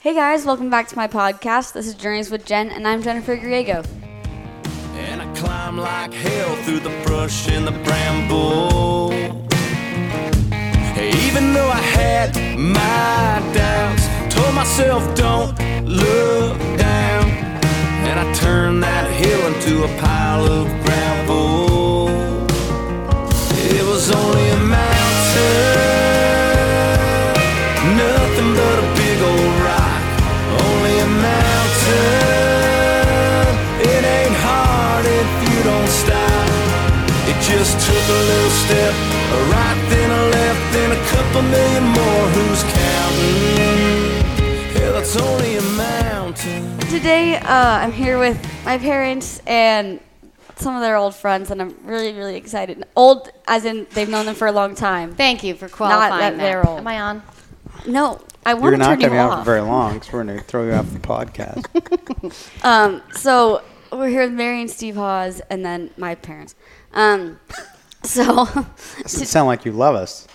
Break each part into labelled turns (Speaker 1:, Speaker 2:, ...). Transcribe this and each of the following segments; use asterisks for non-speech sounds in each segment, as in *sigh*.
Speaker 1: Hey guys, welcome back to my podcast. This is Journeys with Jen, and I'm Jennifer Griego.
Speaker 2: And I climb like hell through the brush and the bramble. Hey, even though I had my doubts, told myself don't look down. And I turned that hill into a pile of gravel. It was only a mountain, nothing but a big old rock. Only a mountain. It ain't hard if you don't stop. It just took a little step, a right, then a left, then a couple million more. Who's counting? Hell, it's only a mountain.
Speaker 1: Today, uh, I'm here with my parents and some of their old friends, and I'm really, really excited. Old, as in they've known them for a long time.
Speaker 3: Thank you for
Speaker 1: that
Speaker 3: qualifying
Speaker 1: they're old.
Speaker 3: Am I on?
Speaker 1: No, I want
Speaker 4: You're
Speaker 1: to
Speaker 4: not
Speaker 1: turn
Speaker 4: going to
Speaker 1: you
Speaker 4: be out for
Speaker 1: off.
Speaker 4: very long because we're going to throw you off the podcast.
Speaker 1: Um, so we're here with Mary and Steve Hawes, and then my parents. Um, *laughs* so *laughs*
Speaker 4: Doesn't sound like you love us.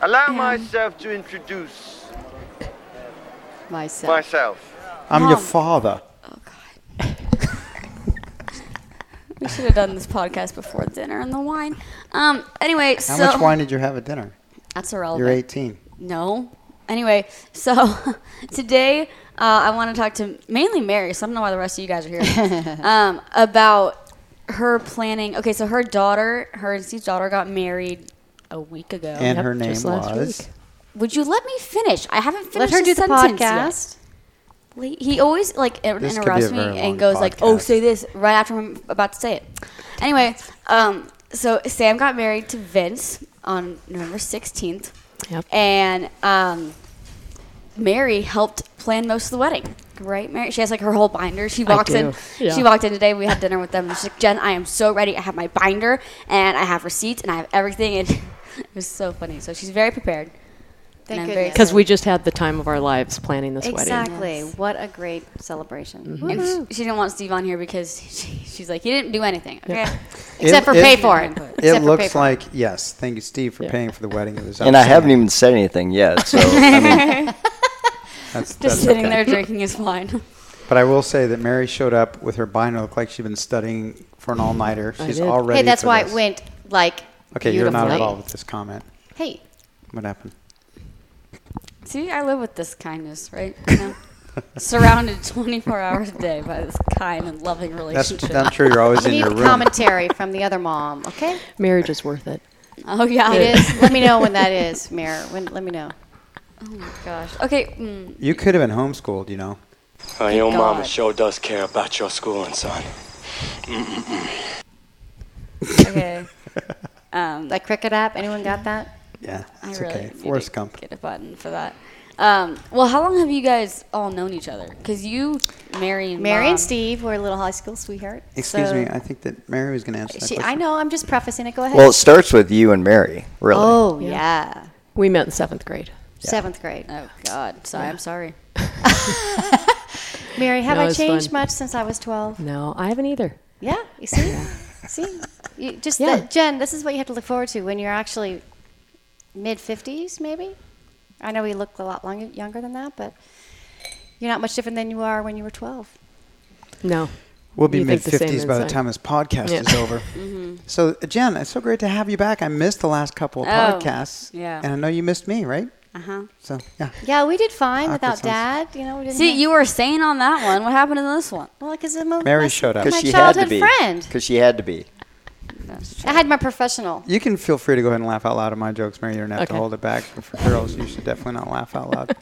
Speaker 5: Allow myself to introduce
Speaker 3: Myself.
Speaker 5: myself.
Speaker 4: I'm your
Speaker 1: Mom.
Speaker 4: father.
Speaker 1: we should have done this podcast before dinner and the wine. Um, anyway,
Speaker 4: How
Speaker 1: so
Speaker 4: much wine did you have at dinner?
Speaker 1: that's irrelevant.
Speaker 4: You're 18.
Speaker 1: No. Anyway, so *laughs* today uh, I want to talk to mainly Mary, so I don't know why the rest of you guys are
Speaker 3: *laughs*
Speaker 1: here, um, about her planning. Okay, so her daughter, her and Steve's daughter, got married a week ago.
Speaker 4: And
Speaker 3: Yep,
Speaker 4: her name
Speaker 3: just last
Speaker 4: was.
Speaker 1: Would you let me finish? I haven't
Speaker 3: Let
Speaker 1: finished
Speaker 3: her
Speaker 1: the
Speaker 3: do the
Speaker 1: sentence Yet.
Speaker 3: podcast.
Speaker 1: Like, He always like in-
Speaker 4: This could be a
Speaker 1: interrupts me
Speaker 4: very long
Speaker 1: and goes like, "Oh,
Speaker 4: podcast.
Speaker 1: say this right after I'm about to say it." Anyway, um, so Sam got married to Vince on November sixteenth,
Speaker 3: Yep.
Speaker 1: and um, Mary helped plan most of the wedding. Right, Mary. She has like her whole binder. She walks in.
Speaker 3: do, yeah.
Speaker 1: She walked in today. We had dinner with them. And she's like, "Jen, I am so ready. I have my binder and I have receipts and I have everything." And *laughs* it was so funny. So she's very prepared.
Speaker 3: Thank
Speaker 1: And I'm very
Speaker 3: goodness.
Speaker 6: Because we just had the time of our lives planning this wedding.
Speaker 3: Exactly. What a great celebration.
Speaker 1: And sh- she didn't want Steve on here because she, she's like, he didn't do anything. Okay.
Speaker 3: Except for pay for it.
Speaker 4: *laughs* It
Speaker 3: Except for pay
Speaker 4: looks
Speaker 3: for
Speaker 4: like, yes. Thank you, Steve, for
Speaker 6: Yeah.
Speaker 4: paying for the wedding. It was
Speaker 7: And I haven't
Speaker 4: outstanding.
Speaker 7: even said anything yet. So
Speaker 4: *laughs*
Speaker 7: I mean,
Speaker 4: That's,
Speaker 1: Just
Speaker 4: that's
Speaker 1: sitting
Speaker 4: okay. *laughs*
Speaker 1: there drinking his wine.
Speaker 4: But I will say that Mary showed up with her binder. looked like she'd been studying for an all nighter. She's
Speaker 6: did.
Speaker 4: all
Speaker 6: Hey,
Speaker 4: ready.
Speaker 3: Mm-hmm. hey, that's
Speaker 4: for
Speaker 3: why
Speaker 4: this.
Speaker 3: it went like
Speaker 4: Okay, you're
Speaker 3: beautifully.
Speaker 4: not involved with this comment.
Speaker 3: Hey,
Speaker 4: What happened?
Speaker 1: See, I live with this kindness,
Speaker 4: *laughs*
Speaker 1: right? You know? Surrounded 24 hours a day by this kind and loving
Speaker 4: That's,
Speaker 1: relationship.
Speaker 4: I'm sure you're always
Speaker 3: you
Speaker 4: in
Speaker 3: need
Speaker 4: your
Speaker 3: the
Speaker 4: room.
Speaker 3: commentary from the other mom,
Speaker 4: *laughs*
Speaker 3: okay?
Speaker 6: Marriage is worth it.
Speaker 1: oh, yeah.
Speaker 3: It is. Let me know when that is, Mayor. When, let me know.
Speaker 1: Oh, my gosh. Okay. Mm,
Speaker 4: You could have been homeschooled, you know.
Speaker 8: Oh, your
Speaker 1: God.
Speaker 8: mama sure does care about your schooling, son.
Speaker 4: *laughs*
Speaker 1: okay. Um,
Speaker 3: That cricket app, anyone got that?
Speaker 4: Yeah,
Speaker 1: I
Speaker 4: it's
Speaker 1: really
Speaker 4: okay.
Speaker 1: need to
Speaker 4: Forrest Gump.
Speaker 1: Get a button for that. Um, well, how long have you guys all known each other? Because you, Mary and
Speaker 3: Mary
Speaker 1: Mom-
Speaker 3: and Steve were a little high school sweetheart.
Speaker 4: Excuse
Speaker 3: so-
Speaker 4: me. I think that Mary was going to answer that
Speaker 3: She,
Speaker 4: question.
Speaker 3: I know, I'm just prefacing it. Go ahead.
Speaker 7: well, it starts with you and Mary, really.
Speaker 3: oh, yeah.
Speaker 6: We met in seventh grade.
Speaker 3: Seventh grade.
Speaker 1: Oh, God. Sorry. I'm sorry.
Speaker 3: *laughs* Mary, have
Speaker 6: No,
Speaker 3: I
Speaker 6: it's fun.
Speaker 3: changed much since I was 12?
Speaker 6: No, I haven't either.
Speaker 3: Yeah, you see,
Speaker 1: *laughs*
Speaker 3: see, you just
Speaker 6: Yeah.
Speaker 3: that- Jen. This is what you have to look forward to when you're actually mid fifties, maybe. I know we look a lot longer, younger than that, but you're not much different than you are when you were twelve.
Speaker 6: No.
Speaker 4: We'll be
Speaker 6: You
Speaker 4: mid
Speaker 6: think the same
Speaker 4: fifties by the
Speaker 6: inside.
Speaker 4: time this podcast
Speaker 6: Yeah.
Speaker 1: *laughs*
Speaker 4: is over. So, uh, Jen, it's so great to have you back. I missed the last couple of
Speaker 1: Mm-hmm. Oh,
Speaker 4: podcasts,
Speaker 1: yeah.
Speaker 4: and I know you missed me, right?
Speaker 1: Uh huh.
Speaker 4: So, yeah,
Speaker 3: Yeah, we did fine
Speaker 4: Awkward
Speaker 3: without
Speaker 4: sounds.
Speaker 3: Dad. You know, we didn't.
Speaker 1: See, you were sane on that one. What happened in this one?
Speaker 3: well because I'm a,
Speaker 4: Mary
Speaker 3: my-
Speaker 4: showed up.
Speaker 3: My
Speaker 7: Because she had to
Speaker 3: childhood
Speaker 7: be.
Speaker 3: friend.
Speaker 7: Because she had to be.
Speaker 3: I had my professional.
Speaker 4: you can feel free to go ahead and laugh out loud at my jokes, Mary. You don't have to
Speaker 6: Okay.
Speaker 4: hold it back. But for girls, you should definitely not laugh out
Speaker 1: *laughs*
Speaker 4: loud.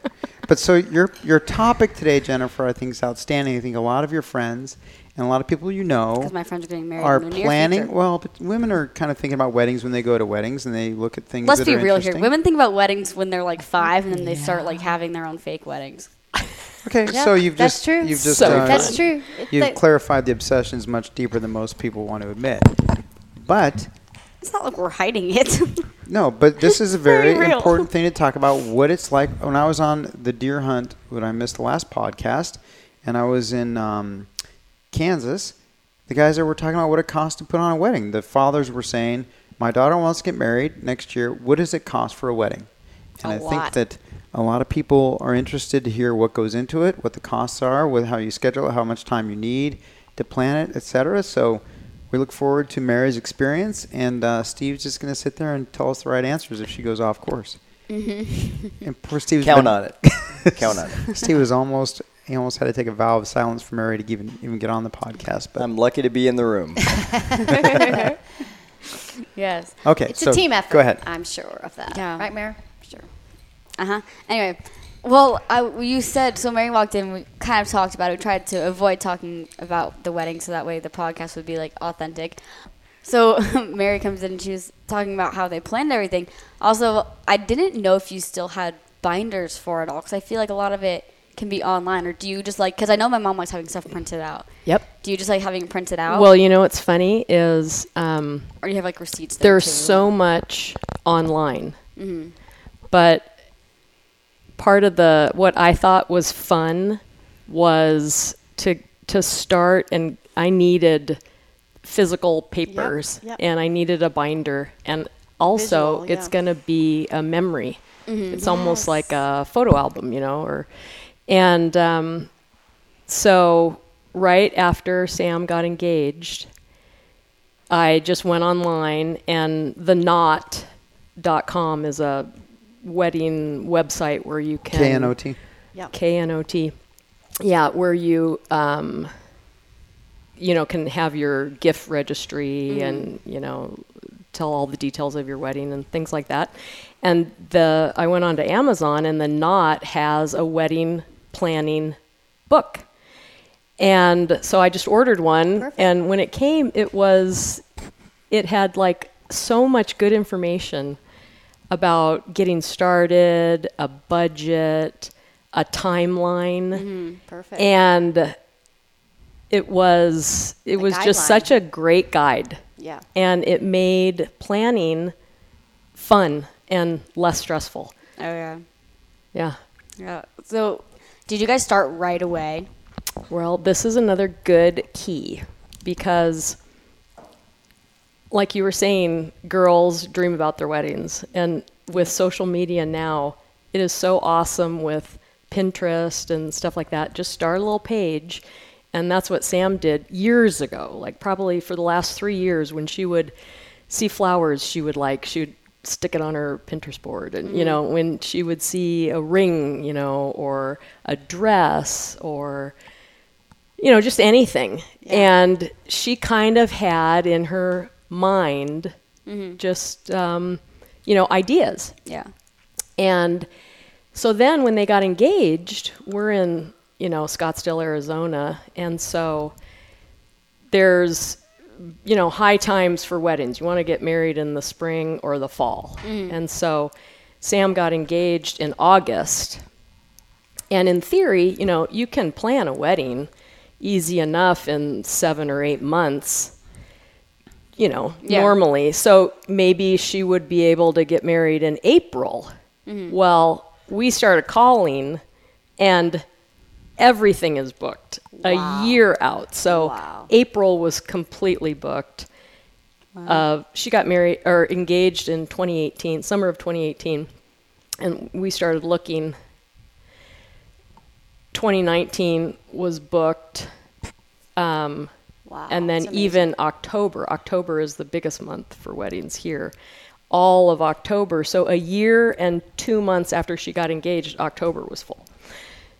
Speaker 4: but so your your topic today, Jennifer, I think is outstanding. I think a lot of your friends and a lot of people you know.
Speaker 1: Because my friends are getting married.
Speaker 4: are
Speaker 1: in the near
Speaker 4: planning
Speaker 1: future.
Speaker 4: well but women are kind of thinking about weddings when they go to weddings and they look at things
Speaker 1: Let's
Speaker 4: that
Speaker 1: be
Speaker 4: are
Speaker 1: real here.
Speaker 4: interesting.
Speaker 1: Women think about weddings when they're like five, and then they start like having their own fake weddings.
Speaker 4: okay
Speaker 3: Yeah,
Speaker 4: so you've
Speaker 3: that's
Speaker 4: just
Speaker 3: true.
Speaker 4: you've just
Speaker 6: So
Speaker 4: uh,
Speaker 6: fun.
Speaker 3: That's true. It-
Speaker 4: You've
Speaker 3: that-
Speaker 4: clarified the obsessions much deeper than most people want to admit. But
Speaker 1: It's not like we're hiding it. *laughs*
Speaker 3: *laughs*
Speaker 4: no, but this is a
Speaker 1: Very
Speaker 4: very,
Speaker 1: real.
Speaker 4: important thing to talk about what it's like. When I was on the deer hunt, when I missed the last podcast, and I was in um, Kansas, the guys that were talking about what it costs to put on a wedding, the fathers were saying, My daughter wants to get married next year. What does it cost for a wedding? And
Speaker 1: A
Speaker 4: I
Speaker 1: lot.
Speaker 4: think that a lot of people are interested to hear what goes into it, what the costs are, with how you schedule it, how much time you need to plan it, etc. So we look forward to Mary's experience, and uh, Steve's just going to sit there and tell us the right answers if she goes off course.
Speaker 3: Mm-hmm.
Speaker 4: and poor Steve
Speaker 7: Count on *laughs* it. Count on
Speaker 4: *laughs*
Speaker 7: it.
Speaker 4: Steve was almost he almost had to take a vow of silence for Mary to even even get on the podcast. But
Speaker 7: I'm lucky to be in the room.
Speaker 1: Yes.
Speaker 4: okay,
Speaker 3: It's
Speaker 4: so
Speaker 3: a team effort.
Speaker 4: Go ahead.
Speaker 3: I'm sure of that.
Speaker 1: Yeah.
Speaker 3: Right, Mayor? Sure.
Speaker 1: Uh huh. Anyway, well, I, you said so. Mary walked in. We kind of talked about it. We tried to avoid talking about the wedding, so that way the podcast would be like authentic. So *laughs* Mary comes in and she was talking about how they planned everything. Also, I didn't know if you still had binders for it all because I feel like a lot of it can be online. Or do you just like? Because I know my mom likes having stuff printed out.
Speaker 6: Yep.
Speaker 1: Do you just like having it printed out?
Speaker 6: Well, you know what's funny is um,
Speaker 1: or you have like receipts. There
Speaker 6: there's
Speaker 1: too?
Speaker 6: so much online
Speaker 3: Mm-hmm.
Speaker 6: but part of the what i thought was fun was to to start and i needed physical papers
Speaker 3: yep.
Speaker 6: and i needed a binder and
Speaker 3: Visual,
Speaker 6: also it's
Speaker 3: yeah. Mm-hmm.
Speaker 6: going to be a memory it's almost like a photo album you know or and um, so right after sam got engaged I just went online and the knot.com is a wedding website where you can
Speaker 4: K N O T.
Speaker 6: KNOT. Yeah, where you um, you know can have your gift registry
Speaker 4: Mm-hmm.
Speaker 6: and you know tell all the details of your wedding and things like that. And the I went on to Amazon and the Knot has a wedding planning book. And so I just ordered one and when it came it was it had like so much good information about getting started, a budget, a timeline,
Speaker 3: Mm-hmm. Perfect.
Speaker 6: and it was it was just
Speaker 3: guideline.
Speaker 6: such a great guide.
Speaker 3: Yeah.
Speaker 6: and it made planning fun and less stressful.
Speaker 1: Oh yeah.
Speaker 6: Yeah.
Speaker 1: Yeah. So, did you guys start right away?
Speaker 6: Well, this is another good key because, like you were saying, girls dream about their weddings. And with social media now, it is so awesome with Pinterest and stuff like that. Just start a little page. And that's what Sam did years ago, like probably for the last three years when she would see flowers, she would like, she would stick it on her Pinterest board. And, you know, when she would see a ring, you know, or a dress or, you know, just anything. And she kind of had in her mind just, um, you know, ideas.
Speaker 1: Yeah.
Speaker 6: And so then when they got engaged, we're in, you know, Scottsdale, Arizona. And so there's, you know, high times for weddings. You want to get married in the spring or the fall. And so Sam got engaged in August. And in theory, you know, you can plan a wedding easy enough in seven or eight months, you know,
Speaker 1: Yeah.
Speaker 6: normally. So maybe she would be able to get married in April. Well, we started calling and everything is booked a year out. So April was completely booked. Uh, she got married or engaged in 2018, summer of 2018, and we started looking. 2019 was booked, um,
Speaker 3: Wow.
Speaker 6: and then
Speaker 3: It's amazing.
Speaker 6: even October. October is the biggest month for weddings here. All of October, so a year and two months after she got engaged, October was full.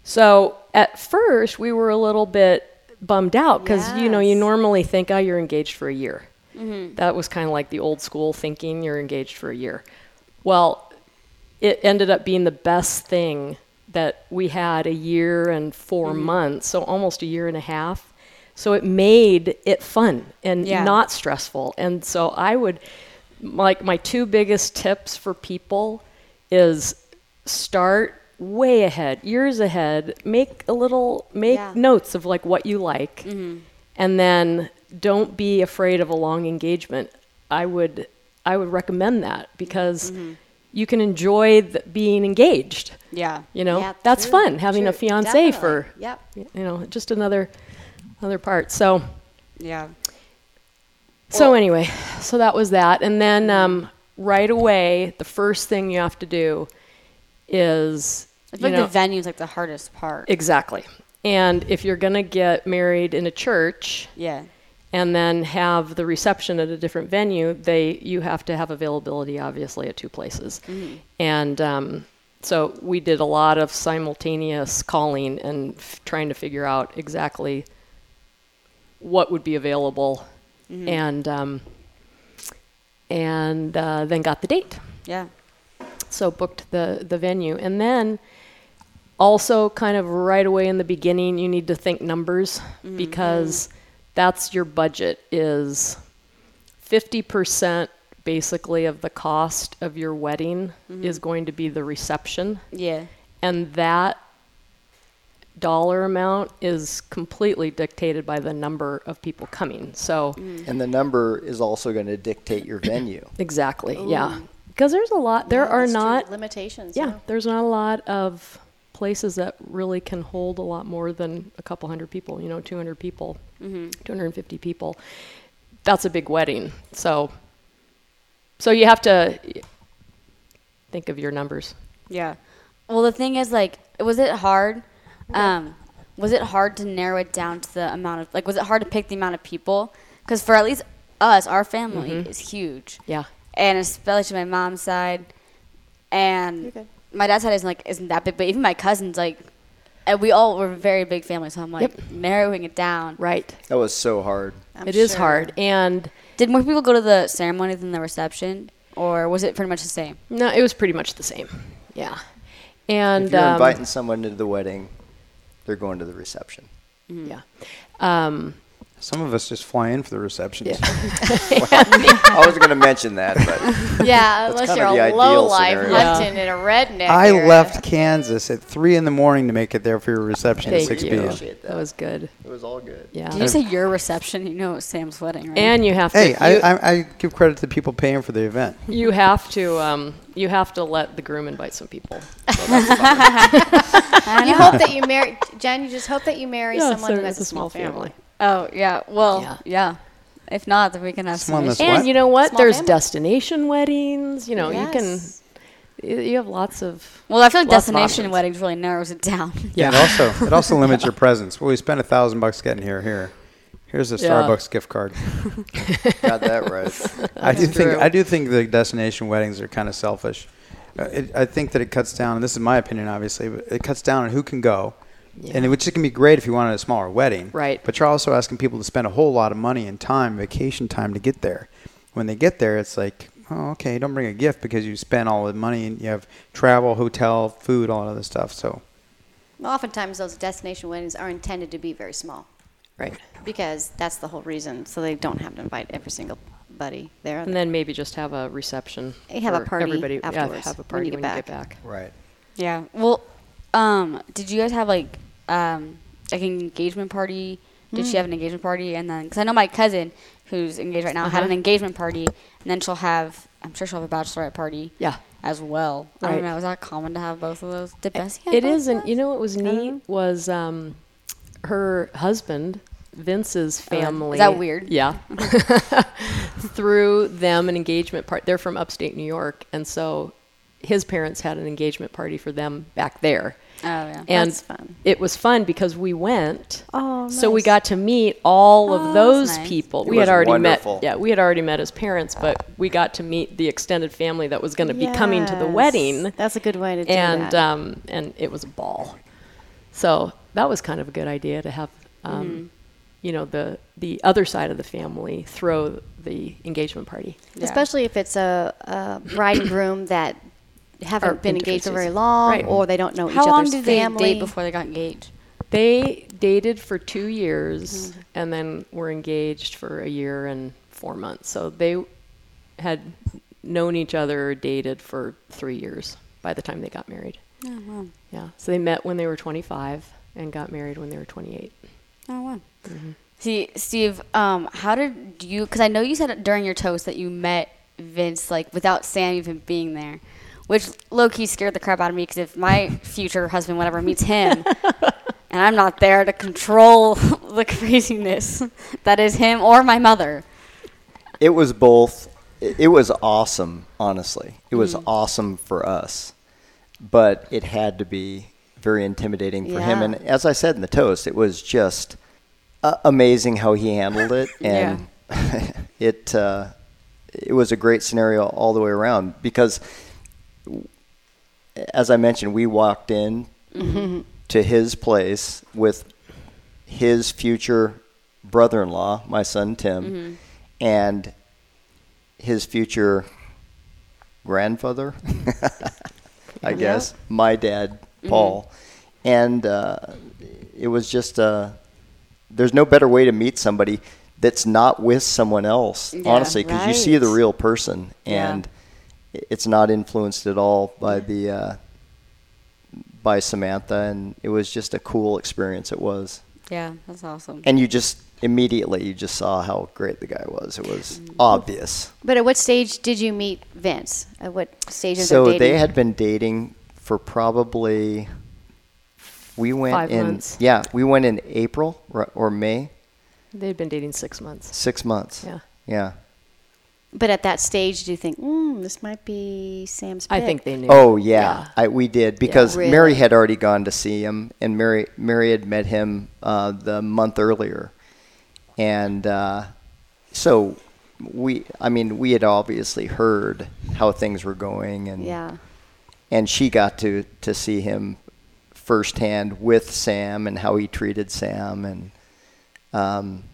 Speaker 6: So at first, we were a little bit bummed out because you know you
Speaker 3: Yes.
Speaker 6: normally think, oh, you're engaged for a year. That was kind of like the old school thinking, you're engaged for a year. Well, it ended up being the best thing that we had a year and 4 months, so almost a year and a half. So it made it fun and
Speaker 1: Yeah.
Speaker 6: not stressful. And so I would like my two biggest tips for people is start way ahead, years ahead, make a little make
Speaker 3: Yeah. Mm-hmm.
Speaker 6: notes of like what you like. And then don't be afraid of a long engagement. I would I would recommend that because
Speaker 3: Mm-hmm.
Speaker 6: you can enjoy th- being engaged.
Speaker 1: Yeah.
Speaker 6: You know,
Speaker 3: Yeah,
Speaker 6: that's
Speaker 3: true,
Speaker 6: fun having a
Speaker 3: true,
Speaker 6: fiance
Speaker 3: definitely.
Speaker 6: for
Speaker 3: Yep.
Speaker 6: you know, just another another part. So
Speaker 1: Yeah.
Speaker 6: so anyway, so that was that, and then um, right away, the first thing you have to do is
Speaker 1: I feel
Speaker 6: you
Speaker 1: like
Speaker 6: know,
Speaker 1: the venue's like the hardest part.
Speaker 6: exactly. And if you're going to get married in a church
Speaker 1: yeah.
Speaker 6: and then have the reception at a different venue, they you have to have availability obviously at two places. And um, so we did a lot of simultaneous calling and f- trying to figure out exactly what would be available, and um, and uh, then got the date
Speaker 1: Yeah.
Speaker 6: so booked the the venue and then also kind of right away in the beginning you need to think numbers
Speaker 3: Mm-hmm.
Speaker 6: because that's your budget is 50% basically of the cost of your wedding
Speaker 3: Mm-hmm.
Speaker 6: is going to be the reception
Speaker 1: Yeah.
Speaker 6: and that dollar amount is completely dictated by the number of people coming so
Speaker 3: Mm.
Speaker 7: And the number is also going to dictate your venue.
Speaker 6: exactly yeah because there's a lot there
Speaker 3: Yeah,
Speaker 6: are
Speaker 3: that's true.
Speaker 6: not
Speaker 3: limitations.
Speaker 6: yeah, there's not a lot of places that really can hold a lot more than a couple hundred people, you know, 200 people, 250 people. That's a big wedding. So so you have to think of your numbers.
Speaker 1: Yeah. Well, the thing is, like, was it hard? Um, was it hard to narrow it down to the amount of like? Was it hard to pick the amount of people? Because for at least us, our family is huge.
Speaker 6: Mm-hmm. Yeah.
Speaker 1: And especially to my mom's side, and my dad's side isn't like isn't that big, but even my cousins like, and we all were a very big family. So I'm like
Speaker 6: Yep.
Speaker 1: narrowing it down.
Speaker 6: Right.
Speaker 7: That was so hard.
Speaker 6: It is hard and
Speaker 1: Did more people go to the ceremony than the reception, or was it pretty much the same?
Speaker 6: no, it was pretty much the same. Yeah. And
Speaker 7: If you're
Speaker 6: um,
Speaker 7: inviting someone to the wedding, they're going to the reception.
Speaker 6: yeah. Um,
Speaker 4: Some of us just fly in for the receptions.
Speaker 7: I was going to mention that, but
Speaker 3: *laughs* yeah,
Speaker 7: That's
Speaker 3: unless
Speaker 7: kinda
Speaker 3: you're
Speaker 7: the
Speaker 3: a
Speaker 7: ideal
Speaker 3: low life
Speaker 7: scenario.
Speaker 3: hunting in a redneck.
Speaker 4: I
Speaker 3: area.
Speaker 4: left Kansas at three in the morning to make it there for your reception at
Speaker 6: thank
Speaker 4: six
Speaker 6: you.
Speaker 4: p.m.
Speaker 6: That. was good.
Speaker 7: it was all good.
Speaker 6: Yeah.
Speaker 1: Did you say your reception? You know, it was Sam's wedding, right?
Speaker 6: And you have to
Speaker 4: Hey, I,
Speaker 6: you-
Speaker 4: I, I give credit to people paying for the event.
Speaker 6: you have to um, you have to let the groom invite some people.
Speaker 3: You hope that you marry Jen. You just hope that you marry
Speaker 6: Yeah,
Speaker 3: someone
Speaker 6: so
Speaker 3: who has
Speaker 6: it's
Speaker 3: a small family.
Speaker 1: Oh yeah. Well
Speaker 6: Yeah.
Speaker 1: yeah. If not, then we can have
Speaker 4: Someone
Speaker 1: some.
Speaker 4: that's-
Speaker 1: issues.
Speaker 6: And
Speaker 4: What?
Speaker 6: you know what?
Speaker 3: Small
Speaker 6: There's
Speaker 3: family.
Speaker 6: destination weddings. You know,
Speaker 3: Yes.
Speaker 6: you can. y- You have lots of.
Speaker 1: Well, I feel like
Speaker 6: lots of
Speaker 1: destination
Speaker 6: options.
Speaker 1: weddings really narrows it
Speaker 6: *laughs*
Speaker 1: down.
Speaker 4: Yeah. It also it also limits your presence. Well, we spent a thousand bucks getting here. Here, here's a
Speaker 6: Yeah.
Speaker 4: Starbucks gift card.
Speaker 7: Got that *laughs* right.
Speaker 4: I do think
Speaker 6: true.
Speaker 4: I do think the destination weddings are kind of selfish. Uh, it, I think that it cuts down. And this is my opinion, obviously, but it cuts down on who can go, and it, which can be great if you wanted a smaller wedding.
Speaker 6: Right.
Speaker 4: But you're also asking people to spend a whole lot of money and time, vacation time, to get there. When they get there, it's like, oh, okay, don't bring a gift because you spent all the money and you have travel, hotel, food, all that other stuff. So
Speaker 3: Oftentimes, those destination weddings are intended to be very small
Speaker 6: Right.
Speaker 3: because that's the whole reason. So they don't have to invite every single buddy there.
Speaker 6: And then maybe just have a reception.
Speaker 3: You have a
Speaker 6: for
Speaker 3: party
Speaker 6: Everybody yeah,
Speaker 3: afterwards
Speaker 6: have a
Speaker 3: when
Speaker 6: party
Speaker 3: you get
Speaker 6: when you get
Speaker 3: back.
Speaker 6: back.
Speaker 7: Right.
Speaker 1: yeah. Well, um, did you guys have like um, like an engagement party? Did
Speaker 6: Mm.
Speaker 1: she have an engagement party? And then, because I know my cousin who's engaged right now had an
Speaker 6: Uh-huh.
Speaker 1: engagement party, and then she'll have. I'm sure she'll have a bachelorette party.
Speaker 6: Yeah.
Speaker 1: As well. I
Speaker 6: Right.
Speaker 1: don't know. Is that common to have both of those? Did Bessie? Have
Speaker 6: It
Speaker 1: both
Speaker 6: is,
Speaker 1: of
Speaker 6: and you know what was neat was um, her husband, Vince's
Speaker 3: Oh,
Speaker 6: family.
Speaker 1: Is that weird?
Speaker 6: Yeah. *laughs* Threw them an engagement party. They're from upstate New York, and so his parents had an engagement party for them back there.
Speaker 1: Oh, yeah.
Speaker 6: and
Speaker 3: That's fun.
Speaker 6: it was fun because we went.
Speaker 3: Oh,
Speaker 6: So we
Speaker 3: nice.
Speaker 6: got to meet all
Speaker 1: Oh,
Speaker 6: of
Speaker 1: that's
Speaker 6: those
Speaker 1: nice.
Speaker 6: people.
Speaker 7: It
Speaker 6: we had
Speaker 7: was
Speaker 6: already
Speaker 7: wonderful.
Speaker 6: met. Yeah, we had already met his parents, but we got to meet the extended family that was going to be coming to the
Speaker 3: Yes.
Speaker 6: wedding
Speaker 3: That's a good way to do
Speaker 6: and
Speaker 3: that.
Speaker 6: um, and it was a ball. So that was kind of a good idea to have, um,
Speaker 3: Mm-hmm.
Speaker 6: you know, the the other side of the family throw the engagement party.
Speaker 3: especially if it's a, a bride and groom that haven't
Speaker 6: Are
Speaker 3: been engaged for
Speaker 6: introduces.
Speaker 3: very long,
Speaker 6: Right.
Speaker 3: or they don't know each
Speaker 1: How long
Speaker 3: other's
Speaker 1: did they
Speaker 3: family.
Speaker 1: date before they got engaged?
Speaker 6: They dated for two years and then were engaged for a year and four months. So they had known each other, dated for three years by the time they got married.
Speaker 1: Oh wow.
Speaker 6: Yeah. So they met when they were 25 and got married when they were 28.
Speaker 1: Oh wow. See, Steve, um, how did you? Because I know you said during your toast that you met Vince like without Sam even being there, which low key scared the crap out of me. Because if my future husband, whatever, meets *laughs* him, and I'm not there to control *laughs* the craziness that is him or my mother.
Speaker 7: It was both. It it was awesome, honestly. It was awesome for us but it had to be very intimidating for him.
Speaker 3: Yeah.
Speaker 7: And as I said in the toast, it was just uh, amazing how he handled it, and *laughs* it uh, it was a great scenario all the way around because, as I mentioned, we walked in to his place with his future brother-in-law, my son Tim, and his future grandfather, *laughs* I guess, my dad, Paul. And uh, it was just, uh, there's no better way to meet somebody that's not with someone else, honestly, 'cause honestly, because you see the
Speaker 3: right.
Speaker 7: real person
Speaker 1: Yeah.
Speaker 7: and i- it's not influenced at all by the. Uh, by Samantha, and it was just a cool experience. It was,
Speaker 1: Yeah, that's awesome.
Speaker 7: and you just immediately you just saw how great the guy was. It was obvious.
Speaker 3: But at what stage did you meet Vince? At what stage of
Speaker 7: so
Speaker 3: their dating?
Speaker 7: they had been dating for probably we went
Speaker 6: Five
Speaker 7: in
Speaker 6: months.
Speaker 7: yeah we went in april or, or may
Speaker 6: They'd been dating six months.
Speaker 7: six months
Speaker 6: Yeah.
Speaker 7: yeah
Speaker 3: But at that stage, do you think, mm, this might be Sam's?
Speaker 6: I
Speaker 3: pick."
Speaker 6: think they knew.
Speaker 7: oh yeah, I, we did because
Speaker 3: Really?
Speaker 7: mary had already gone to see him and mary mary had met him uh, the month earlier and uh, so we i mean we had obviously heard how things were going and
Speaker 3: Yeah.
Speaker 7: and she got to to see him firsthand with Sam and how he treated Sam and um,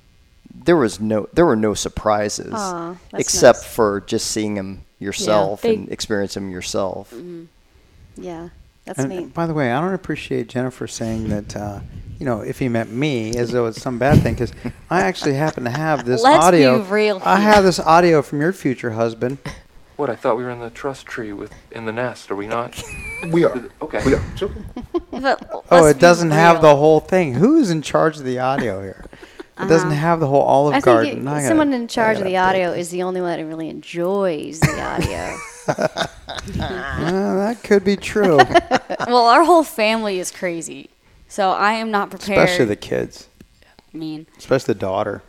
Speaker 7: there was no there were no surprises
Speaker 3: Aw, that's
Speaker 7: except
Speaker 3: nice.
Speaker 7: for just seeing him yourself
Speaker 6: they-
Speaker 7: and experience him yourself.
Speaker 9: Mm-hmm.
Speaker 3: Yeah. That's
Speaker 4: And uh,
Speaker 3: neat.
Speaker 4: by the way, I don't appreciate Jennifer saying that. Uh, you know, if he met me, as though it's some bad thing, because I actually happen to have this
Speaker 1: Let's
Speaker 4: audio.
Speaker 1: be real
Speaker 4: I have this audio from your future husband.
Speaker 10: What? I thought we were in the trust tree with in the nest. Are we not?
Speaker 9: We are.
Speaker 10: Okay.
Speaker 9: We are. It's okay.
Speaker 1: But
Speaker 4: Oh,
Speaker 1: let's
Speaker 4: it
Speaker 1: be
Speaker 4: doesn't have
Speaker 1: real.
Speaker 4: the whole thing. Who's in charge of the audio here? It doesn't have the whole Olive
Speaker 3: I think
Speaker 4: Garden.
Speaker 3: you,
Speaker 4: I gotta-
Speaker 3: someone in charge
Speaker 4: I
Speaker 3: of the
Speaker 4: gotta
Speaker 3: audio is the only one that really enjoys the audio.
Speaker 4: *laughs* update. Uh, that could be true,
Speaker 1: Well, our whole family is crazy, so I am not prepared.
Speaker 4: especially the kids,
Speaker 1: I mean
Speaker 4: especially the daughter.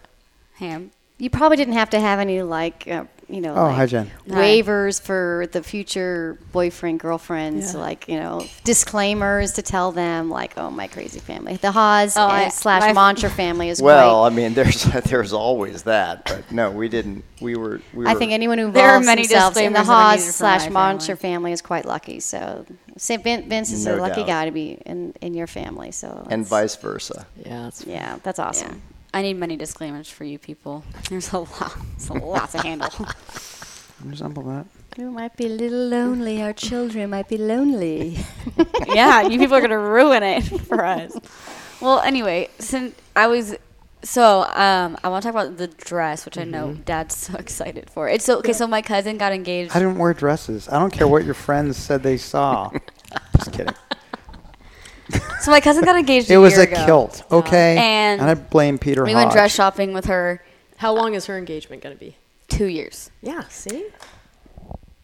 Speaker 1: ham.
Speaker 3: you probably didn't have to have any like, uh, you know,
Speaker 4: Oh,
Speaker 3: like
Speaker 4: hi, Jen.
Speaker 3: waivers for the future boyfriend, girlfriends, like you know, disclaimers to tell them like, oh, my crazy family, the Haas
Speaker 1: Oh,
Speaker 3: and
Speaker 1: I-
Speaker 3: slash
Speaker 1: my-
Speaker 3: Montre family is
Speaker 7: Well,
Speaker 3: great.
Speaker 7: I mean, there's *laughs* there's always that, but no, we didn't. We were. We
Speaker 3: I
Speaker 7: were-
Speaker 3: think anyone who
Speaker 1: There are
Speaker 3: involves
Speaker 1: many
Speaker 3: themselves in the
Speaker 1: disclaimers that I
Speaker 3: Haas
Speaker 1: needed from
Speaker 3: slash
Speaker 1: my
Speaker 3: Monster family is quite lucky. So St. Vin- Vince is a
Speaker 7: No
Speaker 3: lucky
Speaker 7: doubt.
Speaker 3: guy to be in, in your family. So
Speaker 7: and
Speaker 3: that's-
Speaker 7: vice versa.
Speaker 6: Yeah. That's,
Speaker 3: yeah, that's
Speaker 1: Yeah.
Speaker 3: awesome.
Speaker 1: I need many disclaimers for you people. *laughs* There's a lot. There's a lot to *laughs* handle.
Speaker 4: Resemble that.
Speaker 3: You might be a little lonely. Our children might be lonely.
Speaker 1: yeah, you people are gonna ruin it for us. *laughs* Well, anyway, since I was so um, I want to talk about the dress, which I know Dad's so excited for. It's so okay. So my cousin got engaged.
Speaker 4: I didn't wear dresses. I don't care what your friends said they saw. Just kidding.
Speaker 1: So my cousin got engaged.
Speaker 4: *laughs* It was
Speaker 1: year
Speaker 4: a
Speaker 1: ago.
Speaker 4: kilt, okay?
Speaker 1: And
Speaker 4: I blame Peter
Speaker 1: We went
Speaker 4: Hodge.
Speaker 1: dress shopping with her
Speaker 6: How long is her engagement going to be?
Speaker 1: two years.
Speaker 6: Yeah. See.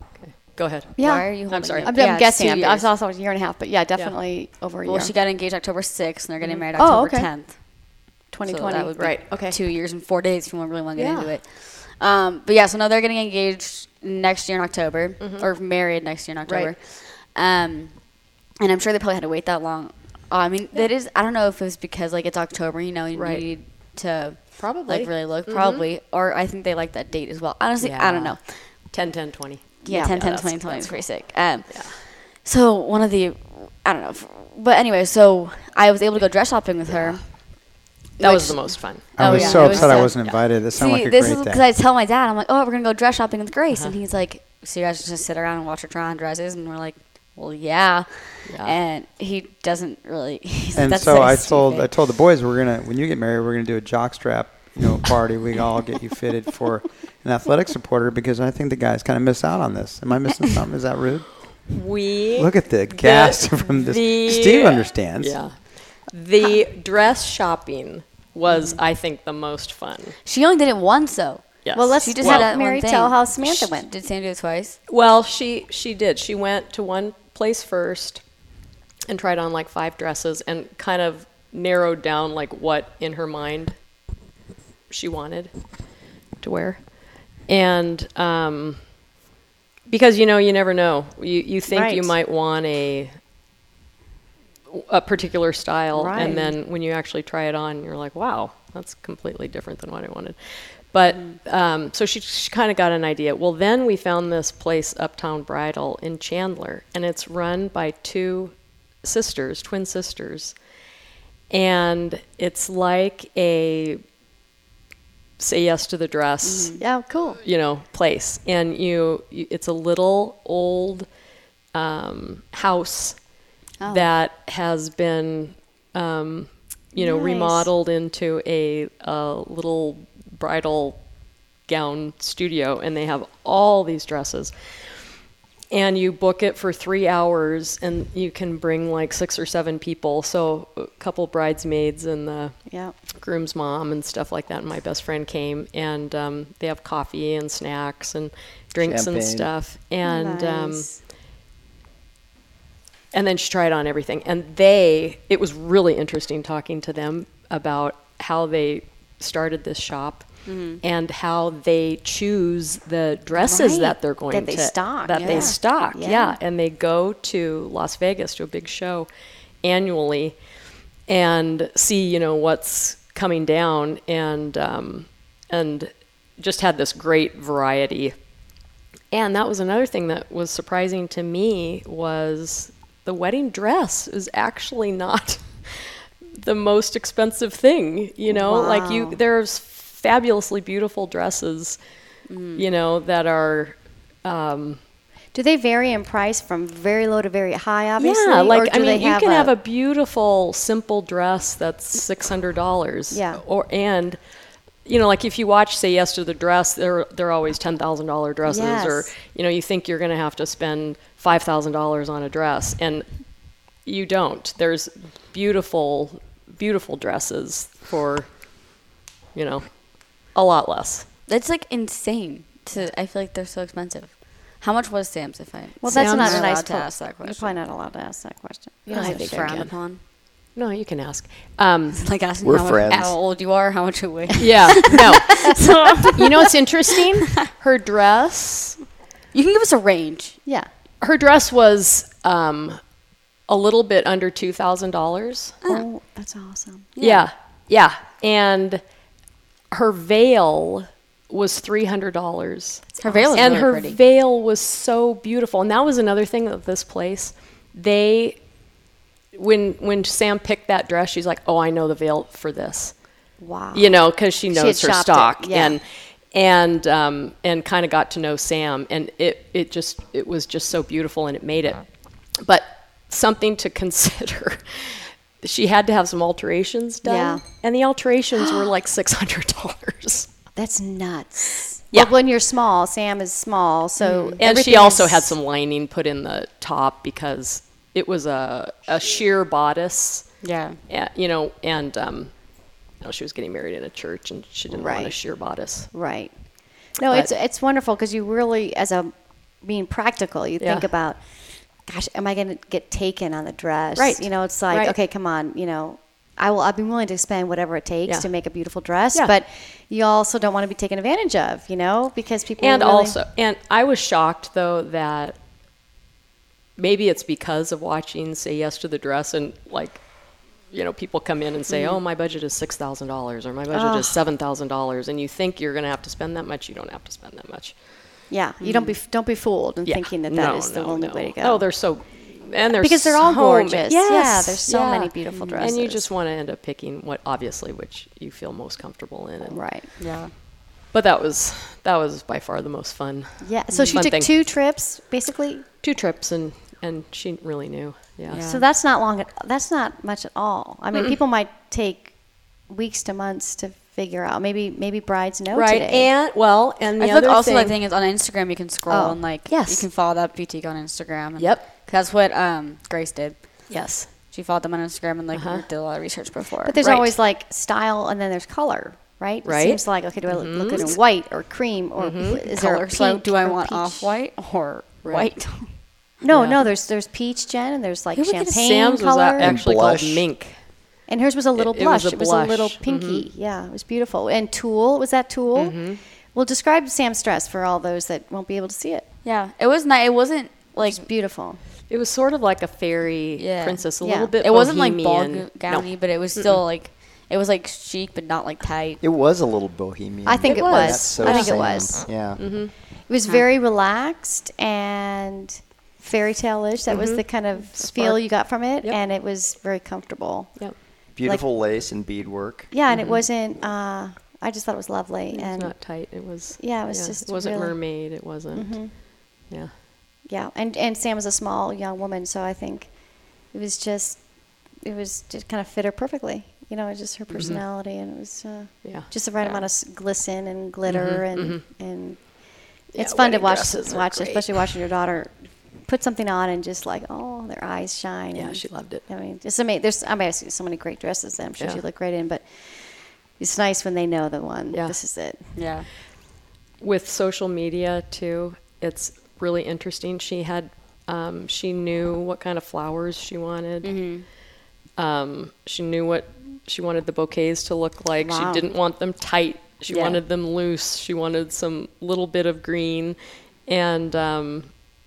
Speaker 6: Okay. Go ahead.
Speaker 3: Yeah.
Speaker 1: Why are you holding
Speaker 6: sorry.
Speaker 1: it?
Speaker 3: I'm, I'm
Speaker 1: Yeah, it's
Speaker 3: guessing.
Speaker 1: two
Speaker 3: I'm, I
Speaker 1: years.
Speaker 3: thought it was a year and a half, but yeah, definitely over a
Speaker 1: Well,
Speaker 3: year.
Speaker 1: she got engaged October 6th, and they're getting married
Speaker 3: Oh,
Speaker 1: October
Speaker 3: okay.
Speaker 1: 10th. So
Speaker 3: 2020.
Speaker 1: that would be
Speaker 6: Right, okay.
Speaker 1: two years and four days if you really want to get
Speaker 6: Yeah.
Speaker 1: into it. Um, but yeah, so now they're getting engaged next year in October,
Speaker 6: Mm-hmm.
Speaker 1: or married next year in October. Um, and I'm sure they probably had to wait that long. Uh, I mean, that is, I don't know if it was because like it's October, you know, and
Speaker 6: Right.
Speaker 1: you need to
Speaker 6: Probably. Mm-hmm.
Speaker 1: like really look, probably, or I think they like that date as well. Honestly, I don't
Speaker 6: Yeah.
Speaker 1: know.
Speaker 6: 10, 10, 20.
Speaker 1: Yeah,
Speaker 6: Yeah,
Speaker 1: 10, 10,
Speaker 6: that's-
Speaker 1: 20, 20
Speaker 6: that's
Speaker 1: is pretty sick. Um, So one of the, I don't know, f- but anyway, so I was able to go dress shopping with her.
Speaker 6: That was
Speaker 1: which-
Speaker 6: the most fun.
Speaker 4: I
Speaker 1: Oh,
Speaker 4: was
Speaker 1: yeah.
Speaker 4: so
Speaker 1: It was
Speaker 4: upset I
Speaker 1: so-
Speaker 4: wasn't invited. This sounded
Speaker 1: See,
Speaker 4: like a
Speaker 1: this
Speaker 4: great
Speaker 1: is
Speaker 4: day. Uh-huh.
Speaker 1: because I tell my dad, I'm like, oh, we're gonna go dress shopping with Grace, and he's like, so you guys just sit around and watch her try on dresses, and we're like, well, yeah,
Speaker 6: Yeah.
Speaker 1: and he doesn't really. *laughs* He's like,
Speaker 4: and
Speaker 1: "That's
Speaker 4: so I
Speaker 1: stupid."
Speaker 4: told I told the boys we're gonna when you get married we're gonna do a jockstrap you know party we all get you fitted for an athletic supporter because I think the guys kind of miss out on this. Am
Speaker 1: *laughs*
Speaker 4: I missing something? Is that rude?
Speaker 6: We
Speaker 4: Look at the cast *laughs* from this.
Speaker 6: the-
Speaker 4: Steve understands.
Speaker 6: Yeah. The dress shopping was, I think, the most fun.
Speaker 1: she only did it once though.
Speaker 6: Yes.
Speaker 3: well, let's
Speaker 1: She just
Speaker 3: let
Speaker 1: had that
Speaker 3: Mary
Speaker 1: one thing.
Speaker 3: tell how Samantha
Speaker 1: Sh-
Speaker 3: went.
Speaker 1: Did Sam do it twice?
Speaker 6: Well, she she did. She went to one place first and tried on like five dresses and kind of narrowed down like what in her mind she wanted to wear. And um, because you know you never know. You you think you
Speaker 3: Right.
Speaker 6: might want a a particular style,
Speaker 3: Right.
Speaker 6: and then when you actually try it on, you're like, wow, that's completely different than what I wanted. But um, so she, she kind of got an idea. Well, then we found this place, Uptown Bridal, in Chandler, and it's run by two sisters, twin sisters, and it's like a say yes to the dress
Speaker 3: Yeah, cool.
Speaker 6: you know place and you, you it's a little old um, house that has been um, you know
Speaker 3: Nice.
Speaker 6: remodeled into a, a little bridal gown studio and they have all these dresses and you book it for three hours and you can bring like six or seven people so a couple bridesmaids and the
Speaker 3: Yeah.
Speaker 6: groom's mom and stuff like that. And my best friend came, and um, they have coffee and snacks and drinks and
Speaker 7: Champagne.
Speaker 6: stuff. And um,
Speaker 3: Nice.
Speaker 6: and then she tried on everything. And they, it was really interesting talking to them about how they started this shop.
Speaker 3: Mm-hmm.
Speaker 6: And how they choose the dresses
Speaker 3: Right,
Speaker 6: that they're going
Speaker 3: that they
Speaker 6: to
Speaker 3: stock,
Speaker 6: that
Speaker 3: yeah.
Speaker 6: they stock,
Speaker 3: Yeah.
Speaker 6: yeah. And they go to Las Vegas to a big show annually, and see you know what's coming down and um, and just had this great variety and that was another thing that was surprising to me was the wedding dress is actually not *laughs* the most expensive thing you know like you
Speaker 3: Wow.
Speaker 6: there's fabulously beautiful dresses you know that are
Speaker 3: Do they vary in price from very low to very high? Obviously,
Speaker 6: yeah
Speaker 3: or
Speaker 6: like i
Speaker 3: do they
Speaker 6: mean you
Speaker 3: have
Speaker 6: can
Speaker 3: a,
Speaker 6: have a beautiful simple dress that's six hundred dollars
Speaker 3: Yeah.
Speaker 6: or and you know like if you watch say yes to the dress they're they're always ten thousand dollar dresses or
Speaker 3: Yes.
Speaker 6: you know you think you're gonna have to spend five thousand dollars on a dress and you don't there's beautiful beautiful dresses for you know a lot less
Speaker 1: That's like insane. To I feel like they're so expensive. How much was Sam's? If I
Speaker 3: Well, that's
Speaker 1: I'm
Speaker 3: not a
Speaker 1: allowed
Speaker 3: nice
Speaker 1: to
Speaker 3: po-
Speaker 1: ask that
Speaker 3: You're
Speaker 1: question.
Speaker 3: probably not allowed to ask that question.
Speaker 1: You don't
Speaker 6: I
Speaker 1: have to
Speaker 6: think I
Speaker 1: frown
Speaker 6: can.
Speaker 1: upon.
Speaker 6: no you can ask um
Speaker 1: Like asking
Speaker 7: We're
Speaker 1: how,
Speaker 7: friends.
Speaker 1: Much, how old you are, how much you
Speaker 3: *laughs*
Speaker 1: weigh.
Speaker 6: yeah *laughs* no you know what's interesting her dress
Speaker 1: You can give us a range.
Speaker 3: Yeah.
Speaker 6: her dress was um, a little bit under two thousand dollars.
Speaker 3: Oh, that's awesome.
Speaker 6: Yeah, yeah, and her veil was three hundred dollars.
Speaker 1: Her veil is
Speaker 6: and
Speaker 1: really
Speaker 6: her
Speaker 1: pretty.
Speaker 6: veil was so beautiful, and that was another thing of this place. They, when when Sam picked that dress, she's like, "Oh, I know the veil for this."
Speaker 3: Wow.
Speaker 6: you know, because she
Speaker 3: had
Speaker 6: knows her
Speaker 3: shopped it,
Speaker 6: stock
Speaker 3: yeah.
Speaker 6: and and um, and kind of got to know Sam, and it it just it was just so beautiful, and it made it. But something to *laughs* consider. She had to have some alterations done,
Speaker 3: Yeah.
Speaker 6: and the alterations
Speaker 3: *gasps*
Speaker 6: were like six hundred dollars.
Speaker 3: That's nuts.
Speaker 6: Yeah. Mm-hmm.
Speaker 3: But when you're small, Sam is small, so
Speaker 6: And she
Speaker 3: everything
Speaker 6: also
Speaker 3: is-
Speaker 6: had some lining put in the top because it was a a sheer bodice.
Speaker 1: Yeah.
Speaker 6: Yeah, you know, and um, you know, she was getting married in a church, and she didn't want a
Speaker 3: Right.
Speaker 6: sheer bodice.
Speaker 3: Right. No,
Speaker 6: But-
Speaker 3: it's it's wonderful because you really, as a being practical, you think
Speaker 6: Yeah.
Speaker 3: about, gosh, am I going to get taken on the dress?
Speaker 6: Right.
Speaker 3: You know, it's like,
Speaker 6: Right.
Speaker 3: okay, come on, you know. I will. I'll be willing to spend whatever it takes
Speaker 6: Yeah.
Speaker 3: to make a beautiful dress,
Speaker 6: Yeah.
Speaker 3: but you also don't want to be taken advantage of, you know, because people
Speaker 6: and
Speaker 3: really-
Speaker 6: also and i was shocked though that maybe it's because of watching say yes to the dress and like you know people come in and say
Speaker 3: Mm-hmm.
Speaker 6: oh my budget is $6000 or my budget is $7000 and you think you're going to have to spend that much you don't have to spend that much
Speaker 3: yeah, you don't be don't be fooled in
Speaker 6: Mm. yeah.
Speaker 3: thinking that that
Speaker 6: No,
Speaker 3: is the
Speaker 6: no,
Speaker 3: only
Speaker 6: no.
Speaker 3: way to go.
Speaker 6: oh they're so and they're
Speaker 3: Because they're all
Speaker 6: so ma-
Speaker 3: gorgeous. Yeah,
Speaker 6: Yes,
Speaker 3: there's so many beautiful
Speaker 6: and you
Speaker 3: dresses.
Speaker 6: just want to end up picking what obviously which you feel most comfortable in and,
Speaker 3: right.
Speaker 1: Yeah.
Speaker 6: but that was that was by far the most fun
Speaker 3: Yeah. So she
Speaker 6: Fun
Speaker 3: took
Speaker 6: thing.
Speaker 3: two trips, basically.
Speaker 6: two trips and and she really knew yeah,
Speaker 3: So that's not long. At, that's not much at all. I mean, people might take weeks to months to figure out. Maybe maybe brides know
Speaker 6: right
Speaker 3: today.
Speaker 6: and well and the
Speaker 1: I feel
Speaker 6: other
Speaker 1: like also
Speaker 6: thing,
Speaker 1: the thing is on Instagram you can scroll
Speaker 3: Oh,
Speaker 1: and like
Speaker 3: yes.
Speaker 1: you can follow that boutique on Instagram. and-
Speaker 6: Yep.
Speaker 1: 'cause That's what um, Grace did.
Speaker 6: yes
Speaker 1: She followed them on Instagram and like did a lot of research before.
Speaker 3: but there's
Speaker 6: right.
Speaker 3: always like style, and then there's color. Right.
Speaker 6: Right. Mm-hmm.
Speaker 3: It seems like okay, do I look, look good in white or cream or is there
Speaker 1: color.
Speaker 3: a
Speaker 1: So
Speaker 3: pink
Speaker 1: do I
Speaker 3: or
Speaker 1: want
Speaker 3: peach?
Speaker 1: off white or white?
Speaker 3: No,
Speaker 6: Yeah.
Speaker 3: no. There's there's peach, Jen, and there's like
Speaker 6: Who would get a
Speaker 3: champagne
Speaker 6: Sam's was
Speaker 3: color.
Speaker 6: a- actually
Speaker 7: blush.
Speaker 6: called mink
Speaker 3: And hers was a little
Speaker 6: It- it was
Speaker 3: blush.
Speaker 6: a
Speaker 3: It was a,
Speaker 6: blush.
Speaker 3: little
Speaker 6: Mhm.
Speaker 3: pinky. Yeah, it was
Speaker 6: Mm-hmm.
Speaker 3: beautiful. And tulle was that tulle? Well, describe Sam's dress for all those that won't be able to see it.
Speaker 1: *laughs* Yeah, it was nice. It wasn't like
Speaker 3: It's beautiful.
Speaker 6: It was sort of like a fairy
Speaker 1: Yeah.
Speaker 6: princess, a
Speaker 3: Yeah.
Speaker 6: little bit.
Speaker 1: it wasn't like ball
Speaker 6: bohemian.
Speaker 1: go- gowny,
Speaker 6: No.
Speaker 1: but it was still like it was like chic, but not like tight.
Speaker 7: It was a little bohemian.
Speaker 3: I think
Speaker 1: It
Speaker 3: it,
Speaker 1: was.
Speaker 3: was.
Speaker 7: That's so
Speaker 3: I think
Speaker 7: Sam.
Speaker 3: it was. Mm-hmm.
Speaker 7: Yeah.
Speaker 3: It was very relaxed and fairy tale ish. That was the kind of feel you got from it,
Speaker 6: Mm-hmm. Yep.
Speaker 3: and it was very comfortable.
Speaker 6: Yep.
Speaker 7: Beautiful lace and beadwork.
Speaker 3: Yeah, and it wasn't. Uh, I just thought it was lovely,
Speaker 6: It was
Speaker 3: and
Speaker 6: not tight. It was.
Speaker 3: Yeah, it was just
Speaker 6: It wasn't
Speaker 3: really-
Speaker 6: mermaid. It wasn't. Yeah.
Speaker 3: yeah, and and Sam was a small young woman, so I think it was just it was just kind of fit her perfectly. You know, it just her personality, and it was uh,
Speaker 6: Mm-hmm. Yeah.
Speaker 3: just the right
Speaker 6: Yeah. Mm-hmm,
Speaker 3: amount of s- glisten and glitter, and and it's
Speaker 6: Yeah,
Speaker 3: fun to
Speaker 6: wedding
Speaker 3: watch
Speaker 6: dresses are
Speaker 3: watch,
Speaker 6: great.
Speaker 3: especially watching your daughter put something on and just like oh, their eyes shine.
Speaker 6: Yeah,
Speaker 3: and-
Speaker 6: she loved it.
Speaker 3: I mean, it's amazing. There's I mean, I see so many great dresses that I'm sure
Speaker 6: Yeah.
Speaker 3: she looked great in, but it's nice when they know the one.
Speaker 6: Yeah.
Speaker 3: This is it.
Speaker 1: Yeah,
Speaker 6: with social media too it's really interesting she had um, she knew what kind of flowers she wanted
Speaker 1: Mm-hmm.
Speaker 6: um, she knew what she wanted the bouquets to look like
Speaker 1: Wow.
Speaker 6: she didn't want them tight she
Speaker 1: Yeah.
Speaker 6: wanted them loose she wanted some little bit of green and um,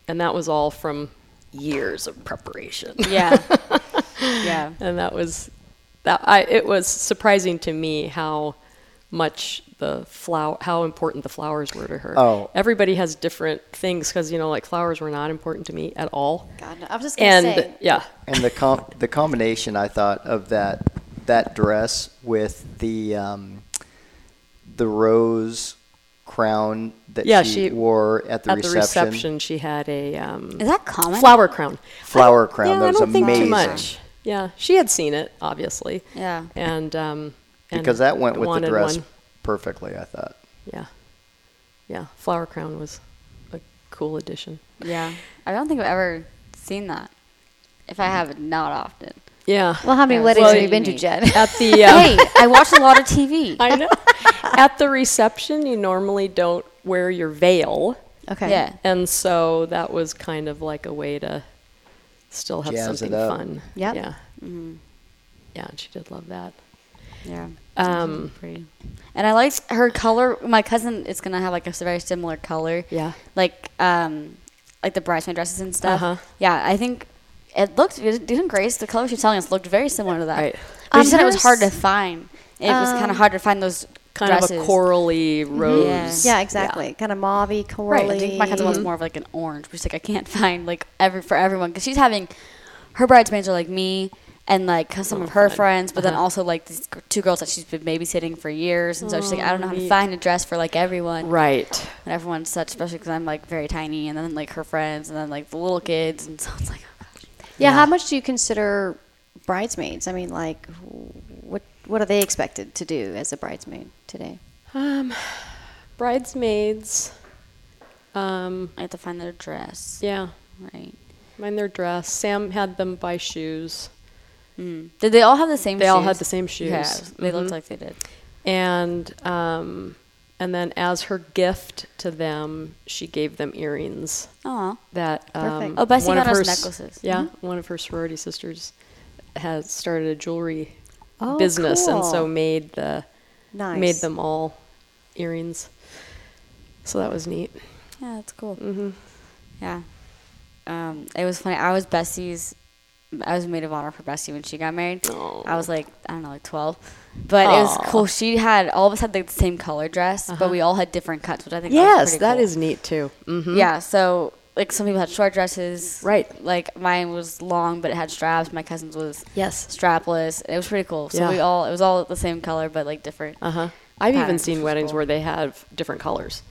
Speaker 6: and that was all from years of preparation *laughs*
Speaker 1: yeah, yeah.
Speaker 6: and that was that I it was surprising to me how much the flower how important the flowers were to her.
Speaker 7: Oh.
Speaker 6: Everybody has different things cuz you know like flowers were not important to me at all.
Speaker 3: God, no, I was just gonna
Speaker 6: And
Speaker 3: say.
Speaker 6: yeah.
Speaker 7: And the com- the combination I thought of that that dress with the um, the rose crown that
Speaker 6: Yeah,
Speaker 7: she,
Speaker 6: she-
Speaker 7: wore at the
Speaker 6: at
Speaker 7: reception.
Speaker 6: the reception she had a um,
Speaker 1: Is that common?
Speaker 6: flower crown.
Speaker 7: Flower crown.
Speaker 6: yeah,
Speaker 7: that
Speaker 6: I
Speaker 7: was
Speaker 6: don't
Speaker 7: amazing.
Speaker 6: think too much. Yeah, she had seen it obviously.
Speaker 1: Yeah.
Speaker 6: And um and
Speaker 7: Because that went with the
Speaker 6: wanted
Speaker 7: dress
Speaker 6: one.
Speaker 7: perfectly, I thought.
Speaker 6: Yeah. Yeah, flower crown was a cool addition.
Speaker 1: Yeah, I don't think I've ever seen that. If I have, not often.
Speaker 6: Yeah.
Speaker 3: Well, how many
Speaker 1: That was
Speaker 3: weddings have you been
Speaker 1: pretty
Speaker 3: to,
Speaker 1: neat.
Speaker 3: Jen?
Speaker 6: at the uh,
Speaker 1: Hey, I watch a lot of TV.
Speaker 6: *laughs* I know. At the reception, you normally don't wear your veil.
Speaker 3: *laughs* okay.
Speaker 1: Yeah.
Speaker 6: And so that was kind of like a way to still have
Speaker 7: Jazz
Speaker 6: something
Speaker 7: it up.
Speaker 6: fun.
Speaker 3: Yep. Mm-hmm.
Speaker 6: Yeah. Yeah, and she did love that.
Speaker 1: Yeah.
Speaker 6: Um,
Speaker 1: pretty. And I liked her color. My cousin is gonna have like a s- very similar color.
Speaker 6: Yeah.
Speaker 1: Like um, like the bridesmaid dresses and stuff.
Speaker 6: Uh-huh.
Speaker 1: Yeah, I think it looked didn't Grace the color she was telling us looked very similar to that.
Speaker 6: Right.
Speaker 1: But
Speaker 3: Um,
Speaker 1: she said it was
Speaker 3: hers- um,
Speaker 1: hard to find. It was kind of hard to find those
Speaker 6: Kind
Speaker 1: dresses.
Speaker 6: of a corally rose.
Speaker 3: Mm-hmm. Yeah, exactly. Kind of mauvey,
Speaker 1: Right.
Speaker 3: corally.
Speaker 1: I think my cousin
Speaker 6: Mm-hmm.
Speaker 1: wants more of like an orange. She's like, I can't *laughs* find like every for everyone because she's having her bridesmaids are like me and like
Speaker 6: Oh,
Speaker 1: some of her friends, but
Speaker 6: Uh-huh.
Speaker 1: then also like these g- two girls that she's been babysitting for years, and so she's like, I don't know how to find a dress for like everyone.
Speaker 6: Right.
Speaker 1: And everyone's such, especially because I'm like very tiny, and then like her friends, and then like the little kids, and *laughs* so it's like, oh gosh.
Speaker 3: Yeah, how much do you consider bridesmaids? I mean, like, wh- what what are they expected to do as a bridesmaid today?
Speaker 6: Um, bridesmaids. Um,
Speaker 1: I have to find their dress.
Speaker 6: yeah,
Speaker 1: Right.
Speaker 6: mind their dress. Sam had them buy shoes.
Speaker 1: Did they all have the same?
Speaker 6: They
Speaker 1: shoes?
Speaker 6: all had the same shoes.
Speaker 1: Yeah, they
Speaker 6: Mhm.
Speaker 1: looked like they did.
Speaker 6: and um, and then as her gift to them, she gave them earrings
Speaker 1: Oh,
Speaker 6: that um,
Speaker 3: Perfect.
Speaker 1: Oh, Bessie
Speaker 6: one
Speaker 1: got
Speaker 6: of
Speaker 1: us
Speaker 6: her s-
Speaker 1: necklaces. Mm-hmm.
Speaker 6: Yeah, one of her sorority sisters has started a jewelry
Speaker 1: Oh,
Speaker 6: business, and so
Speaker 3: cool.
Speaker 6: made the
Speaker 3: Nice.
Speaker 6: made them all earrings. So that was neat.
Speaker 1: Yeah, that's cool. Mm-hmm. Yeah. Um, it was funny. I was Bessie's. I was maid of honor for Bessie when she got married. I
Speaker 6: Oh.
Speaker 1: was like, I don't know, like 12. But it was cool. She had, all of us had like, the same color dress, but we all had different cuts, which I think
Speaker 6: Uh-huh. Yes,
Speaker 1: that
Speaker 6: that
Speaker 1: was pretty
Speaker 6: is neat too. Mm-hmm.
Speaker 1: cool. Yeah, so like some people had short dresses.
Speaker 6: Right.
Speaker 1: Like mine was long, but it had straps. My cousin's was
Speaker 6: Yes.
Speaker 1: strapless. It was pretty cool. So
Speaker 6: Yeah.
Speaker 1: we all, it was all the same color, but like different.
Speaker 6: Uh huh. I've even
Speaker 1: patterns, which
Speaker 6: seen
Speaker 1: Uh-huh. is
Speaker 6: weddings
Speaker 1: cool.
Speaker 6: where they have different colors.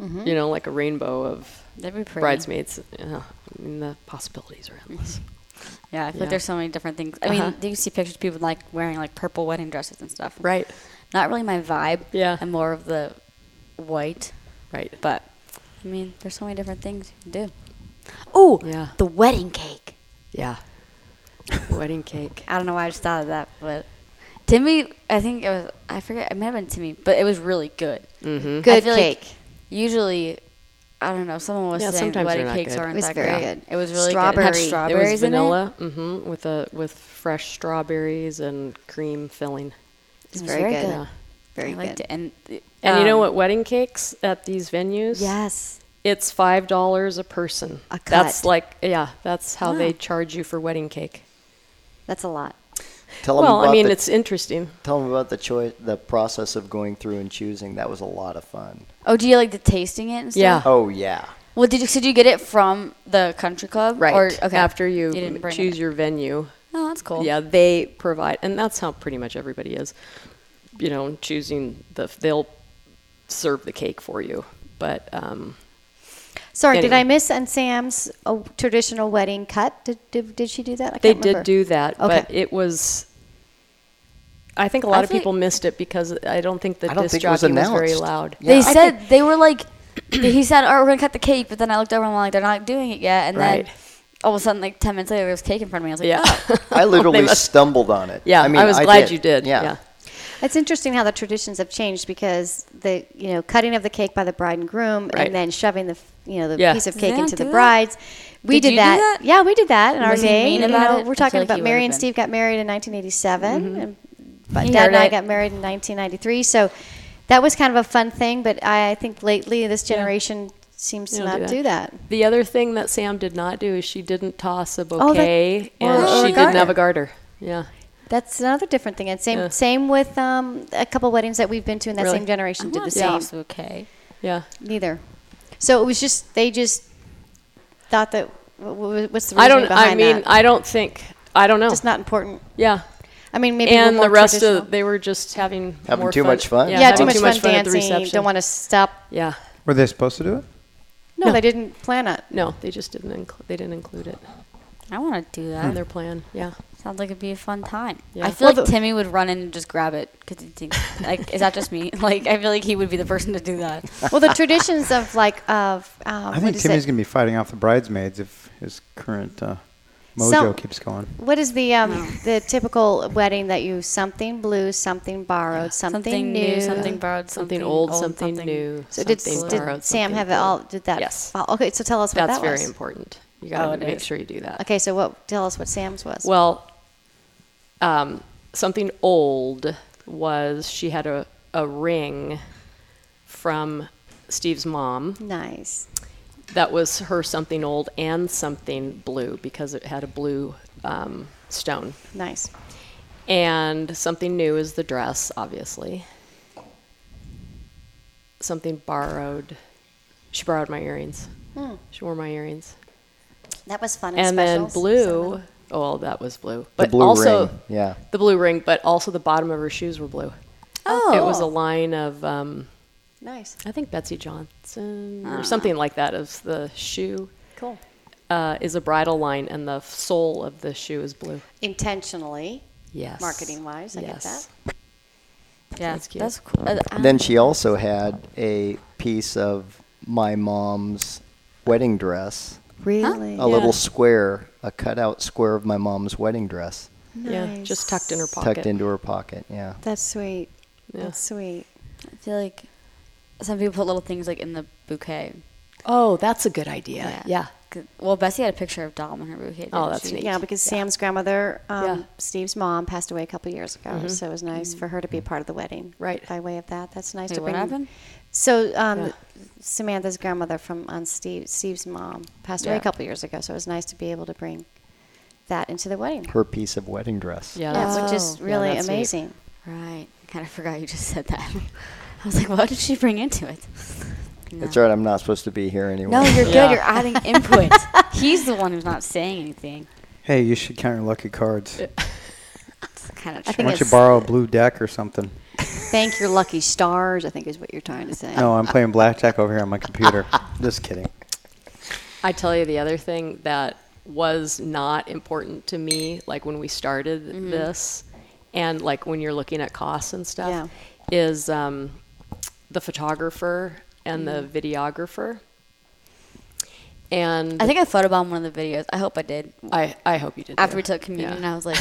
Speaker 6: You know, like a rainbow of
Speaker 1: That'd be pretty.
Speaker 6: bridesmaids. Yeah, I mean, the possibilities are endless.
Speaker 1: Mm-hmm. Yeah, I feel
Speaker 6: Yeah.
Speaker 1: like there's so many different things. I
Speaker 6: Uh-huh.
Speaker 1: mean, do you see pictures of people like wearing like purple wedding dresses and stuff.
Speaker 6: Right.
Speaker 1: Not really my vibe.
Speaker 6: Yeah.
Speaker 1: I'm more of the white,
Speaker 6: Right.
Speaker 1: but I mean, there's so many different things you can do. Oh,
Speaker 6: Yeah.
Speaker 1: the wedding cake. *laughs*
Speaker 6: Yeah. Wedding cake.
Speaker 1: I don't know why I just thought of that, but Timmy, I think it was, I forget, it might have been Timmy, but it was really good. Mm-hmm.
Speaker 3: Good cake.
Speaker 1: usually, I don't know, someone was
Speaker 6: Yeah,
Speaker 1: saying
Speaker 6: sometimes
Speaker 1: wedding
Speaker 6: they're not
Speaker 1: cakes
Speaker 6: good.
Speaker 1: aren't
Speaker 3: It was
Speaker 1: that
Speaker 3: very
Speaker 1: great.
Speaker 3: good.
Speaker 1: It was really good. It had
Speaker 3: Strawberry. There
Speaker 6: There
Speaker 1: strawberries
Speaker 6: was
Speaker 1: in it.
Speaker 6: vanilla mhm, with a with fresh strawberries and cream filling.
Speaker 3: It's
Speaker 1: It was
Speaker 3: very,
Speaker 1: very
Speaker 3: good.
Speaker 1: good.
Speaker 3: Very
Speaker 1: I liked
Speaker 3: good.
Speaker 1: it. And,
Speaker 6: And you know
Speaker 1: um,
Speaker 6: what? Wedding cakes at these venues.
Speaker 1: Yes.
Speaker 6: It's five dollars a person.
Speaker 3: A
Speaker 6: That's
Speaker 3: cut.
Speaker 6: like yeah, that's how they
Speaker 1: Wow.
Speaker 6: charge you for wedding cake.
Speaker 3: That's a lot.
Speaker 7: Tell them
Speaker 6: Well,
Speaker 7: about
Speaker 6: I mean,
Speaker 7: the,
Speaker 6: it's interesting.
Speaker 7: tell them about the choice, the process of going through and choosing. That was a lot of fun.
Speaker 1: Oh, do you like the tasting it? And stuff?
Speaker 6: Yeah.
Speaker 7: Oh yeah,
Speaker 1: Well, did you? So did you get it from the country club?
Speaker 6: Right.
Speaker 1: Or okay.
Speaker 6: After you,
Speaker 1: didn't bring
Speaker 6: choose
Speaker 1: it.
Speaker 6: your venue.
Speaker 1: Oh, that's cool.
Speaker 6: Yeah, they provide, and that's how pretty much everybody is. You know, choosing the they'll serve the cake for you, but um,
Speaker 3: Sorry, did
Speaker 6: Anyway.
Speaker 3: I miss and Sam's uh, traditional wedding cut? Did, did, did she do that? I
Speaker 6: they
Speaker 3: can't remember.
Speaker 6: did do that. But
Speaker 3: Okay.
Speaker 6: it was. I think a lot
Speaker 1: I
Speaker 6: of
Speaker 1: think-
Speaker 6: people missed it because I don't think the
Speaker 7: I don't
Speaker 6: disc
Speaker 7: think it was
Speaker 6: jockey was very
Speaker 7: announced.
Speaker 6: loud.
Speaker 1: They
Speaker 7: Yeah. I
Speaker 1: said they were like, *clears throat* he said, "All right, we're gonna cut the cake," but then I looked over and I'm like, "They're not doing it yet." And
Speaker 6: Right.
Speaker 1: then all of a sudden, like ten minutes later, there was cake in front of me. I was like,
Speaker 6: Yeah.
Speaker 1: "Oh."
Speaker 7: *laughs* I literally
Speaker 6: must-
Speaker 7: stumbled on it.
Speaker 6: *laughs* Yeah, I,
Speaker 7: I mean,
Speaker 6: was glad you did.
Speaker 7: Yeah.
Speaker 6: yeah.
Speaker 3: It's interesting how the traditions have changed because the you know cutting of the cake by the bride and groom
Speaker 6: Right.
Speaker 3: and then shoving the f- you know the
Speaker 6: Yeah.
Speaker 3: piece of
Speaker 1: Did
Speaker 3: cake
Speaker 1: they not
Speaker 3: into the
Speaker 1: do that?
Speaker 3: bride's. We
Speaker 1: Did
Speaker 3: did,
Speaker 1: you do
Speaker 3: that.
Speaker 1: that?
Speaker 3: Yeah, we did that in our
Speaker 1: Was he
Speaker 3: day.
Speaker 1: mean
Speaker 3: you
Speaker 1: about
Speaker 3: know,
Speaker 1: it?
Speaker 3: We're
Speaker 1: I feel
Speaker 3: talking
Speaker 1: like he
Speaker 3: about
Speaker 1: would
Speaker 3: Mary
Speaker 1: have
Speaker 3: and
Speaker 1: been.
Speaker 3: Steve got married in 1987,
Speaker 6: Mm-hmm.
Speaker 3: and but
Speaker 1: He
Speaker 3: Dad and
Speaker 1: heard
Speaker 3: I
Speaker 1: it.
Speaker 3: got married in 1993. So that was kind of a fun thing. But I think lately this generation seems
Speaker 6: They
Speaker 3: to
Speaker 6: don't
Speaker 3: not
Speaker 6: do
Speaker 3: do that.
Speaker 6: The other thing that Sam did not do is she didn't toss a
Speaker 3: that-
Speaker 6: bouquet and
Speaker 1: or a
Speaker 6: she didn't
Speaker 1: garter.
Speaker 6: have a garter. Yeah.
Speaker 3: That's another different thing. And same
Speaker 6: Yeah.
Speaker 3: same with um, a couple weddings that we've been to in that
Speaker 6: Really?
Speaker 3: same generation did the
Speaker 1: Not
Speaker 3: same.
Speaker 1: sauce, okay.
Speaker 6: Yeah.
Speaker 3: Neither. So it was just they just thought that wh- wh- what's the reason
Speaker 6: I don't
Speaker 3: behind
Speaker 6: I mean
Speaker 3: that?
Speaker 6: I don't think I don't know.
Speaker 3: just not important.
Speaker 6: yeah.
Speaker 3: I mean maybe
Speaker 6: And
Speaker 3: we're
Speaker 6: the
Speaker 3: more
Speaker 6: rest
Speaker 3: traditional.
Speaker 6: of they were just having
Speaker 7: Having
Speaker 6: more
Speaker 7: too much fun.
Speaker 6: Yeah,
Speaker 3: yeah,
Speaker 7: Yeah,
Speaker 3: too
Speaker 6: having
Speaker 3: much fun
Speaker 6: at the
Speaker 3: dancing.
Speaker 6: reception.
Speaker 3: Don't want to stop.
Speaker 6: yeah.
Speaker 4: Were they supposed to do it?
Speaker 3: No,
Speaker 6: No.
Speaker 3: they didn't plan
Speaker 6: *laughs*
Speaker 3: it.
Speaker 6: No, they just didn't include they didn't include it
Speaker 1: I want to do
Speaker 6: in
Speaker 3: Hmm.
Speaker 1: that.
Speaker 6: their plan. Yeah.
Speaker 1: Sounds like it'd be a fun time.
Speaker 6: Hmm. Yeah.
Speaker 1: I feel
Speaker 3: Well,
Speaker 1: like
Speaker 3: the-
Speaker 1: Timmy would run in and just grab it because he thinks, like, is that just me? *laughs* Like, I feel like he would be the person to do
Speaker 6: *laughs*
Speaker 1: that.
Speaker 3: Well, the traditions of like of um,
Speaker 4: I think Timmy's going to be fighting off the bridesmaids if his current uh, mojo
Speaker 3: Some-
Speaker 4: keeps going.
Speaker 3: What is the um, the typical wedding that you something blue, something borrowed, something, new,
Speaker 1: something borrowed,
Speaker 6: Something, old, something, new.
Speaker 3: So did,
Speaker 6: something
Speaker 3: did
Speaker 6: borrowed,
Speaker 3: Sam
Speaker 6: something
Speaker 3: have it all? Did that?
Speaker 6: Yes.
Speaker 3: fall- Okay, so tell us what
Speaker 6: That's
Speaker 3: that
Speaker 6: very
Speaker 3: was.
Speaker 6: important. You got
Speaker 1: Oh,
Speaker 6: to
Speaker 1: it
Speaker 6: make
Speaker 1: is.
Speaker 6: sure you do that.
Speaker 3: Okay, so what? Tell us what Sam's was.
Speaker 6: Well, um, something old was she had a, a ring from Steve's mom
Speaker 3: nice.
Speaker 6: that was her something old and something blue because it had a blue um, stone.
Speaker 3: Nice.
Speaker 6: And something new is the dress, obviously. Something borrowed. She borrowed my earrings. She wore my earrings.
Speaker 3: That was fun.
Speaker 6: and then
Speaker 3: Hmm. specials.
Speaker 6: blue. Oh, well, that was blue. But
Speaker 7: blue
Speaker 6: also,
Speaker 7: ring, yeah.
Speaker 6: the blue ring. But also, the bottom of her shoes were blue.
Speaker 1: Oh,
Speaker 6: It was a line of, um,
Speaker 3: Nice.
Speaker 6: I think Betsy Johnson
Speaker 3: Ah.
Speaker 6: or something like that. Is the shoe
Speaker 3: Cool.
Speaker 6: uh, is a bridal line, and the sole of the shoe is blue.
Speaker 3: Intentionally.
Speaker 6: Yes.
Speaker 3: Marketing-wise, I get
Speaker 6: Yes.
Speaker 1: yeah,
Speaker 6: that's cute.
Speaker 1: That's cool. Uh, I-
Speaker 7: Then she also had a piece of my mom's wedding dress,
Speaker 3: Really? Oh.
Speaker 7: a little square, a cutout square of my mom's wedding dress,
Speaker 6: Yeah, just tucked in her pocket.
Speaker 7: tucked into her pocket. Yeah.
Speaker 3: That's sweet.
Speaker 6: Yeah.
Speaker 3: That's sweet.
Speaker 1: I feel like some people put little things like in the bouquet.
Speaker 6: Oh, that's a good idea. Yeah.
Speaker 1: Yeah. Good. Well, Bessie had a picture of Dom in her bouquet.
Speaker 6: Oh,
Speaker 1: didn't
Speaker 6: that's
Speaker 1: she?
Speaker 6: neat.
Speaker 3: Yeah, because Sam's grandmother, um,
Speaker 6: Yeah. Mm-hmm.
Speaker 3: Steve's mom, passed away a couple years ago, so it was nice for her to be a part of the wedding.
Speaker 6: Right.
Speaker 3: By way of that, that's nice
Speaker 1: Wait,
Speaker 3: to
Speaker 1: what
Speaker 3: bring.
Speaker 1: happened?
Speaker 3: So um,
Speaker 6: Yeah.
Speaker 3: Samantha's grandmother from on Steve Steve's mom passed away a
Speaker 6: Yeah.
Speaker 3: couple years ago, so it was nice to be able to bring that into the wedding.
Speaker 7: Her piece of wedding dress.
Speaker 6: Yeah,
Speaker 3: Yeah,
Speaker 6: that's-
Speaker 3: which is
Speaker 6: Oh. yeah,
Speaker 3: really
Speaker 6: that's neat.
Speaker 3: amazing.
Speaker 1: Right. I kind of forgot you just said that. *laughs* I was like, what did she bring into it? *laughs*
Speaker 7: That's right. I'm not supposed to be here anyway.
Speaker 1: No,
Speaker 7: *laughs*
Speaker 1: you're
Speaker 6: Yeah.
Speaker 1: good. You're *laughs* adding input. He's the one who's not saying anything.
Speaker 4: Hey, you should count your lucky cards.
Speaker 1: Uh, It's kind of
Speaker 3: I
Speaker 1: true.
Speaker 4: Why
Speaker 3: think
Speaker 4: don't you
Speaker 3: it's-
Speaker 4: borrow a blue deck or something?
Speaker 3: Thank your lucky stars, I think is what you're trying to say.
Speaker 4: No, I'm playing blackjack over here on
Speaker 1: *laughs*
Speaker 4: my computer. Just kidding.
Speaker 6: I tell you the other thing that was not important to me, like when we started
Speaker 1: Mm-hmm.
Speaker 6: this, and like when you're looking at costs and stuff, is um, the photographer and
Speaker 1: Mm-hmm.
Speaker 6: the videographer. And
Speaker 1: I think I photobombed one of the videos. I hope I did.
Speaker 6: I, I hope you did.
Speaker 1: After
Speaker 6: too.
Speaker 1: we took communion,
Speaker 6: Yeah.
Speaker 1: I was like,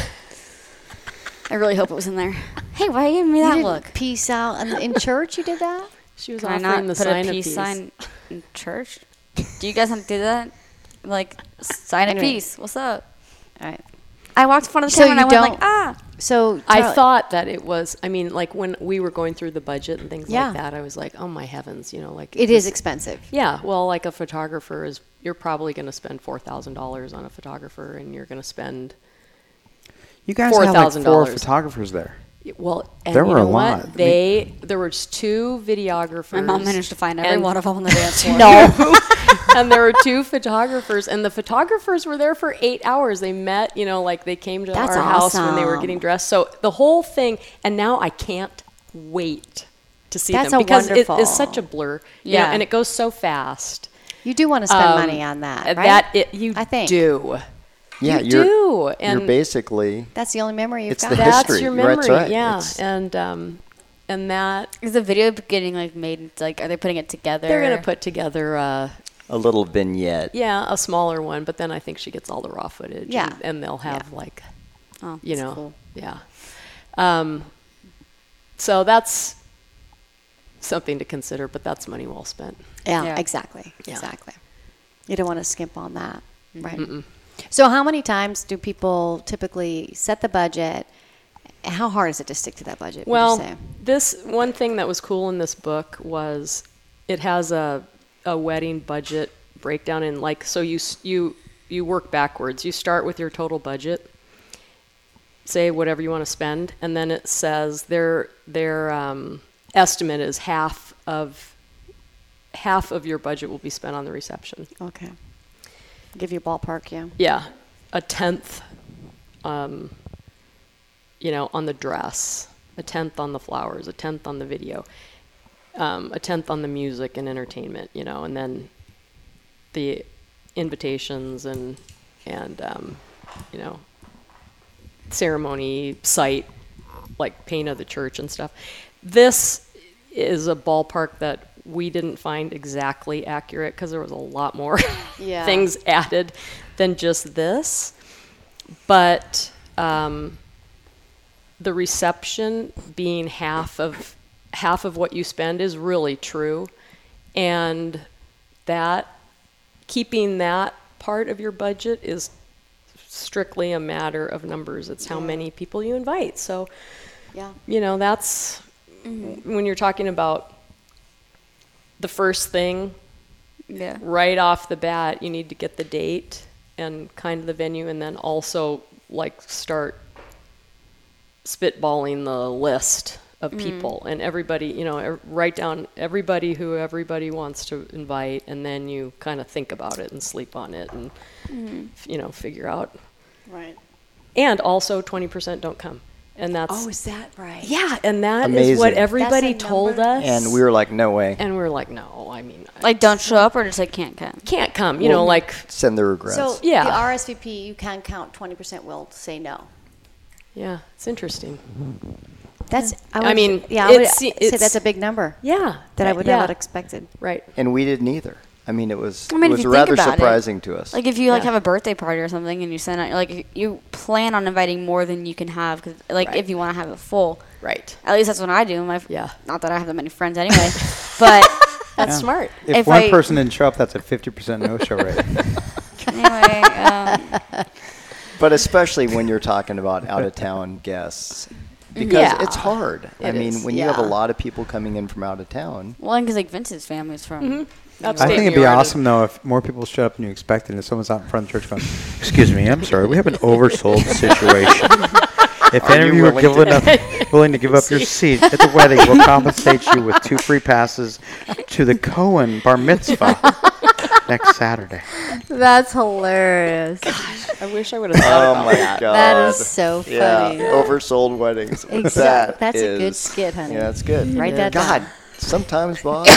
Speaker 1: I really hope it was in there. Hey, why you giving me that
Speaker 3: you
Speaker 1: look?
Speaker 3: Peace out. And in church, you did that?
Speaker 6: she was
Speaker 1: Can I
Speaker 6: offering
Speaker 1: not
Speaker 6: the
Speaker 1: put
Speaker 6: sign
Speaker 1: a
Speaker 6: of
Speaker 1: peace sign in church? Do you guys have to do that? Like, sign a
Speaker 3: Anyway.
Speaker 1: peace. What's up?
Speaker 3: *laughs* All right.
Speaker 1: I walked in front of the
Speaker 3: So
Speaker 1: camera and I
Speaker 3: you
Speaker 1: went like, ah.
Speaker 3: don't- So
Speaker 6: I
Speaker 3: Charlie-
Speaker 6: thought that it was. I mean, like when we were going through the budget and things
Speaker 3: Yeah.
Speaker 6: like that, I was like, oh my heavens, you know, like
Speaker 3: it
Speaker 6: this-
Speaker 3: is expensive.
Speaker 6: Yeah, well, like a photographer is, you're probably going to spend four thousand dollars on a photographer, and you're going to spend
Speaker 4: You guys had like four
Speaker 6: $4,000.
Speaker 4: photographers there.
Speaker 6: well. And
Speaker 4: There
Speaker 6: you
Speaker 4: were a
Speaker 6: know what?
Speaker 4: lot.
Speaker 6: They there were two videographers.
Speaker 1: My mom managed to find every
Speaker 6: and- *laughs*
Speaker 1: one of them on the dance floor.
Speaker 6: No. and there were two photographers, and the photographers were there for eight hours. They met, you know, like they came to
Speaker 1: That's
Speaker 6: our house when they were
Speaker 1: awesome.
Speaker 6: getting dressed. So the whole thing, and now I can't wait to see
Speaker 3: That's
Speaker 6: them
Speaker 3: a
Speaker 6: because it
Speaker 3: wonderful-
Speaker 6: is such a blur. Yeah,
Speaker 1: Yeah.
Speaker 6: and it goes so fast.
Speaker 3: You do want to spend
Speaker 6: Um,
Speaker 3: money on uh, that, right?
Speaker 6: That it, you
Speaker 3: I think
Speaker 6: do.
Speaker 7: Yeah,
Speaker 6: You
Speaker 7: you're,
Speaker 6: do,
Speaker 7: you're
Speaker 6: and-
Speaker 7: basically
Speaker 3: that's the only memory you've
Speaker 7: It's
Speaker 3: got.
Speaker 7: the
Speaker 6: That's
Speaker 7: history.
Speaker 6: your memory.
Speaker 7: That's right.
Speaker 6: Yeah,
Speaker 7: It's-
Speaker 6: and um, and that
Speaker 1: *laughs* Is the video getting like made? Like, are they putting it together?
Speaker 6: they're gonna put together. Uh,
Speaker 7: a little vignette.
Speaker 6: yeah, a smaller one, but then I think she gets all the raw footage.
Speaker 3: Yeah.
Speaker 6: and, and they'll have like
Speaker 1: Oh,
Speaker 6: you
Speaker 1: that's
Speaker 6: know
Speaker 1: cool.
Speaker 6: yeah um, so that's something to consider but that's money well spent
Speaker 3: Yeah,
Speaker 1: Yeah.
Speaker 3: exactly.
Speaker 6: Yeah.
Speaker 3: Exactly. You don't want to skimp on that, right? So, how many times do people typically set the budget? How hard is it to stick to that budget? would you say?
Speaker 6: well this one thing that was cool in this book was it has a, a wedding budget breakdown and like so you s- you you work backwards you start with your total budget say whatever you want to spend, and then it says their their um, estimate is half of half of your budget will be spent on the reception.
Speaker 3: okay. Give you a ballpark, yeah.
Speaker 6: Yeah, a tenth, um, you know, on the dress, a tenth on the flowers, a tenth on the video, um, a tenth on the music and entertainment, you know, and then the invitations and and um, you know ceremony site like paint of the church and stuff. This is a ballpark that we didn't find exactly accurate because there was a lot more *laughs*
Speaker 3: Yeah.
Speaker 6: things added than just this. But um, the reception being half of half of what you spend is really true, and that keeping that part of your budget is strictly a matter of numbers. It's how many people you invite. So,
Speaker 3: Yeah.
Speaker 6: you know, that's when you're talking about the first thing
Speaker 1: Yeah.
Speaker 6: right off the bat, you need to get the date and kind of the venue, and then also like start spitballing the list of people and everybody, you know, er- write down everybody who everybody wants to invite, and then you kind of think about it and sleep on it and, f- you know, figure out.
Speaker 3: Right.
Speaker 6: And also 20% don't come. And that's,
Speaker 3: Oh, is that right?
Speaker 6: yeah, and that is
Speaker 7: Amazing.
Speaker 6: what
Speaker 7: That's a
Speaker 6: everybody told
Speaker 3: number?
Speaker 6: us.
Speaker 7: And we were like, no way.
Speaker 6: and we we're like, no, I mean, I
Speaker 1: Like, don't show up or just like can't come.
Speaker 6: can't come, you know,
Speaker 7: Well,
Speaker 6: like,
Speaker 7: Send the regrets.
Speaker 3: So,
Speaker 6: Yeah.
Speaker 3: the RSVP, you can count 20% will say no.
Speaker 6: yeah, it's interesting.
Speaker 3: That's, I,
Speaker 6: I
Speaker 3: would-
Speaker 6: mean,
Speaker 3: yeah, I would
Speaker 6: it's-
Speaker 3: say
Speaker 6: it's-
Speaker 3: that's a big number
Speaker 6: Yeah.
Speaker 3: that I would not
Speaker 6: yeah.
Speaker 3: have expected.
Speaker 6: Right.
Speaker 7: and we didn't either. I mean, it was
Speaker 1: I mean,
Speaker 7: it
Speaker 1: if
Speaker 7: was
Speaker 1: you think
Speaker 7: rather
Speaker 1: about it,
Speaker 7: surprising to us.
Speaker 1: Like if you like
Speaker 6: Yeah.
Speaker 1: have a birthday party or something, and you send out like you plan on inviting more than you can have, cause, like
Speaker 6: Right.
Speaker 1: if you want to have it full.
Speaker 6: Right.
Speaker 1: At least that's what I do. My f-
Speaker 6: Yeah.
Speaker 1: Not that I have that many friends anyway, *laughs* but
Speaker 6: That's
Speaker 4: Yeah.
Speaker 6: smart.
Speaker 4: If,
Speaker 1: If
Speaker 4: one
Speaker 1: I-
Speaker 4: person didn't show up, that's a 50% no show rate.
Speaker 1: anyway, um,
Speaker 7: but especially when you're talking about out of town guests, because
Speaker 6: Yeah.
Speaker 7: it's hard. I
Speaker 6: It
Speaker 7: mean,
Speaker 6: is,
Speaker 7: when you have a
Speaker 6: yeah.
Speaker 7: lot of people coming in from out of town,
Speaker 1: well, because like Vince's family's from.
Speaker 6: Upstate
Speaker 4: I think
Speaker 6: New
Speaker 4: it'd be
Speaker 6: York.
Speaker 4: awesome though if more people showed up than you expected, and someone's out in front of the church going, "Excuse me, I'm sorry, we have an oversold
Speaker 7: *laughs*
Speaker 4: situation. If
Speaker 7: Are
Speaker 4: any of
Speaker 7: you
Speaker 4: you are
Speaker 7: willing
Speaker 4: given
Speaker 7: *laughs*
Speaker 4: up, willing to give up your seat at the wedding, we'll compensate you with two free passes to the Cohen Bar
Speaker 7: *laughs*
Speaker 4: Mitzvah next Saturday."
Speaker 3: That's hilarious.
Speaker 6: I wish I would have
Speaker 7: Oh
Speaker 6: thought about Oh that.
Speaker 3: That is so funny.
Speaker 7: Yeah, oversold weddings.
Speaker 3: Exact-
Speaker 7: That
Speaker 3: that's a good
Speaker 7: is-
Speaker 3: skit, honey.
Speaker 7: Yeah, that's good.
Speaker 3: Write that
Speaker 7: God,
Speaker 3: down.
Speaker 7: sometimes Bob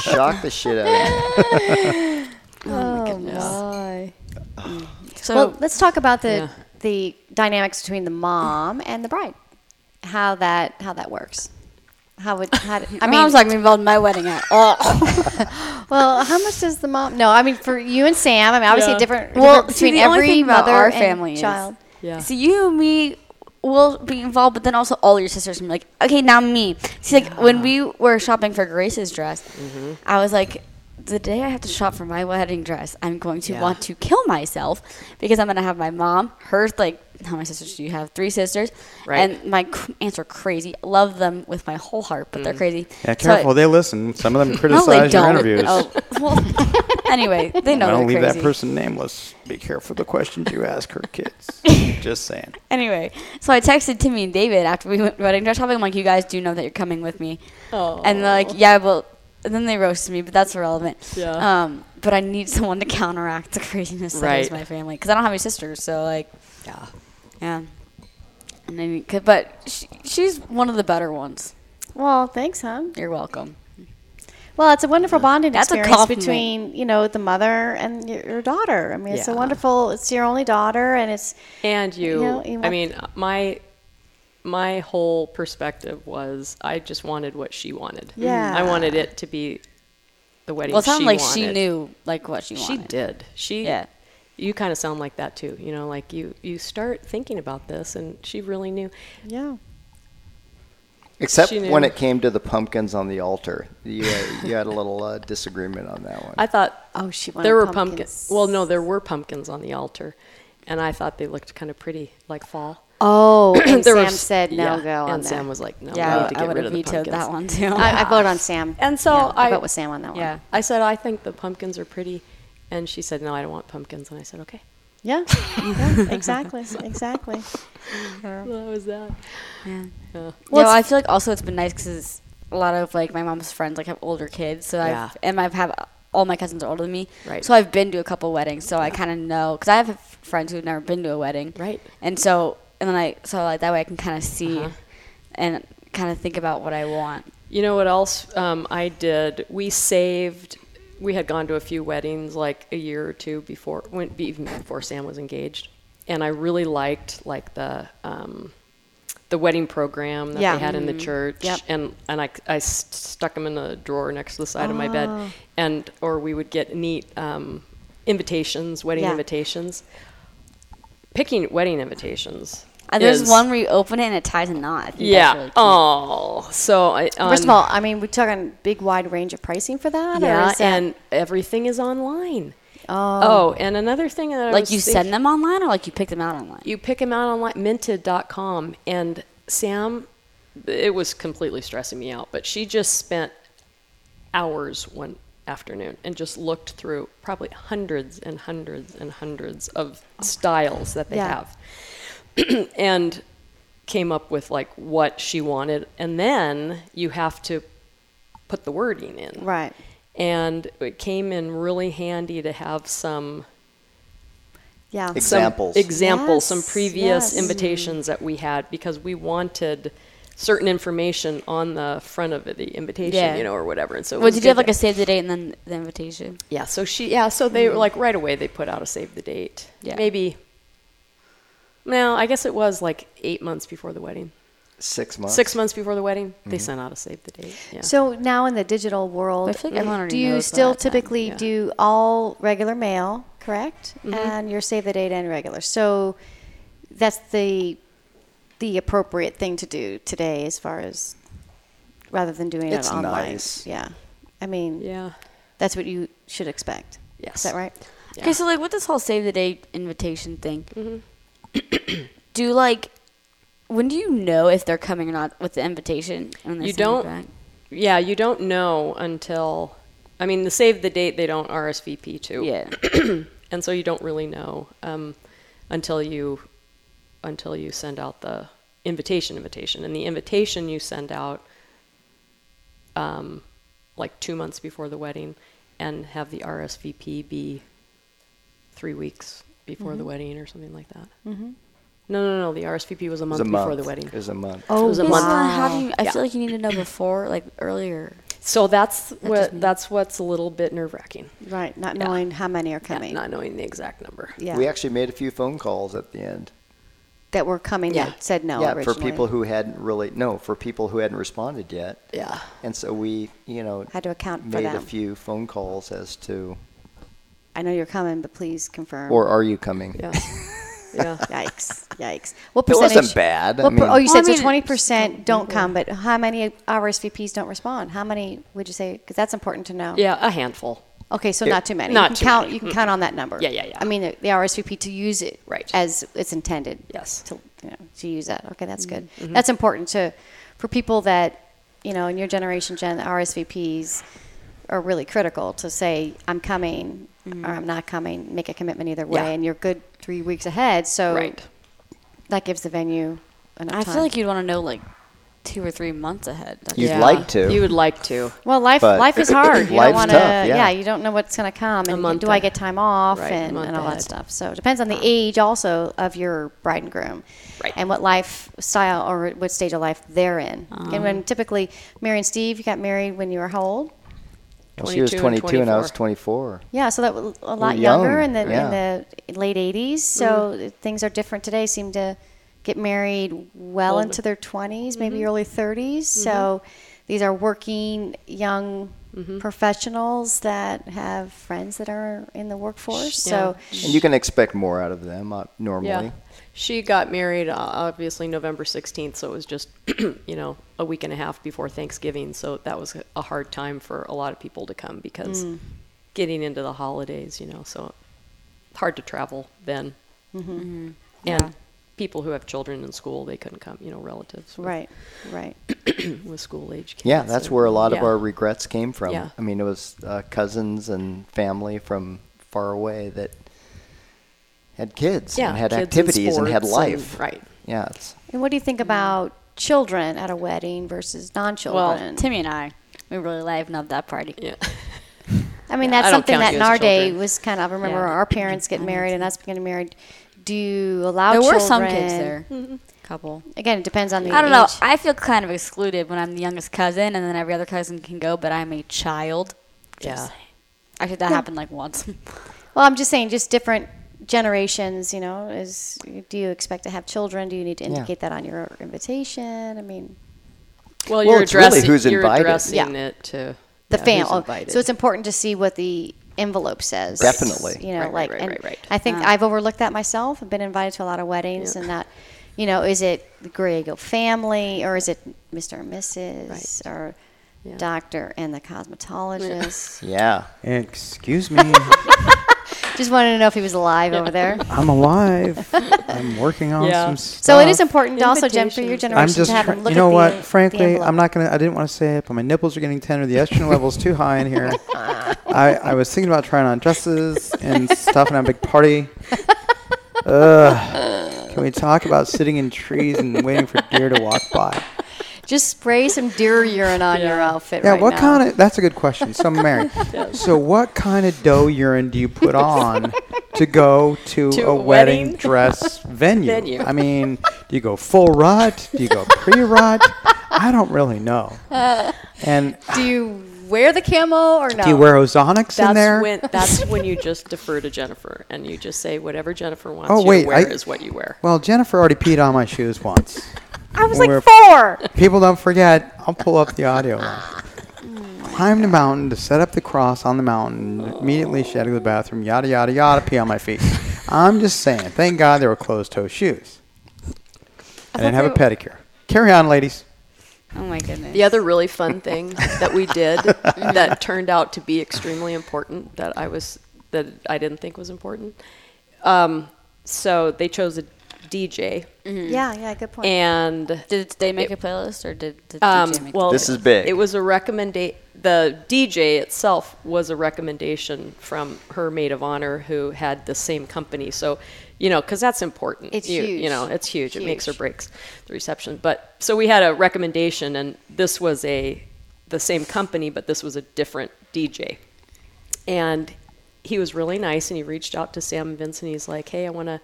Speaker 7: shock the shit out of me.
Speaker 1: So
Speaker 3: well, let's talk about the
Speaker 6: Yeah.
Speaker 3: the dynamics between the mom and the bride. How that how that works. How would how d- I
Speaker 1: I
Speaker 3: *laughs* mean?
Speaker 1: mean, I was like involved in my wedding at all.
Speaker 3: well, how much does the mom? No, I mean for you and Sam. I mean, obviously
Speaker 6: Yeah.
Speaker 3: different.
Speaker 1: Well,
Speaker 3: different
Speaker 1: see,
Speaker 3: between
Speaker 1: the
Speaker 3: every
Speaker 1: only thing about
Speaker 3: mother
Speaker 1: our
Speaker 3: and
Speaker 1: family is-
Speaker 3: child.
Speaker 6: Yeah.
Speaker 1: So you, me, will be involved, but then also all your sisters can be
Speaker 6: Mm-hmm.
Speaker 1: like, okay, now me. See, like when we were shopping for Grace's dress, I was like, the day I have to shop for my wedding dress, I'm going to want to kill myself because I'm going to have my mom, her, like, how many sisters do you have? Three sisters.
Speaker 6: Right.
Speaker 1: And my c- aunts are crazy. Love them with my whole heart, but
Speaker 6: Mm.
Speaker 1: they're crazy.
Speaker 4: Yeah,
Speaker 1: So I-
Speaker 4: careful. they listen. Some of them
Speaker 1: no, they
Speaker 4: criticize your
Speaker 1: don't.
Speaker 4: interviews.
Speaker 1: Oh, well, *laughs* anyway, they know
Speaker 4: I don't
Speaker 1: they're
Speaker 4: leave
Speaker 1: crazy.
Speaker 4: that person nameless. Be careful the questions you ask her kids. Just saying.
Speaker 1: Anyway, so I texted Timmy and David after we went wedding dress shopping. I'm like, you guys do know that you're coming with me. And they're like, yeah, well, and then they roasted me, but that's irrelevant.
Speaker 6: Yeah.
Speaker 1: Um, but I need someone to counteract the *laughs* craziness that is
Speaker 6: Right.
Speaker 1: my family because I don't have any sisters. So like,
Speaker 6: Yeah.
Speaker 1: yeah. And I need, 'cause- but she, she's one of the better ones.
Speaker 3: Well, thanks, huh?
Speaker 1: You're welcome.
Speaker 3: Well, it's a wonderful bonding
Speaker 1: That's a
Speaker 3: experience
Speaker 1: compliment.
Speaker 3: between you know the mother and your, your daughter. I mean, it's a
Speaker 6: Yeah.
Speaker 3: wonderful. It's your only daughter, and it's
Speaker 6: And you,
Speaker 3: know, you
Speaker 6: I
Speaker 3: want-
Speaker 6: mean, uh, my my whole perspective was I just wanted what she wanted.
Speaker 3: Yeah.
Speaker 6: I wanted it to be the wedding.
Speaker 1: Well, it sounded
Speaker 6: she
Speaker 1: like
Speaker 6: wanted.
Speaker 1: she knew like what she
Speaker 6: She
Speaker 1: wanted.
Speaker 6: did. She.
Speaker 1: Yeah.
Speaker 6: You kind of sound like that too. You know, like you you start thinking about this, and she really knew.
Speaker 3: yeah.
Speaker 7: Except
Speaker 6: She knew.
Speaker 7: when it came to the pumpkins on the altar, you, uh, you had a little uh, disagreement on that one.
Speaker 6: I thought
Speaker 3: Oh, she wanted
Speaker 6: there were
Speaker 3: pumpkins.
Speaker 6: pumpkins. Well, no, there were pumpkins on the altar, and I thought they looked kind of pretty, like fall.
Speaker 3: Oh, *clears throat* and
Speaker 6: *clears throat* There were
Speaker 3: Sam
Speaker 6: s-
Speaker 3: said no
Speaker 6: yeah,
Speaker 3: go on
Speaker 6: and
Speaker 3: that.
Speaker 6: Sam was like, "No, we
Speaker 1: Yeah,
Speaker 6: need to
Speaker 1: I,
Speaker 6: get
Speaker 1: would
Speaker 6: rid
Speaker 1: have
Speaker 6: of the
Speaker 1: vetoed
Speaker 6: pumpkins."
Speaker 1: that one too.
Speaker 3: I, I vote on Sam.
Speaker 6: And so
Speaker 3: Yeah, I
Speaker 6: I-
Speaker 3: vote with Sam on that one.
Speaker 1: yeah.
Speaker 6: I said, I think the pumpkins are pretty. And she said, No, I don't want pumpkins. And I said, Okay. *laughs*
Speaker 3: Yeah, yeah, exactly, exactly.
Speaker 6: That was that.
Speaker 1: Yeah.
Speaker 6: Yeah.
Speaker 1: Well,
Speaker 3: Well, it's-
Speaker 1: I feel like also it's been nice because a lot of like my mom's friends like have older kids, so
Speaker 6: Yeah.
Speaker 1: I've and I've have all my cousins are older than me,
Speaker 6: Right.
Speaker 1: So I've been to a couple weddings, so I kind of know because I have f- friends who've never been to a wedding,
Speaker 6: Right.
Speaker 1: And so and then I so like that way I can kind of see
Speaker 6: Uh-huh.
Speaker 1: and kind of think about what I want.
Speaker 6: You know what else um, I did? We saved. We had gone to a few weddings like a year or two before, when, be- even before Sam was engaged, and I really liked like the um, the wedding program that
Speaker 3: Yeah.
Speaker 6: they had in the church, and and I, I s- stuck them in the drawer next to the side of my
Speaker 3: Oh.
Speaker 6: bed, and or we would get neat um, invitations, wedding
Speaker 3: Yeah.
Speaker 6: invitations. Picking wedding invitations.
Speaker 3: Uh,
Speaker 1: And Uh, there's
Speaker 6: is-
Speaker 1: one where you open it and it ties a knot. I think that's
Speaker 6: Yeah.
Speaker 1: really cute.
Speaker 6: oh, so I,
Speaker 3: First of
Speaker 6: on-
Speaker 3: all, I mean, we talk on big wide range of pricing for that. or
Speaker 6: yeah,
Speaker 3: is that-
Speaker 6: and everything is online.
Speaker 3: oh,
Speaker 6: Oh, and another thing that I
Speaker 1: like
Speaker 6: was
Speaker 1: you
Speaker 6: think-
Speaker 1: send them online or like you pick them out online.
Speaker 6: you pick them out online, minted.com, and Sam, it was completely stressing me out, but she just spent hours one afternoon and just looked through probably hundreds and hundreds and hundreds of styles that they
Speaker 3: Yeah.
Speaker 6: have. *clears throat* and came up with like what she wanted and then you have to put the wording in
Speaker 3: right.
Speaker 6: and it came in really handy to have some
Speaker 3: Yeah.
Speaker 7: Ex-
Speaker 6: some
Speaker 7: Examples.
Speaker 6: examples, some
Speaker 3: Yes,
Speaker 6: previous
Speaker 3: yes.
Speaker 6: invitations that we had because we wanted certain information on the front of the invitation,
Speaker 1: Yeah.
Speaker 6: you know, or whatever. And so, it
Speaker 1: Well,
Speaker 6: was
Speaker 1: did you have
Speaker 6: good
Speaker 1: like a
Speaker 6: to-
Speaker 1: save the date and then the invitation?
Speaker 6: yeah? So she, yeah. So they were like right away they put out a save the date.
Speaker 1: Mm-hmm. Yeah.
Speaker 6: Maybe. No, I guess it was like eight months before the wedding.
Speaker 7: Six months.
Speaker 6: Six months before the wedding, they sent out a save the date. Yeah.
Speaker 3: So now in the digital world,
Speaker 1: I feel like everyone
Speaker 3: do
Speaker 1: already
Speaker 3: you
Speaker 1: knows
Speaker 3: still
Speaker 1: that then,
Speaker 3: typically
Speaker 6: yeah. Mm-hmm.
Speaker 3: do all regular mail, correct? And your save the date and regular. So that's the the appropriate thing to do today, as far as rather than doing
Speaker 7: It's
Speaker 3: it online.
Speaker 7: nice.
Speaker 3: Yeah, I mean,
Speaker 6: yeah.
Speaker 3: that's what you should expect. Is
Speaker 6: Yes.
Speaker 3: that right?
Speaker 1: Okay, so like with this whole save the date invitation thing, Mm-hmm. *clears throat* do like when do you know if they're coming or not with the invitation? when they
Speaker 6: You
Speaker 1: send it
Speaker 6: don't-
Speaker 1: back?
Speaker 6: Yeah, you don't know until, I mean, the save the date they don't RSVP
Speaker 1: *clears throat*
Speaker 6: to.
Speaker 1: Yeah.
Speaker 6: and so you don't really know um, until you until you send out the invitation invitation and the invitation you send out um, like two months before the wedding and have the RSVP be three weeks before the wedding or something like that. Mm-hmm. No, no, no. The RSVP was a
Speaker 7: It was
Speaker 6: month,
Speaker 7: a month.
Speaker 6: before the wedding.
Speaker 7: It was a month.
Speaker 6: it was a
Speaker 3: Oh,
Speaker 1: Okay, so
Speaker 6: month.
Speaker 1: then how do you, I
Speaker 6: Yeah.
Speaker 1: feel like you need to know before, like earlier.
Speaker 6: So that's
Speaker 1: just
Speaker 6: what
Speaker 1: means-
Speaker 6: that's what's a little bit nerve wracking.
Speaker 3: Right. Not knowing how many are coming.
Speaker 6: not knowing the exact number.
Speaker 3: yeah.
Speaker 7: We actually made a few phone calls at the end.
Speaker 3: that were coming
Speaker 6: Yeah.
Speaker 3: that said no.
Speaker 7: yeah,
Speaker 3: originally.
Speaker 7: for people who hadn't really no, for people who hadn't responded yet.
Speaker 6: Yeah.
Speaker 7: And so we, you know,
Speaker 3: Had to account for
Speaker 7: made a
Speaker 3: them.
Speaker 7: few phone calls as to
Speaker 3: I know you're coming, but please confirm.
Speaker 7: or are you coming?
Speaker 6: Yeah. Yeah. *laughs*
Speaker 3: Yikes! Yikes! What
Speaker 7: It wasn't
Speaker 3: percentage?
Speaker 7: bad, I
Speaker 3: What per-
Speaker 7: mean-
Speaker 3: oh, you
Speaker 1: Well, I
Speaker 3: said
Speaker 1: mean,
Speaker 3: so. Twenty percent don't come, but how many RSVPs don't respond? How many would you say? Because that's important to know.
Speaker 6: Yeah, a handful.
Speaker 3: Okay, so
Speaker 7: It-
Speaker 3: not too many.
Speaker 6: Not
Speaker 3: you can
Speaker 6: too
Speaker 3: count,
Speaker 6: many.
Speaker 3: You can count on that number.
Speaker 6: Yeah, yeah, yeah.
Speaker 3: I mean, the, the RSVP to use it
Speaker 6: Right.
Speaker 3: as it's intended.
Speaker 6: Yes. Mm-hmm.
Speaker 3: To you know, to use that. Okay, that's good. That's important to for people that you know in your generation, Gen RSVPs are really critical to say I'm coming or I'm not coming. Make a commitment either way,
Speaker 6: Mm-hmm. Yeah.
Speaker 3: and you're good three weeks ahead. So
Speaker 6: Right.
Speaker 3: that gives the venue enough
Speaker 1: I
Speaker 3: time.
Speaker 1: feel like you'd want to know like two or three months ahead. That's
Speaker 7: You'd like to.
Speaker 6: You would like to.
Speaker 3: Well, life
Speaker 7: But-
Speaker 3: life is hard. You don't
Speaker 7: Life's
Speaker 3: want to.
Speaker 7: tough, yeah.
Speaker 3: Yeah. you don't know what's going to come, and
Speaker 6: month
Speaker 3: do I
Speaker 6: ahead.
Speaker 3: get time off
Speaker 6: Right, a
Speaker 3: and,
Speaker 6: month
Speaker 3: and all
Speaker 6: ahead.
Speaker 3: that stuff. So it depends on the age also of your bride and groom,
Speaker 6: Right.
Speaker 3: And what lifestyle or what stage of life they're in.
Speaker 6: Um.
Speaker 3: and when typically Mary and Steve, you got married when you were how old?
Speaker 7: Well, she was
Speaker 6: 22 and
Speaker 7: 22 and, I was
Speaker 6: 24.
Speaker 7: 24.
Speaker 3: Yeah, so that was a lot
Speaker 7: young,
Speaker 3: younger in the
Speaker 7: yeah.
Speaker 3: in the late '80s. So things are different today. Seem to get married well
Speaker 6: Older.
Speaker 3: into their 20s, maybe early 30s. So these are working young professionals that have friends that are in the workforce. So
Speaker 7: And you can expect more out of them uh, normally.
Speaker 6: Yeah. She got married uh, obviously November 16th, so it was just, *clears throat* you know, a week and a half before Thanksgiving. So that was a hard time for a lot of people to come because
Speaker 3: Mm.
Speaker 6: getting into the holidays, you know, so hard to travel then.
Speaker 3: Mm-hmm.
Speaker 7: Mm-hmm.
Speaker 6: And people who have children in school, they couldn't come, you know, relatives with,
Speaker 3: right, right.
Speaker 6: with school age kids.
Speaker 7: Yeah, that's
Speaker 6: and-
Speaker 7: where a lot of
Speaker 6: yeah.
Speaker 7: our regrets came from.
Speaker 6: Yeah.
Speaker 7: I mean, it was uh, cousins and family from far away that had kids
Speaker 6: yeah,
Speaker 7: and had
Speaker 6: kids
Speaker 7: activities and, had
Speaker 6: sports and-
Speaker 7: life.
Speaker 6: right.
Speaker 7: Yeah. It's,
Speaker 3: And what do you think about children at a wedding versus
Speaker 1: well,
Speaker 3: non-children?
Speaker 1: Timmy and I, we really livened up that party.
Speaker 6: Yeah. *laughs*
Speaker 3: I mean,
Speaker 6: Yeah,
Speaker 3: that's
Speaker 6: I don't
Speaker 3: something
Speaker 6: count
Speaker 3: that
Speaker 6: you
Speaker 3: in
Speaker 6: as
Speaker 3: our day
Speaker 6: children.
Speaker 3: was kind of. I remember
Speaker 1: Yeah.
Speaker 3: our parents getting married and us getting married. Do you allow
Speaker 1: There
Speaker 3: children?
Speaker 1: were some kids there. *laughs* Couple.
Speaker 3: Again, it depends on the
Speaker 1: I don't know.
Speaker 3: age.
Speaker 1: I feel kind of excluded when I'm the youngest cousin, and then every other cousin can go, but I'm a child.
Speaker 6: Yeah.
Speaker 1: Actually, that happened like once. *laughs*
Speaker 3: Well, I'm just saying, just different generations. You know, is do you expect to have children? Do you need to indicate that on your invitation? I mean,
Speaker 6: Well, you're
Speaker 7: it's really
Speaker 6: addressing,
Speaker 7: who's
Speaker 6: you're
Speaker 7: invited.
Speaker 6: addressing
Speaker 3: Yeah.
Speaker 6: it to
Speaker 3: the
Speaker 6: yeah,
Speaker 3: fam
Speaker 6: who's
Speaker 3: family.
Speaker 6: invited.
Speaker 3: So it's important to see what the envelope says.
Speaker 7: Definitely.
Speaker 3: You know,
Speaker 6: Right, right,
Speaker 3: like
Speaker 6: right,
Speaker 3: and
Speaker 6: right, right.
Speaker 3: I think I've overlooked that myself. I've been invited to a lot of weddings, and that, you know, is it the Grey Eagle family or is it Mr. and Mrs. or
Speaker 6: Yeah.
Speaker 3: Doctor and the
Speaker 6: *laughs*
Speaker 3: cosmetologist.
Speaker 7: yeah.
Speaker 4: Excuse me,
Speaker 3: Just wanted to know if he was alive over
Speaker 6: *laughs*
Speaker 3: there.
Speaker 4: I'm alive. I'm working on
Speaker 6: Yeah.
Speaker 4: some
Speaker 3: So
Speaker 4: stuff.
Speaker 3: it is important also, Jen, for your
Speaker 6: Invitations.
Speaker 3: generation
Speaker 4: Uh, I'm just,
Speaker 3: to have
Speaker 4: try-
Speaker 3: them look
Speaker 4: you know
Speaker 3: at the,
Speaker 4: what?
Speaker 3: the
Speaker 4: Frankly,
Speaker 3: envelope.
Speaker 4: I'm not gonna. I didn't want to say it, but my nipples are getting tender. The estrogen level's too high in here. I, I was thinking about trying on dresses and stuff and having a big party. Ugh. Can we talk about sitting in trees and waiting for deer to walk by?
Speaker 3: Just spray some deer urine on your outfit.
Speaker 4: Yeah,
Speaker 3: right
Speaker 4: what
Speaker 3: now.
Speaker 4: kind of? That's a good question. So, Mary, so what kind of dough urine do you put on to go to,
Speaker 6: To
Speaker 4: a
Speaker 6: a
Speaker 4: wedding, *laughs*
Speaker 6: wedding?
Speaker 4: dress venue?
Speaker 6: Venue.
Speaker 4: I mean, do you go full rut? Do you go pre rut? I don't really know. And
Speaker 3: Do you wear the camo or no?
Speaker 4: do you wear ozonics in
Speaker 6: That's
Speaker 4: there?
Speaker 6: when
Speaker 4: *laughs*
Speaker 6: that's when you just defer to Jennifer and you just say whatever Jennifer wants
Speaker 4: Oh,
Speaker 6: you
Speaker 4: wait,
Speaker 6: to wear
Speaker 4: I-
Speaker 6: is what you wear.
Speaker 4: well, Jennifer already peed on my shoes once.
Speaker 3: I was
Speaker 4: when
Speaker 3: like
Speaker 4: we're-
Speaker 3: four.
Speaker 4: People don't forget. I'll pull up the audio. Line. Climb the mountain to set up the cross on the mountain. Immediately, she had to go to the bathroom. Yada yada yada. Pee on my feet. I'm just saying. Thank God they were closed toe shoes. I didn't have a pedicure. Carry on, ladies.
Speaker 1: oh my goodness.
Speaker 6: The other really fun thing that we
Speaker 4: *laughs*
Speaker 6: did that turned out to be extremely important that I was that I didn't think was important. Um, so they chose a DJ
Speaker 3: Yeah, yeah, good point.
Speaker 6: and
Speaker 1: Did they make a playlist or did, did
Speaker 6: um,
Speaker 1: DJ make
Speaker 6: well,
Speaker 7: This is big.
Speaker 6: It was a recommendation. The DJ itself was a recommendation from her maid of honor, who had the same company. So, you know, because that's important.
Speaker 3: It's
Speaker 6: you, You
Speaker 3: huge.
Speaker 6: know, it's huge. It makes or
Speaker 3: Huge.
Speaker 6: breaks the reception. But so we had a recommendation, and this was a the same company, but this was a different DJ and he was really nice and he reached out to sam and vince and he's like hey i want to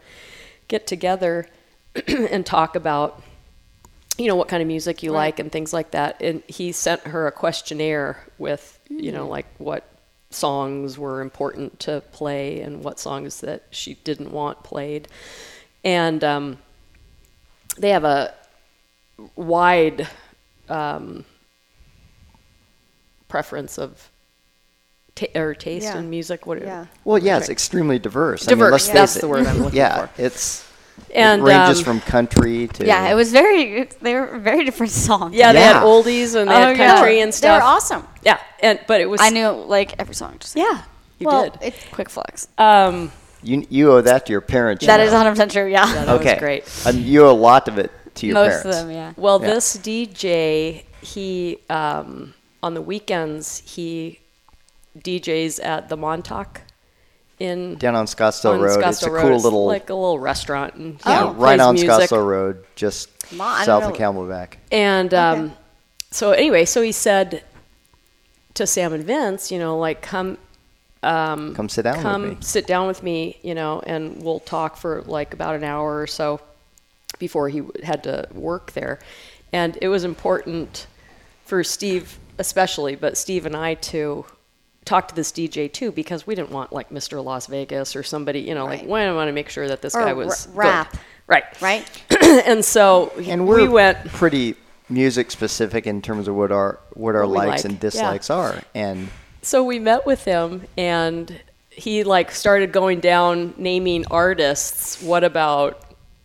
Speaker 6: get together *clears throat* and talk about you know what kind of music you like and things like that and he sent her a questionnaire with you know like what songs were important to play and what songs that she didn't want played and um, they have a wide um, preference of ta- or taste
Speaker 3: Yeah.
Speaker 6: in music whatever
Speaker 3: yeah.
Speaker 7: Well, yeah, it's extremely diverse. I mean,
Speaker 6: Diverse,
Speaker 7: let's
Speaker 6: yeah.
Speaker 7: face
Speaker 6: that's
Speaker 7: it.
Speaker 6: the word I'm looking
Speaker 7: yeah,
Speaker 6: for.
Speaker 7: it's
Speaker 6: *laughs* And,
Speaker 7: it ranges
Speaker 6: um,
Speaker 7: from country to
Speaker 1: yeah, it was very. They were very
Speaker 3: *laughs*
Speaker 1: different songs.
Speaker 6: yeah, they had
Speaker 7: Yeah.
Speaker 6: oldies and they
Speaker 1: Oh,
Speaker 6: had
Speaker 1: yeah.
Speaker 6: country and
Speaker 3: They were
Speaker 6: stuff
Speaker 3: awesome.
Speaker 6: yeah and but it was
Speaker 1: I knew like every song. Just
Speaker 6: Yeah, You
Speaker 3: Well,
Speaker 6: did.
Speaker 3: it's-
Speaker 6: Quick flex. Um,
Speaker 7: You you owe that to your parents. you
Speaker 1: That
Speaker 7: know.
Speaker 1: is 100 percent true. Yeah,
Speaker 6: yeah, that
Speaker 7: okay.
Speaker 6: was great.
Speaker 7: And you owe a lot of it to your
Speaker 1: most
Speaker 7: parents.
Speaker 1: of them. Yeah.
Speaker 6: Well,
Speaker 7: Yeah.
Speaker 6: this DJ, he um, on the weekends he DJs at the Montauk in
Speaker 7: Down on Scottsdale
Speaker 6: on
Speaker 7: Road.
Speaker 6: Scottsdale
Speaker 7: it's a
Speaker 6: Road.
Speaker 7: cool
Speaker 6: It's
Speaker 7: little
Speaker 6: like a little restaurant and
Speaker 7: yeah,
Speaker 6: he
Speaker 7: right
Speaker 6: plays
Speaker 7: on
Speaker 6: music.
Speaker 7: Scottsdale Road, just
Speaker 3: Ma, I don't
Speaker 7: south of
Speaker 3: know.
Speaker 7: Camelback.
Speaker 6: And um, so anyway, so he said to Sam and Vince, you know, like come
Speaker 7: Come sit down
Speaker 6: come
Speaker 7: with me.
Speaker 6: sit down with me, you know, and we'll talk for like about an hour or so before he w- had to work there. And it was important for Steve, especially, but Steve and I to talk to this DJ too because we didn't want like Mr. Las Vegas or somebody, you know, like
Speaker 3: Right.
Speaker 6: we want to make sure that this
Speaker 3: Or
Speaker 6: guy was
Speaker 3: r-
Speaker 6: good.
Speaker 3: rap.
Speaker 6: right?
Speaker 3: Right?
Speaker 6: and so
Speaker 7: And we're
Speaker 6: we went
Speaker 7: pretty music specific in terms of what our what our
Speaker 6: What we
Speaker 7: likes
Speaker 6: like,
Speaker 7: and
Speaker 6: yeah.
Speaker 7: dislikes are. And
Speaker 6: So we met with him, and he like started going down naming artists. What about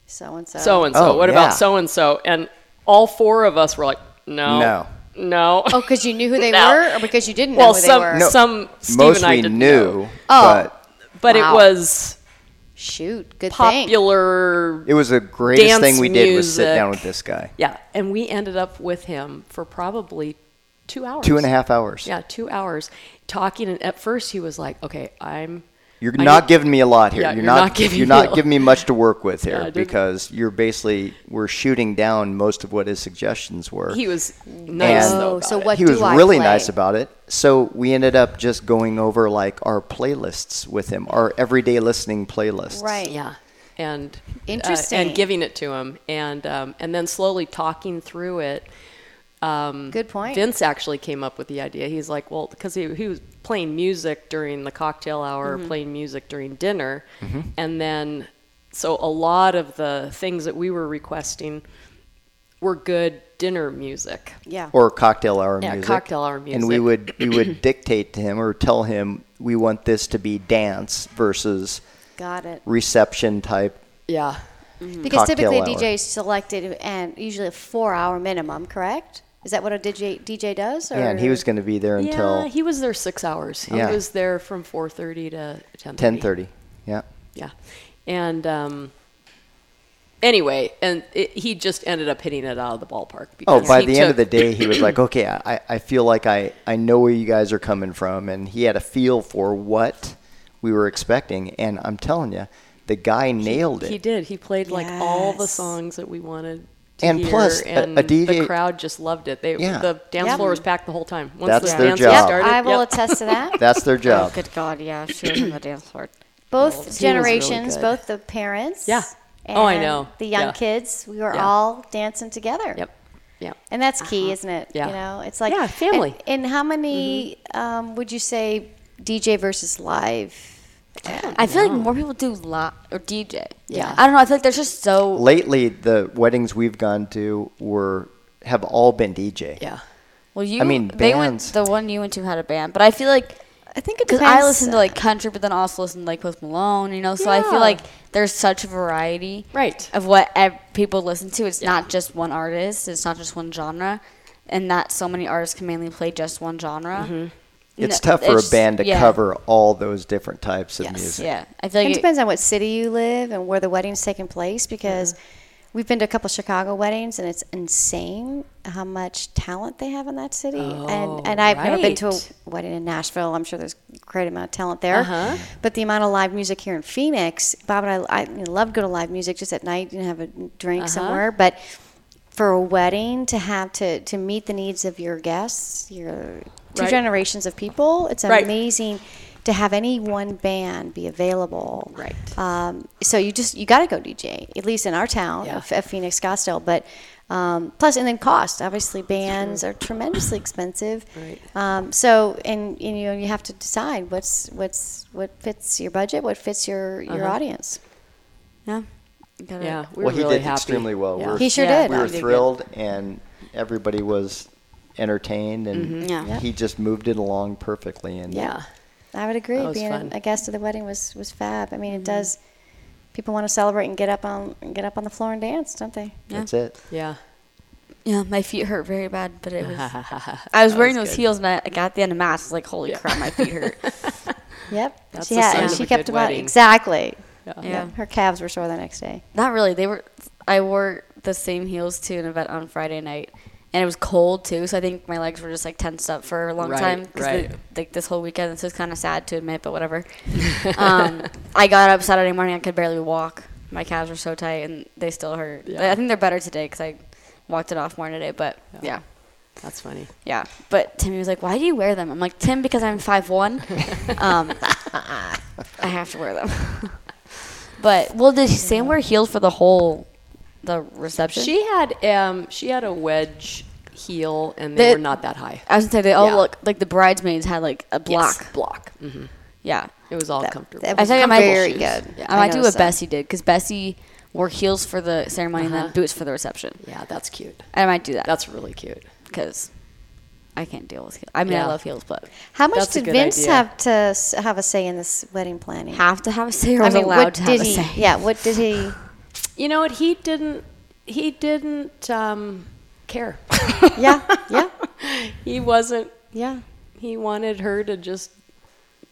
Speaker 3: So and so.
Speaker 6: so and so?
Speaker 7: Oh,
Speaker 6: What
Speaker 7: yeah.
Speaker 6: about so and so? And all four of us were like, no,
Speaker 7: No.
Speaker 6: no.
Speaker 3: Oh, because you knew who they
Speaker 6: *laughs* No.
Speaker 3: were, or because you didn't
Speaker 6: well,
Speaker 3: know who
Speaker 6: some
Speaker 3: they were.
Speaker 7: No.
Speaker 6: some Steve
Speaker 7: most
Speaker 6: and I
Speaker 7: we
Speaker 6: didn't
Speaker 7: knew,
Speaker 6: know. Oh.
Speaker 7: but
Speaker 6: but it
Speaker 3: Wow.
Speaker 6: was
Speaker 3: Shoot, good thing.
Speaker 6: popular.
Speaker 7: it was the greatest
Speaker 6: Dance
Speaker 7: thing we did was sit down
Speaker 6: music.
Speaker 7: with this guy.
Speaker 6: yeah, and we ended up with him for probably two hours.
Speaker 7: Two and a half hours.
Speaker 6: Yeah, two hours talking. And at first, he was like, "Okay, I'm."
Speaker 7: You're
Speaker 6: I
Speaker 7: not
Speaker 6: need-
Speaker 7: giving me a lot here.
Speaker 6: Yeah,
Speaker 7: you're,
Speaker 6: you're
Speaker 7: not,
Speaker 6: not giving
Speaker 7: you're
Speaker 6: me
Speaker 7: not
Speaker 6: a-
Speaker 7: giving me much to
Speaker 6: *laughs*
Speaker 7: work with
Speaker 6: I
Speaker 7: here
Speaker 6: didn't.
Speaker 7: because you're basically we're shooting down most of what his suggestions were.
Speaker 6: He was nice
Speaker 7: And-
Speaker 6: though.
Speaker 3: Oh,
Speaker 6: about
Speaker 3: so
Speaker 6: it.
Speaker 3: what
Speaker 7: he was
Speaker 3: do I
Speaker 7: really
Speaker 3: play?
Speaker 7: nice about it. So we ended up just going over like our playlists with him, our everyday listening playlists.
Speaker 3: Right.
Speaker 6: Yeah, and uh,
Speaker 3: Interesting.
Speaker 6: and giving it to him, and um, and then slowly talking through it. Um,
Speaker 3: Good point.
Speaker 6: Vince actually came up with the idea. He's like, well, because he he was playing music during the cocktail hour,
Speaker 3: Mm-hmm.
Speaker 6: playing music during dinner,
Speaker 7: Mm-hmm.
Speaker 6: and then so a lot of the things that we were requesting were good dinner music.
Speaker 3: Yeah.
Speaker 7: Or cocktail hour
Speaker 6: Yeah,
Speaker 7: music.
Speaker 6: cocktail hour
Speaker 7: And we
Speaker 6: music.
Speaker 7: would we
Speaker 6: *clears throat*
Speaker 7: would dictate to him or tell him we want this to be dance versus
Speaker 3: Got it.
Speaker 7: reception type.
Speaker 6: Yeah.
Speaker 3: Because
Speaker 7: Cocktail
Speaker 3: typically a
Speaker 7: hour.
Speaker 3: DJ is selected and usually a four hour minimum, correct? Is that what a DJ, DJ does? Or?
Speaker 7: Yeah, and he was going to be there
Speaker 6: yeah,
Speaker 7: until
Speaker 6: he was there six hours.
Speaker 7: Yeah.
Speaker 6: He was there from four thirty to ten
Speaker 7: ten thirty. Yeah.
Speaker 6: Yeah. And um, anyway, and it, he just ended up hitting it out of the ballpark.
Speaker 7: Oh,
Speaker 6: Because
Speaker 7: by
Speaker 6: he
Speaker 7: the end of the
Speaker 6: took-
Speaker 7: day, he was like, "Okay, I, I feel like I, I know where you guys are coming from," and he had a feel for what we were expecting. And I'm telling you, the guy nailed it.
Speaker 6: He did. He played like all the
Speaker 3: Yes.
Speaker 6: songs that we wanted. To
Speaker 7: And
Speaker 6: hear,
Speaker 7: plus, a-
Speaker 6: and
Speaker 7: a DJ
Speaker 6: the crowd just loved it. They,
Speaker 7: Yeah.
Speaker 6: The dance
Speaker 3: Yep.
Speaker 6: floor was packed the whole time. Once
Speaker 7: That's
Speaker 6: the
Speaker 7: their
Speaker 6: dance
Speaker 7: job.
Speaker 6: started,
Speaker 3: I will
Speaker 6: yep.
Speaker 3: attest to that.
Speaker 7: *laughs* That's their job.
Speaker 1: Good God, yeah, she was on the dance floor.
Speaker 3: *laughs* both
Speaker 6: was really
Speaker 3: generations,
Speaker 6: good.
Speaker 3: both the parents.
Speaker 6: Yeah. Oh, I
Speaker 3: and
Speaker 6: know.
Speaker 3: The young
Speaker 6: Yeah.
Speaker 3: kids, we were
Speaker 6: Yeah.
Speaker 3: all dancing together.
Speaker 6: Yep. Yeah.
Speaker 3: And that's key, isn't it?
Speaker 6: Yeah.
Speaker 3: You know, it's like
Speaker 6: Yeah, family. Mm-hmm.
Speaker 3: And, and how many um, would you say DJ versus live?
Speaker 1: *clears throat*
Speaker 3: Uh,
Speaker 1: I feel like more people do lot or DJ.
Speaker 6: Yeah.
Speaker 1: I don't know. I feel like there's just so
Speaker 7: Lately, the weddings we've gone to were have all been DJ.
Speaker 6: Yeah.
Speaker 1: well. You,
Speaker 7: I mean,
Speaker 1: they went.
Speaker 7: bands.
Speaker 1: The one you went to had a band, but I feel like
Speaker 3: I think it
Speaker 1: because I
Speaker 3: depends,
Speaker 1: listen to
Speaker 3: uh,
Speaker 1: like country, but then also listen to like Post Malone. You know, so I
Speaker 6: Yeah.
Speaker 1: feel like there's such a variety,
Speaker 6: Right.
Speaker 1: of what ev- people listen to. It's not just one artist. It's not just one genre, and not so many artists can mainly play just one genre.
Speaker 7: It's
Speaker 1: No,
Speaker 7: tough for a
Speaker 1: it's-
Speaker 7: band to
Speaker 1: yeah.
Speaker 7: cover all those different types of
Speaker 3: Yes.
Speaker 7: music.
Speaker 1: Yeah, I feel
Speaker 3: It
Speaker 1: like
Speaker 3: depends on what city you live and where the wedding's taking place because we've been to a couple Chicago weddings and it's insane how much talent they have in that city. and and I've never been to a
Speaker 6: Oh, right.
Speaker 3: wedding in Nashville. I'm sure there's a great amount of talent there.
Speaker 6: Uh-huh.
Speaker 3: But the amount of live music here in Phoenix, Bob and I, I you know, love to go to live music just at night and have a
Speaker 6: Uh-huh.
Speaker 3: drink somewhere. But for a wedding to have to, to meet the needs of your guests, your two
Speaker 6: Right.
Speaker 3: generations of people, it's
Speaker 6: Right.
Speaker 3: amazing to have any one band be available.
Speaker 6: Right.
Speaker 3: Um, so you just you got to go DJ at least in our town
Speaker 6: Yeah.
Speaker 3: of, of Phoenix Scottsdale. But um, plus, and then cost obviously bands are tremendously expensive.
Speaker 6: Right.
Speaker 3: Um, so and, and you know you have to decide what's what's what fits your budget, what fits your your
Speaker 6: Uh-huh.
Speaker 3: audience.
Speaker 1: yeah. You gotta-
Speaker 6: Yeah. We were
Speaker 7: Well, he
Speaker 6: really
Speaker 7: did
Speaker 6: happy.
Speaker 7: extremely well.
Speaker 6: Yeah.
Speaker 7: We're-
Speaker 3: He sure
Speaker 1: Yeah.
Speaker 3: did.
Speaker 7: we were
Speaker 1: did good.
Speaker 7: thrilled and everybody was entertained and
Speaker 1: Yeah. Yeah.
Speaker 7: he just moved it along perfectly and
Speaker 3: Yeah. I would agree.
Speaker 6: That was
Speaker 3: Being
Speaker 6: fun. Mm-hmm.
Speaker 3: a guest at the wedding was was fab. I mean, it does. People want to celebrate and get up on get up on the floor and dance, don't they?
Speaker 7: that's it
Speaker 6: Yeah.
Speaker 1: Yeah, my feet hurt very bad, but *laughs* *laughs* it was. I was wearing those heels, and I, like at the end of mass, I was like, "Holy crap, my feet hurt!"
Speaker 3: Yep.
Speaker 6: That's
Speaker 3: she
Speaker 6: the
Speaker 3: had-
Speaker 6: sign
Speaker 3: and
Speaker 6: of
Speaker 3: she
Speaker 6: a
Speaker 3: kept
Speaker 6: good
Speaker 3: about
Speaker 6: wedding.
Speaker 3: exactly.
Speaker 6: Yeah.
Speaker 1: Yeah.
Speaker 3: Her calves were sore the next day.
Speaker 1: Not really. They were. I wore the same heels to an event on Friday night, and it was cold too. So I think my legs were just like tensed up for a long
Speaker 6: Right,
Speaker 1: time. 'cause
Speaker 6: right.
Speaker 1: the- Like this whole weekend. This is kind of sad to admit, but *laughs* whatever. um, I got up Saturday morning. I could barely walk. My calves were so tight, and they still hurt.
Speaker 6: Yeah.
Speaker 1: I think they're better today because I walked it off more today. But yeah.
Speaker 6: *laughs* That's funny.
Speaker 1: Yeah, but Timmy was like, "Why do you wear them?" I'm like, "Tim, because I'm five one, um, I have to wear them." *laughs* but well, did Sam wear heels for the whole the reception?
Speaker 6: She had um she had a wedge heel and they
Speaker 1: That-
Speaker 6: were not that high.
Speaker 1: I was gonna say they all
Speaker 6: Yeah.
Speaker 1: look like the bridesmaids had like a block.
Speaker 6: Yes, block. hmm
Speaker 1: Yeah,
Speaker 6: It was all
Speaker 3: That-
Speaker 6: comfortable.
Speaker 3: that
Speaker 1: I
Speaker 3: was
Speaker 1: think I might
Speaker 3: very good.
Speaker 1: Yeah, I,
Speaker 3: I
Speaker 1: might do
Speaker 3: noticed
Speaker 1: what
Speaker 3: that.
Speaker 1: Bessie did because Bessie wore heels for the ceremony and
Speaker 6: Uh-huh.
Speaker 1: then boots for the reception.
Speaker 6: yeah, that's cute.
Speaker 1: I might do that
Speaker 6: That's really cute.
Speaker 1: because I can't deal with heels. I mean, I
Speaker 6: Yeah.
Speaker 1: love heels, but
Speaker 3: How much
Speaker 6: That's a
Speaker 3: did
Speaker 6: good
Speaker 3: Vince
Speaker 6: idea.
Speaker 3: have to s- have a say in this wedding planning?
Speaker 1: have to have a say. Or I was
Speaker 3: what
Speaker 1: allowed to have
Speaker 3: did
Speaker 1: a
Speaker 3: he?
Speaker 1: say.
Speaker 3: Yeah, what
Speaker 1: *laughs*
Speaker 3: did he?
Speaker 6: You know what? He didn't. He didn't um, care.
Speaker 1: *laughs*
Speaker 3: Yeah, *laughs* yeah,
Speaker 6: *laughs* he wasn't.
Speaker 3: yeah.
Speaker 6: He wanted her to just,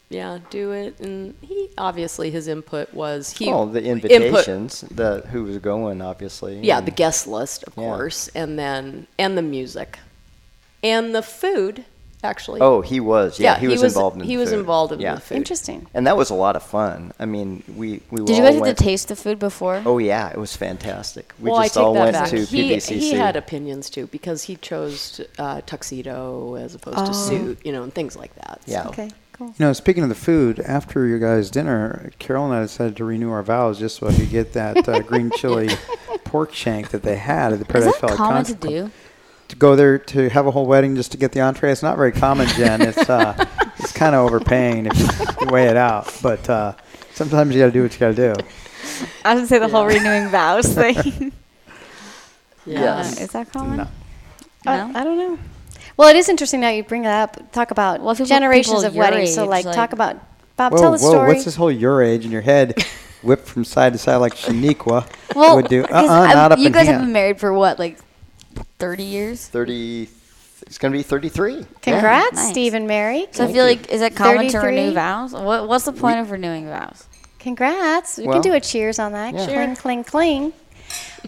Speaker 6: yeah, do it. And he obviously his input was he.
Speaker 7: Well, Oh, the
Speaker 6: input-
Speaker 7: invitations, the who was going, obviously.
Speaker 6: yeah,
Speaker 7: and-
Speaker 6: the guest list, of
Speaker 7: Mm. Yeah.
Speaker 6: course, and then and the music, and the food. Actually.
Speaker 7: Oh, he was. Yeah, he, was, involved in.
Speaker 6: He
Speaker 7: the
Speaker 6: was
Speaker 7: food.
Speaker 6: involved in
Speaker 7: yeah.
Speaker 6: the food.
Speaker 3: Interesting.
Speaker 7: And that was a lot of fun. I mean, we we
Speaker 1: Did you
Speaker 7: all
Speaker 1: guys get
Speaker 7: went-
Speaker 1: to taste the food before?
Speaker 7: Oh yeah, it was fantastic. We
Speaker 6: well,
Speaker 7: just
Speaker 6: I take
Speaker 7: all
Speaker 6: that
Speaker 7: went
Speaker 6: back.
Speaker 7: to
Speaker 6: he,
Speaker 7: PBCC.
Speaker 6: he had opinions too because he chose uh, tuxedo as opposed to suit, you know, and things like that. so.
Speaker 7: yeah.
Speaker 3: Oh. Okay, cool.
Speaker 4: You know, speaking of the food, after your guys' dinner, Carol and I decided to renew our vows just so I could get that uh, green chili pork shank that they had at the
Speaker 1: Is
Speaker 4: Paradise
Speaker 1: that
Speaker 4: Valley
Speaker 1: common to
Speaker 4: Contra- *laughs*
Speaker 1: do?
Speaker 4: To go there to have a whole wedding just to get the entree. It's not very common, Jen.
Speaker 3: *laughs*
Speaker 4: It's uh, it's kind of overpaying if you *laughs* weigh it out. But uh, sometimes you got to do what you got to do.
Speaker 1: I was gonna say the whole renewing vows *laughs* thing. Uh,
Speaker 6: Yes.
Speaker 1: Is that common?
Speaker 4: No.
Speaker 1: No?
Speaker 3: I, I don't know. Well, it is interesting now you bring that up. Talk about
Speaker 1: Well, people-
Speaker 3: generations
Speaker 1: people
Speaker 3: of weddings. so,
Speaker 1: your
Speaker 3: like,
Speaker 1: age, like-
Speaker 3: talk about Bob.
Speaker 4: Whoa,
Speaker 3: tell the
Speaker 4: whoa!
Speaker 3: story.
Speaker 4: What's this whole your age in
Speaker 3: *laughs*
Speaker 4: your head? Whipped from side to side like Shaniqua
Speaker 1: Well,
Speaker 4: would do.
Speaker 1: 'cause
Speaker 4: Uh-uh,
Speaker 1: I'm-
Speaker 4: not up
Speaker 1: you
Speaker 4: in
Speaker 1: guys
Speaker 4: here.
Speaker 1: have been married for what, like thirty years?
Speaker 7: Thirty. It's going to be thirty-three.
Speaker 3: Congrats,
Speaker 1: Nice.
Speaker 3: Steve and Mary.
Speaker 1: So I feel like is it common to renew
Speaker 3: 33?
Speaker 1: vows? What, what's the point of renewing vows?
Speaker 3: Congrats. We
Speaker 7: Well,
Speaker 3: can do a cheers on that.
Speaker 7: yeah.
Speaker 3: Cling, cling, cling.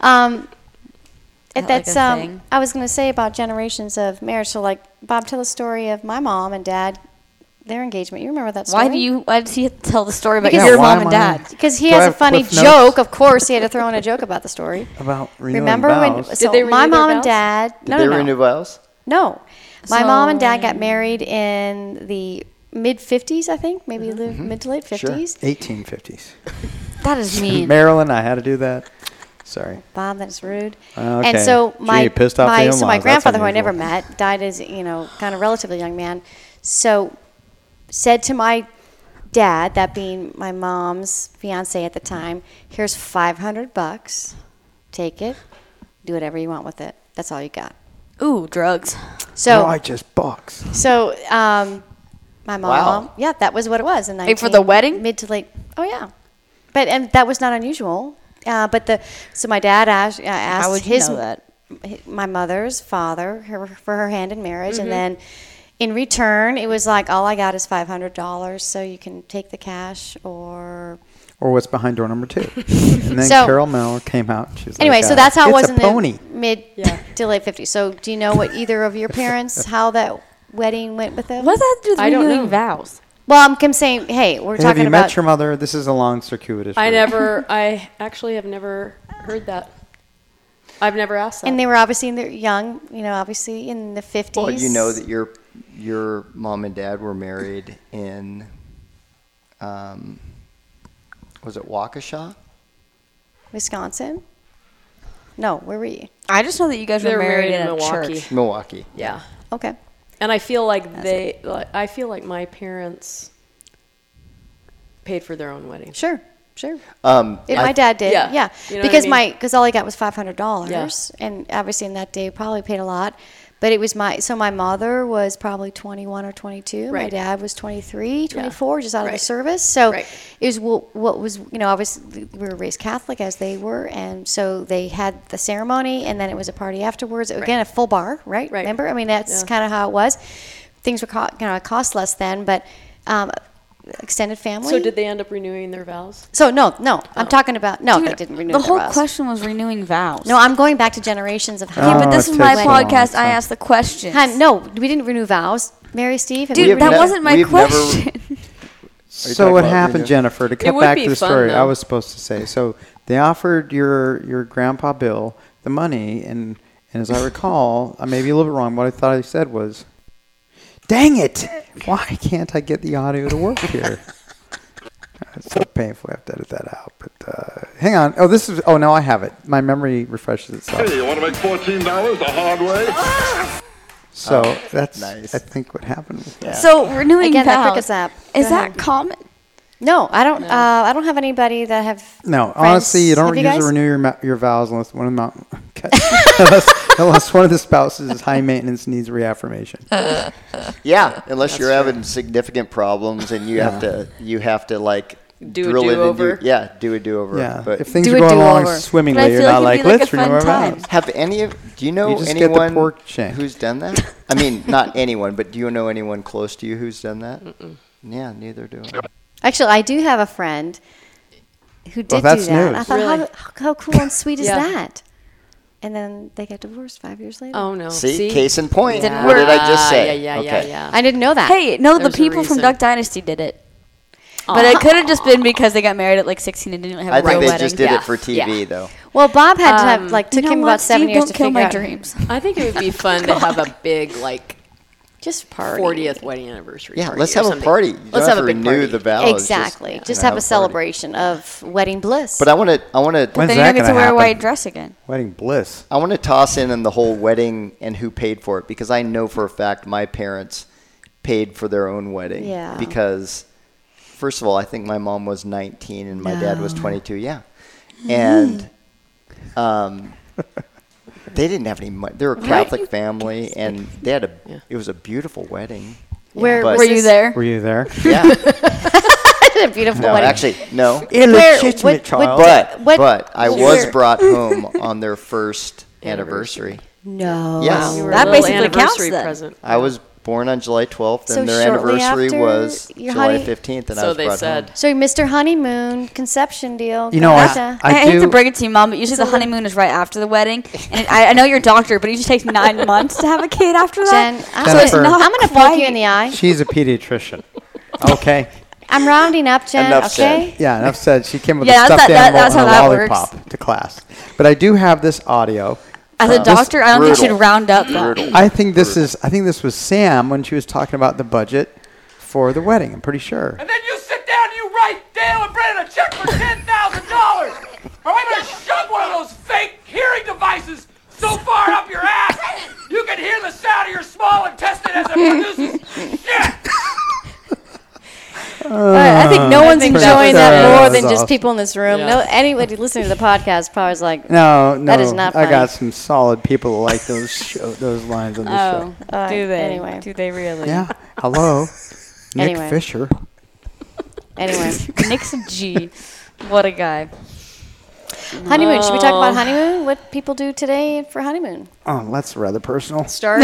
Speaker 3: Um,
Speaker 1: Is that like
Speaker 3: that's
Speaker 1: a
Speaker 3: um,
Speaker 1: thing?
Speaker 3: I was going to say about generations of marriage. So, like, Bob, tell the story of my mom and dad, their engagement. You remember that story?
Speaker 1: Why do you? Why does he have to tell the story about
Speaker 3: Because-
Speaker 1: your
Speaker 3: Yeah,
Speaker 4: why
Speaker 1: mom and
Speaker 4: am I-
Speaker 1: dad?
Speaker 3: Because he
Speaker 4: Do I
Speaker 3: has a
Speaker 4: have
Speaker 3: funny
Speaker 4: Cliff Notes?
Speaker 3: joke. Of course, he had to throw in a joke about the story.
Speaker 4: *laughs* about renewing
Speaker 3: Remember when?
Speaker 4: vows.
Speaker 3: So
Speaker 6: Did they
Speaker 3: my
Speaker 6: renew their
Speaker 3: mom and
Speaker 6: vows?
Speaker 3: dad.
Speaker 7: Did
Speaker 3: no,
Speaker 7: they
Speaker 3: no, no.
Speaker 7: renew vows?
Speaker 3: No. My mom and dad got
Speaker 1: So-
Speaker 3: married in the mid 50s, I think, maybe
Speaker 1: Mm-hmm.
Speaker 3: the mid to late 50s.
Speaker 4: *laughs* 1850s.
Speaker 1: That is mean.
Speaker 4: Maryland, I had to do that. Sorry.
Speaker 3: Bob, that's rude.
Speaker 4: Uh,
Speaker 3: And
Speaker 4: okay.
Speaker 3: so
Speaker 4: Gee,
Speaker 3: my
Speaker 4: you pissed off
Speaker 3: my
Speaker 4: the
Speaker 3: so my
Speaker 4: in-laws. That's
Speaker 3: grandfather, who I
Speaker 4: unusual.
Speaker 3: never met, died as you know, kind of relatively young man. So said to my dad, that being my mom's fiance at the time, here's five hundred bucks. Take it, do whatever you want with it. That's all you got.
Speaker 1: Ooh, drugs.
Speaker 3: So
Speaker 4: righteous bucks.
Speaker 3: so um, my mom,
Speaker 7: Wow.
Speaker 3: yeah, that was what it was in
Speaker 1: Like
Speaker 3: 19,
Speaker 1: for the wedding?
Speaker 3: mid to late. Oh yeah, but and that was not unusual. Uh, but the so my dad asked, uh, asked
Speaker 1: How would you
Speaker 3: his
Speaker 1: know that?
Speaker 3: hi- my mother's father her, for her hand in marriage, and then in return it was like all I got is five hundred dollars, so you can take the cash or
Speaker 4: Or what's behind door
Speaker 3: *laughs*
Speaker 4: number two. and then
Speaker 3: So-
Speaker 4: Carol Miller came out. and She's
Speaker 3: anyway.
Speaker 4: like,
Speaker 3: so
Speaker 4: uh,
Speaker 3: that's how it
Speaker 4: it's
Speaker 3: was
Speaker 4: a
Speaker 3: in
Speaker 4: pony.
Speaker 3: the mid *laughs* to late fifties. So do you know what either of your parents how that wedding went with them?
Speaker 1: What does that do with
Speaker 6: I don't
Speaker 1: renewing
Speaker 6: know.
Speaker 1: vows?
Speaker 3: Well, I'm, I'm saying, hey, we're
Speaker 4: Have
Speaker 3: talking
Speaker 4: you
Speaker 3: about
Speaker 4: met your mother? This is a long circuitous
Speaker 6: I
Speaker 4: route.
Speaker 6: never. I actually have never heard that. I've never asked that.
Speaker 3: And they were obviously in their young, you know, obviously in the 50s.
Speaker 7: Oh. Well, you know that your your mom and dad were married in, um, was it Waukesha?
Speaker 3: Wisconsin? No, where were you?
Speaker 1: I just know that you guys
Speaker 6: They
Speaker 1: were
Speaker 6: were
Speaker 1: married, in, a
Speaker 6: Milwaukee.
Speaker 1: church.
Speaker 7: Milwaukee.
Speaker 6: Yeah,
Speaker 3: Okay.
Speaker 6: and I feel like they. Like, I feel like my parents paid for their own wedding.
Speaker 3: Sure. Sure.
Speaker 7: Um,
Speaker 3: It,
Speaker 7: I-
Speaker 3: my dad did. Yeah.
Speaker 6: yeah. You know what I
Speaker 3: because
Speaker 6: mean?
Speaker 3: my cuz all I got was $500 and obviously in that day probably paid a lot. But it was my so my mother was probably 21 or 22. My
Speaker 6: Right.
Speaker 3: dad was 23, 24 just out of
Speaker 6: Right.
Speaker 3: the service. So
Speaker 6: Right.
Speaker 3: it was what, what was you know obviously we were raised Catholic as they were and so they had the ceremony and then it was a party afterwards. Again, a full bar, right?
Speaker 6: Right.
Speaker 3: Remember? I mean that's
Speaker 6: Yeah.
Speaker 3: kind of how it was. Things were co- kind of cost less then, but um, extended family.
Speaker 6: So did they end up renewing their vows?
Speaker 3: So no, no. I'm talking about no. they
Speaker 1: Oh. Dude,
Speaker 3: didn't renew
Speaker 1: The
Speaker 3: their
Speaker 1: whole
Speaker 3: vows.
Speaker 1: question was renewing vows.
Speaker 3: No, I'm going back to generations of how.
Speaker 1: yeah, but
Speaker 4: Oh,
Speaker 1: this
Speaker 4: it
Speaker 1: is my
Speaker 4: takes so long.
Speaker 1: podcast. I asked the question.
Speaker 3: Hun, no, we didn't renew vows. Mary, Steve, and
Speaker 1: Dude,
Speaker 3: we
Speaker 7: have
Speaker 1: that
Speaker 7: ne-
Speaker 1: wasn't my
Speaker 7: we've never-
Speaker 1: question.
Speaker 4: So
Speaker 7: talking
Speaker 4: what
Speaker 7: about
Speaker 4: happened,
Speaker 7: Reno?
Speaker 4: Jennifer? To cut
Speaker 6: would
Speaker 4: back
Speaker 6: be
Speaker 4: to the
Speaker 6: fun,
Speaker 4: story, I
Speaker 6: though.
Speaker 4: was supposed to say. So they offered your your grandpa Bill the money, and and as
Speaker 6: *laughs*
Speaker 4: I recall, I may be a little bit wrong. What I thought I said was, "Dang it! Why can't I get the audio to work
Speaker 6: *laughs*
Speaker 4: here?" It's so painful. I have to edit that out. But uh, hang on. Oh, this is. Oh no, I have it. My memory refreshes itself.
Speaker 5: you want to make $14 the hard way?
Speaker 4: So
Speaker 6: Ah!
Speaker 4: that's.
Speaker 7: nice.
Speaker 4: I think what happened.
Speaker 1: So renewing
Speaker 3: Again, that
Speaker 1: vows.
Speaker 3: cricket's app.
Speaker 1: Is
Speaker 3: Go
Speaker 1: that
Speaker 3: ahead.
Speaker 1: common?
Speaker 3: No, I don't. Uh, I don't have anybody that have.
Speaker 4: No,
Speaker 3: friends.
Speaker 4: honestly, you
Speaker 3: Have
Speaker 4: don't usually
Speaker 3: guys?
Speaker 4: renew your ma- your vows unless one of
Speaker 1: *laughs*
Speaker 4: them, *laughs* unless, unless one of the spouses is high maintenance needs reaffirmation.
Speaker 1: Uh,
Speaker 7: Yeah, unless you're having significant problems and you have to you have to like
Speaker 6: Do a
Speaker 7: drill it and do-
Speaker 6: do-over?
Speaker 7: yeah, do a do over.
Speaker 4: yeah,
Speaker 7: but
Speaker 4: if things
Speaker 3: Do
Speaker 4: are
Speaker 3: a
Speaker 4: going along
Speaker 3: do-over.
Speaker 1: But
Speaker 4: swimmingly,
Speaker 1: I
Speaker 4: you're
Speaker 1: feel like
Speaker 4: not
Speaker 1: it'd
Speaker 4: like,
Speaker 1: be like
Speaker 4: let's
Speaker 1: a
Speaker 4: renew
Speaker 1: fun
Speaker 4: our
Speaker 1: time.
Speaker 4: vows.
Speaker 7: have any of do you know
Speaker 4: You just get the
Speaker 7: anyone
Speaker 4: pork shank.
Speaker 7: who's done that?
Speaker 6: *laughs*
Speaker 7: I mean, not anyone, but do you know anyone close to you who's done that? Yeah, neither do I.
Speaker 3: Actually, I do have a friend who did
Speaker 4: that's
Speaker 3: do that.
Speaker 4: news.
Speaker 3: I thought,
Speaker 6: Really?
Speaker 3: how, how cool and
Speaker 1: *laughs*
Speaker 3: sweet is
Speaker 6: Yeah.
Speaker 3: that? And then they got divorced five years later.
Speaker 6: Oh no. Ah,
Speaker 7: See, case in point.
Speaker 1: Didn't
Speaker 7: what
Speaker 1: work.
Speaker 7: did I just say?
Speaker 6: Yeah, yeah, yeah,
Speaker 7: okay.
Speaker 6: yeah.
Speaker 3: I didn't know that.
Speaker 1: Hey, no,
Speaker 6: There's
Speaker 1: the
Speaker 6: a
Speaker 1: people from
Speaker 6: reason.
Speaker 1: Duck Dynasty did it. But it could have just been because they got married at like 16 and didn't have a
Speaker 7: I think
Speaker 1: real
Speaker 7: they
Speaker 1: wedding.
Speaker 7: just did
Speaker 6: Yeah,
Speaker 7: it for TV
Speaker 6: yeah.
Speaker 7: though.
Speaker 3: Well, Bob had to have
Speaker 6: Um,
Speaker 3: like took
Speaker 1: You know
Speaker 3: him
Speaker 1: what,
Speaker 3: about seven
Speaker 1: Steve,
Speaker 3: years
Speaker 1: don't
Speaker 3: to
Speaker 1: kill
Speaker 3: figure
Speaker 1: my
Speaker 3: out.
Speaker 1: dreams.
Speaker 6: I think it would be fun to have a big like
Speaker 3: Just party.
Speaker 6: 40th wedding anniversary.
Speaker 7: Yeah,
Speaker 6: party
Speaker 7: let's
Speaker 6: or
Speaker 7: have a
Speaker 6: something.
Speaker 7: party. You don't
Speaker 6: Let's have a
Speaker 7: to
Speaker 6: big
Speaker 7: renew
Speaker 6: party.
Speaker 7: the vows. just-
Speaker 3: Exactly.
Speaker 7: you
Speaker 3: Just,
Speaker 7: know,
Speaker 3: have a
Speaker 7: party.
Speaker 3: celebration of wedding bliss.
Speaker 7: But I want to I want to
Speaker 4: When's
Speaker 1: Then you
Speaker 4: that
Speaker 1: don't get
Speaker 4: gonna
Speaker 1: to wear a
Speaker 4: happen?
Speaker 1: white dress again.
Speaker 4: Wedding bliss.
Speaker 7: I want to toss in on the whole wedding and who paid for it because I know for a fact my parents paid for their own wedding.
Speaker 3: Yeah.
Speaker 7: Because, first of all, I think my mom was 19 and my dad was 22. Yeah.
Speaker 3: Mm-hmm.
Speaker 7: And um, they didn't have any money. They were a Catholic family and they had a,
Speaker 6: Yeah.
Speaker 7: it was a beautiful wedding.
Speaker 3: Where
Speaker 7: But-
Speaker 3: was
Speaker 1: Were you
Speaker 3: this-
Speaker 1: there?
Speaker 4: Were
Speaker 1: *laughs*
Speaker 4: you there?
Speaker 7: Yeah.
Speaker 3: a beautiful
Speaker 7: No,
Speaker 3: wedding.
Speaker 7: actually, no.
Speaker 3: Illegitimate what- what- child.
Speaker 7: But,
Speaker 3: what
Speaker 7: but I was
Speaker 3: year? *laughs*
Speaker 7: brought home on their first anniversary.
Speaker 3: no.
Speaker 7: Yes.
Speaker 6: You were a
Speaker 1: That
Speaker 6: little
Speaker 1: basically counts
Speaker 6: anniversary
Speaker 1: then.
Speaker 6: present.
Speaker 7: I was born on July 12th,
Speaker 3: So
Speaker 7: and their
Speaker 3: shortly
Speaker 7: anniversary
Speaker 3: after
Speaker 7: was
Speaker 3: your
Speaker 7: July
Speaker 3: honey-
Speaker 7: 15th, and I
Speaker 6: So
Speaker 7: was
Speaker 6: they
Speaker 7: brought
Speaker 6: said.
Speaker 7: home.
Speaker 3: So Mr. Honeymoon conception deal.
Speaker 4: You know, I-
Speaker 3: gotcha.
Speaker 1: I, hate to
Speaker 4: do-
Speaker 1: break it to you, Mom, but usually the honeymoon is right after the wedding. And it, I, I know you're a doctor, but it usually takes nine months to have a kid after that.
Speaker 3: Jen, I'm,
Speaker 1: so it's
Speaker 4: Jennifer.
Speaker 1: not
Speaker 3: I'm gonna poke you in the eye.
Speaker 4: She's a pediatrician. Okay.
Speaker 3: I'm rounding up, Jen.
Speaker 7: Enough said.
Speaker 3: okay.
Speaker 4: Yeah, enough said. She came with
Speaker 1: Yeah,
Speaker 4: a
Speaker 1: that's
Speaker 4: stuffed
Speaker 1: that- that-
Speaker 4: animal
Speaker 1: that's how
Speaker 4: and a
Speaker 1: that works.
Speaker 4: lollipop to class. But I do have this audio.
Speaker 1: As a
Speaker 4: This-
Speaker 1: doctor, I don't think you should
Speaker 7: brutal.
Speaker 1: round up though.
Speaker 4: I think this is. I think this was Sam when she was talking about the budget for the wedding. I'm pretty sure.
Speaker 2: And then you sit down and you write Dale and Brennan a check for $10,000. Or I'm going to shove one of those fake hearing devices so far up your ass you can hear the sound of your small intestine as it produces shit.
Speaker 3: I think no one's
Speaker 4: think
Speaker 3: enjoying
Speaker 4: that
Speaker 3: that
Speaker 4: was-
Speaker 3: more
Speaker 4: that
Speaker 3: than
Speaker 4: was
Speaker 3: just
Speaker 4: awesome.
Speaker 3: people in this room.
Speaker 6: Yeah.
Speaker 3: No, anybody listening to the podcast probably is like,
Speaker 4: No, no.
Speaker 3: That is not
Speaker 4: I got
Speaker 3: funny.
Speaker 4: some solid people that like
Speaker 3: *laughs*
Speaker 4: those show, those lines on the
Speaker 1: Oh,
Speaker 3: uh,
Speaker 1: do they?
Speaker 3: Anyway,
Speaker 1: Do they really?
Speaker 4: show. Yeah.
Speaker 3: *laughs*
Speaker 4: Hello. Nick
Speaker 3: Anyway.
Speaker 4: Fisher.
Speaker 3: anyway,
Speaker 6: *laughs*
Speaker 1: Nick's a G. What a guy.
Speaker 3: honeymoon. Should we talk about honeymoon? What people do today for honeymoon?
Speaker 4: Oh, that's rather personal.
Speaker 6: *laughs* Start.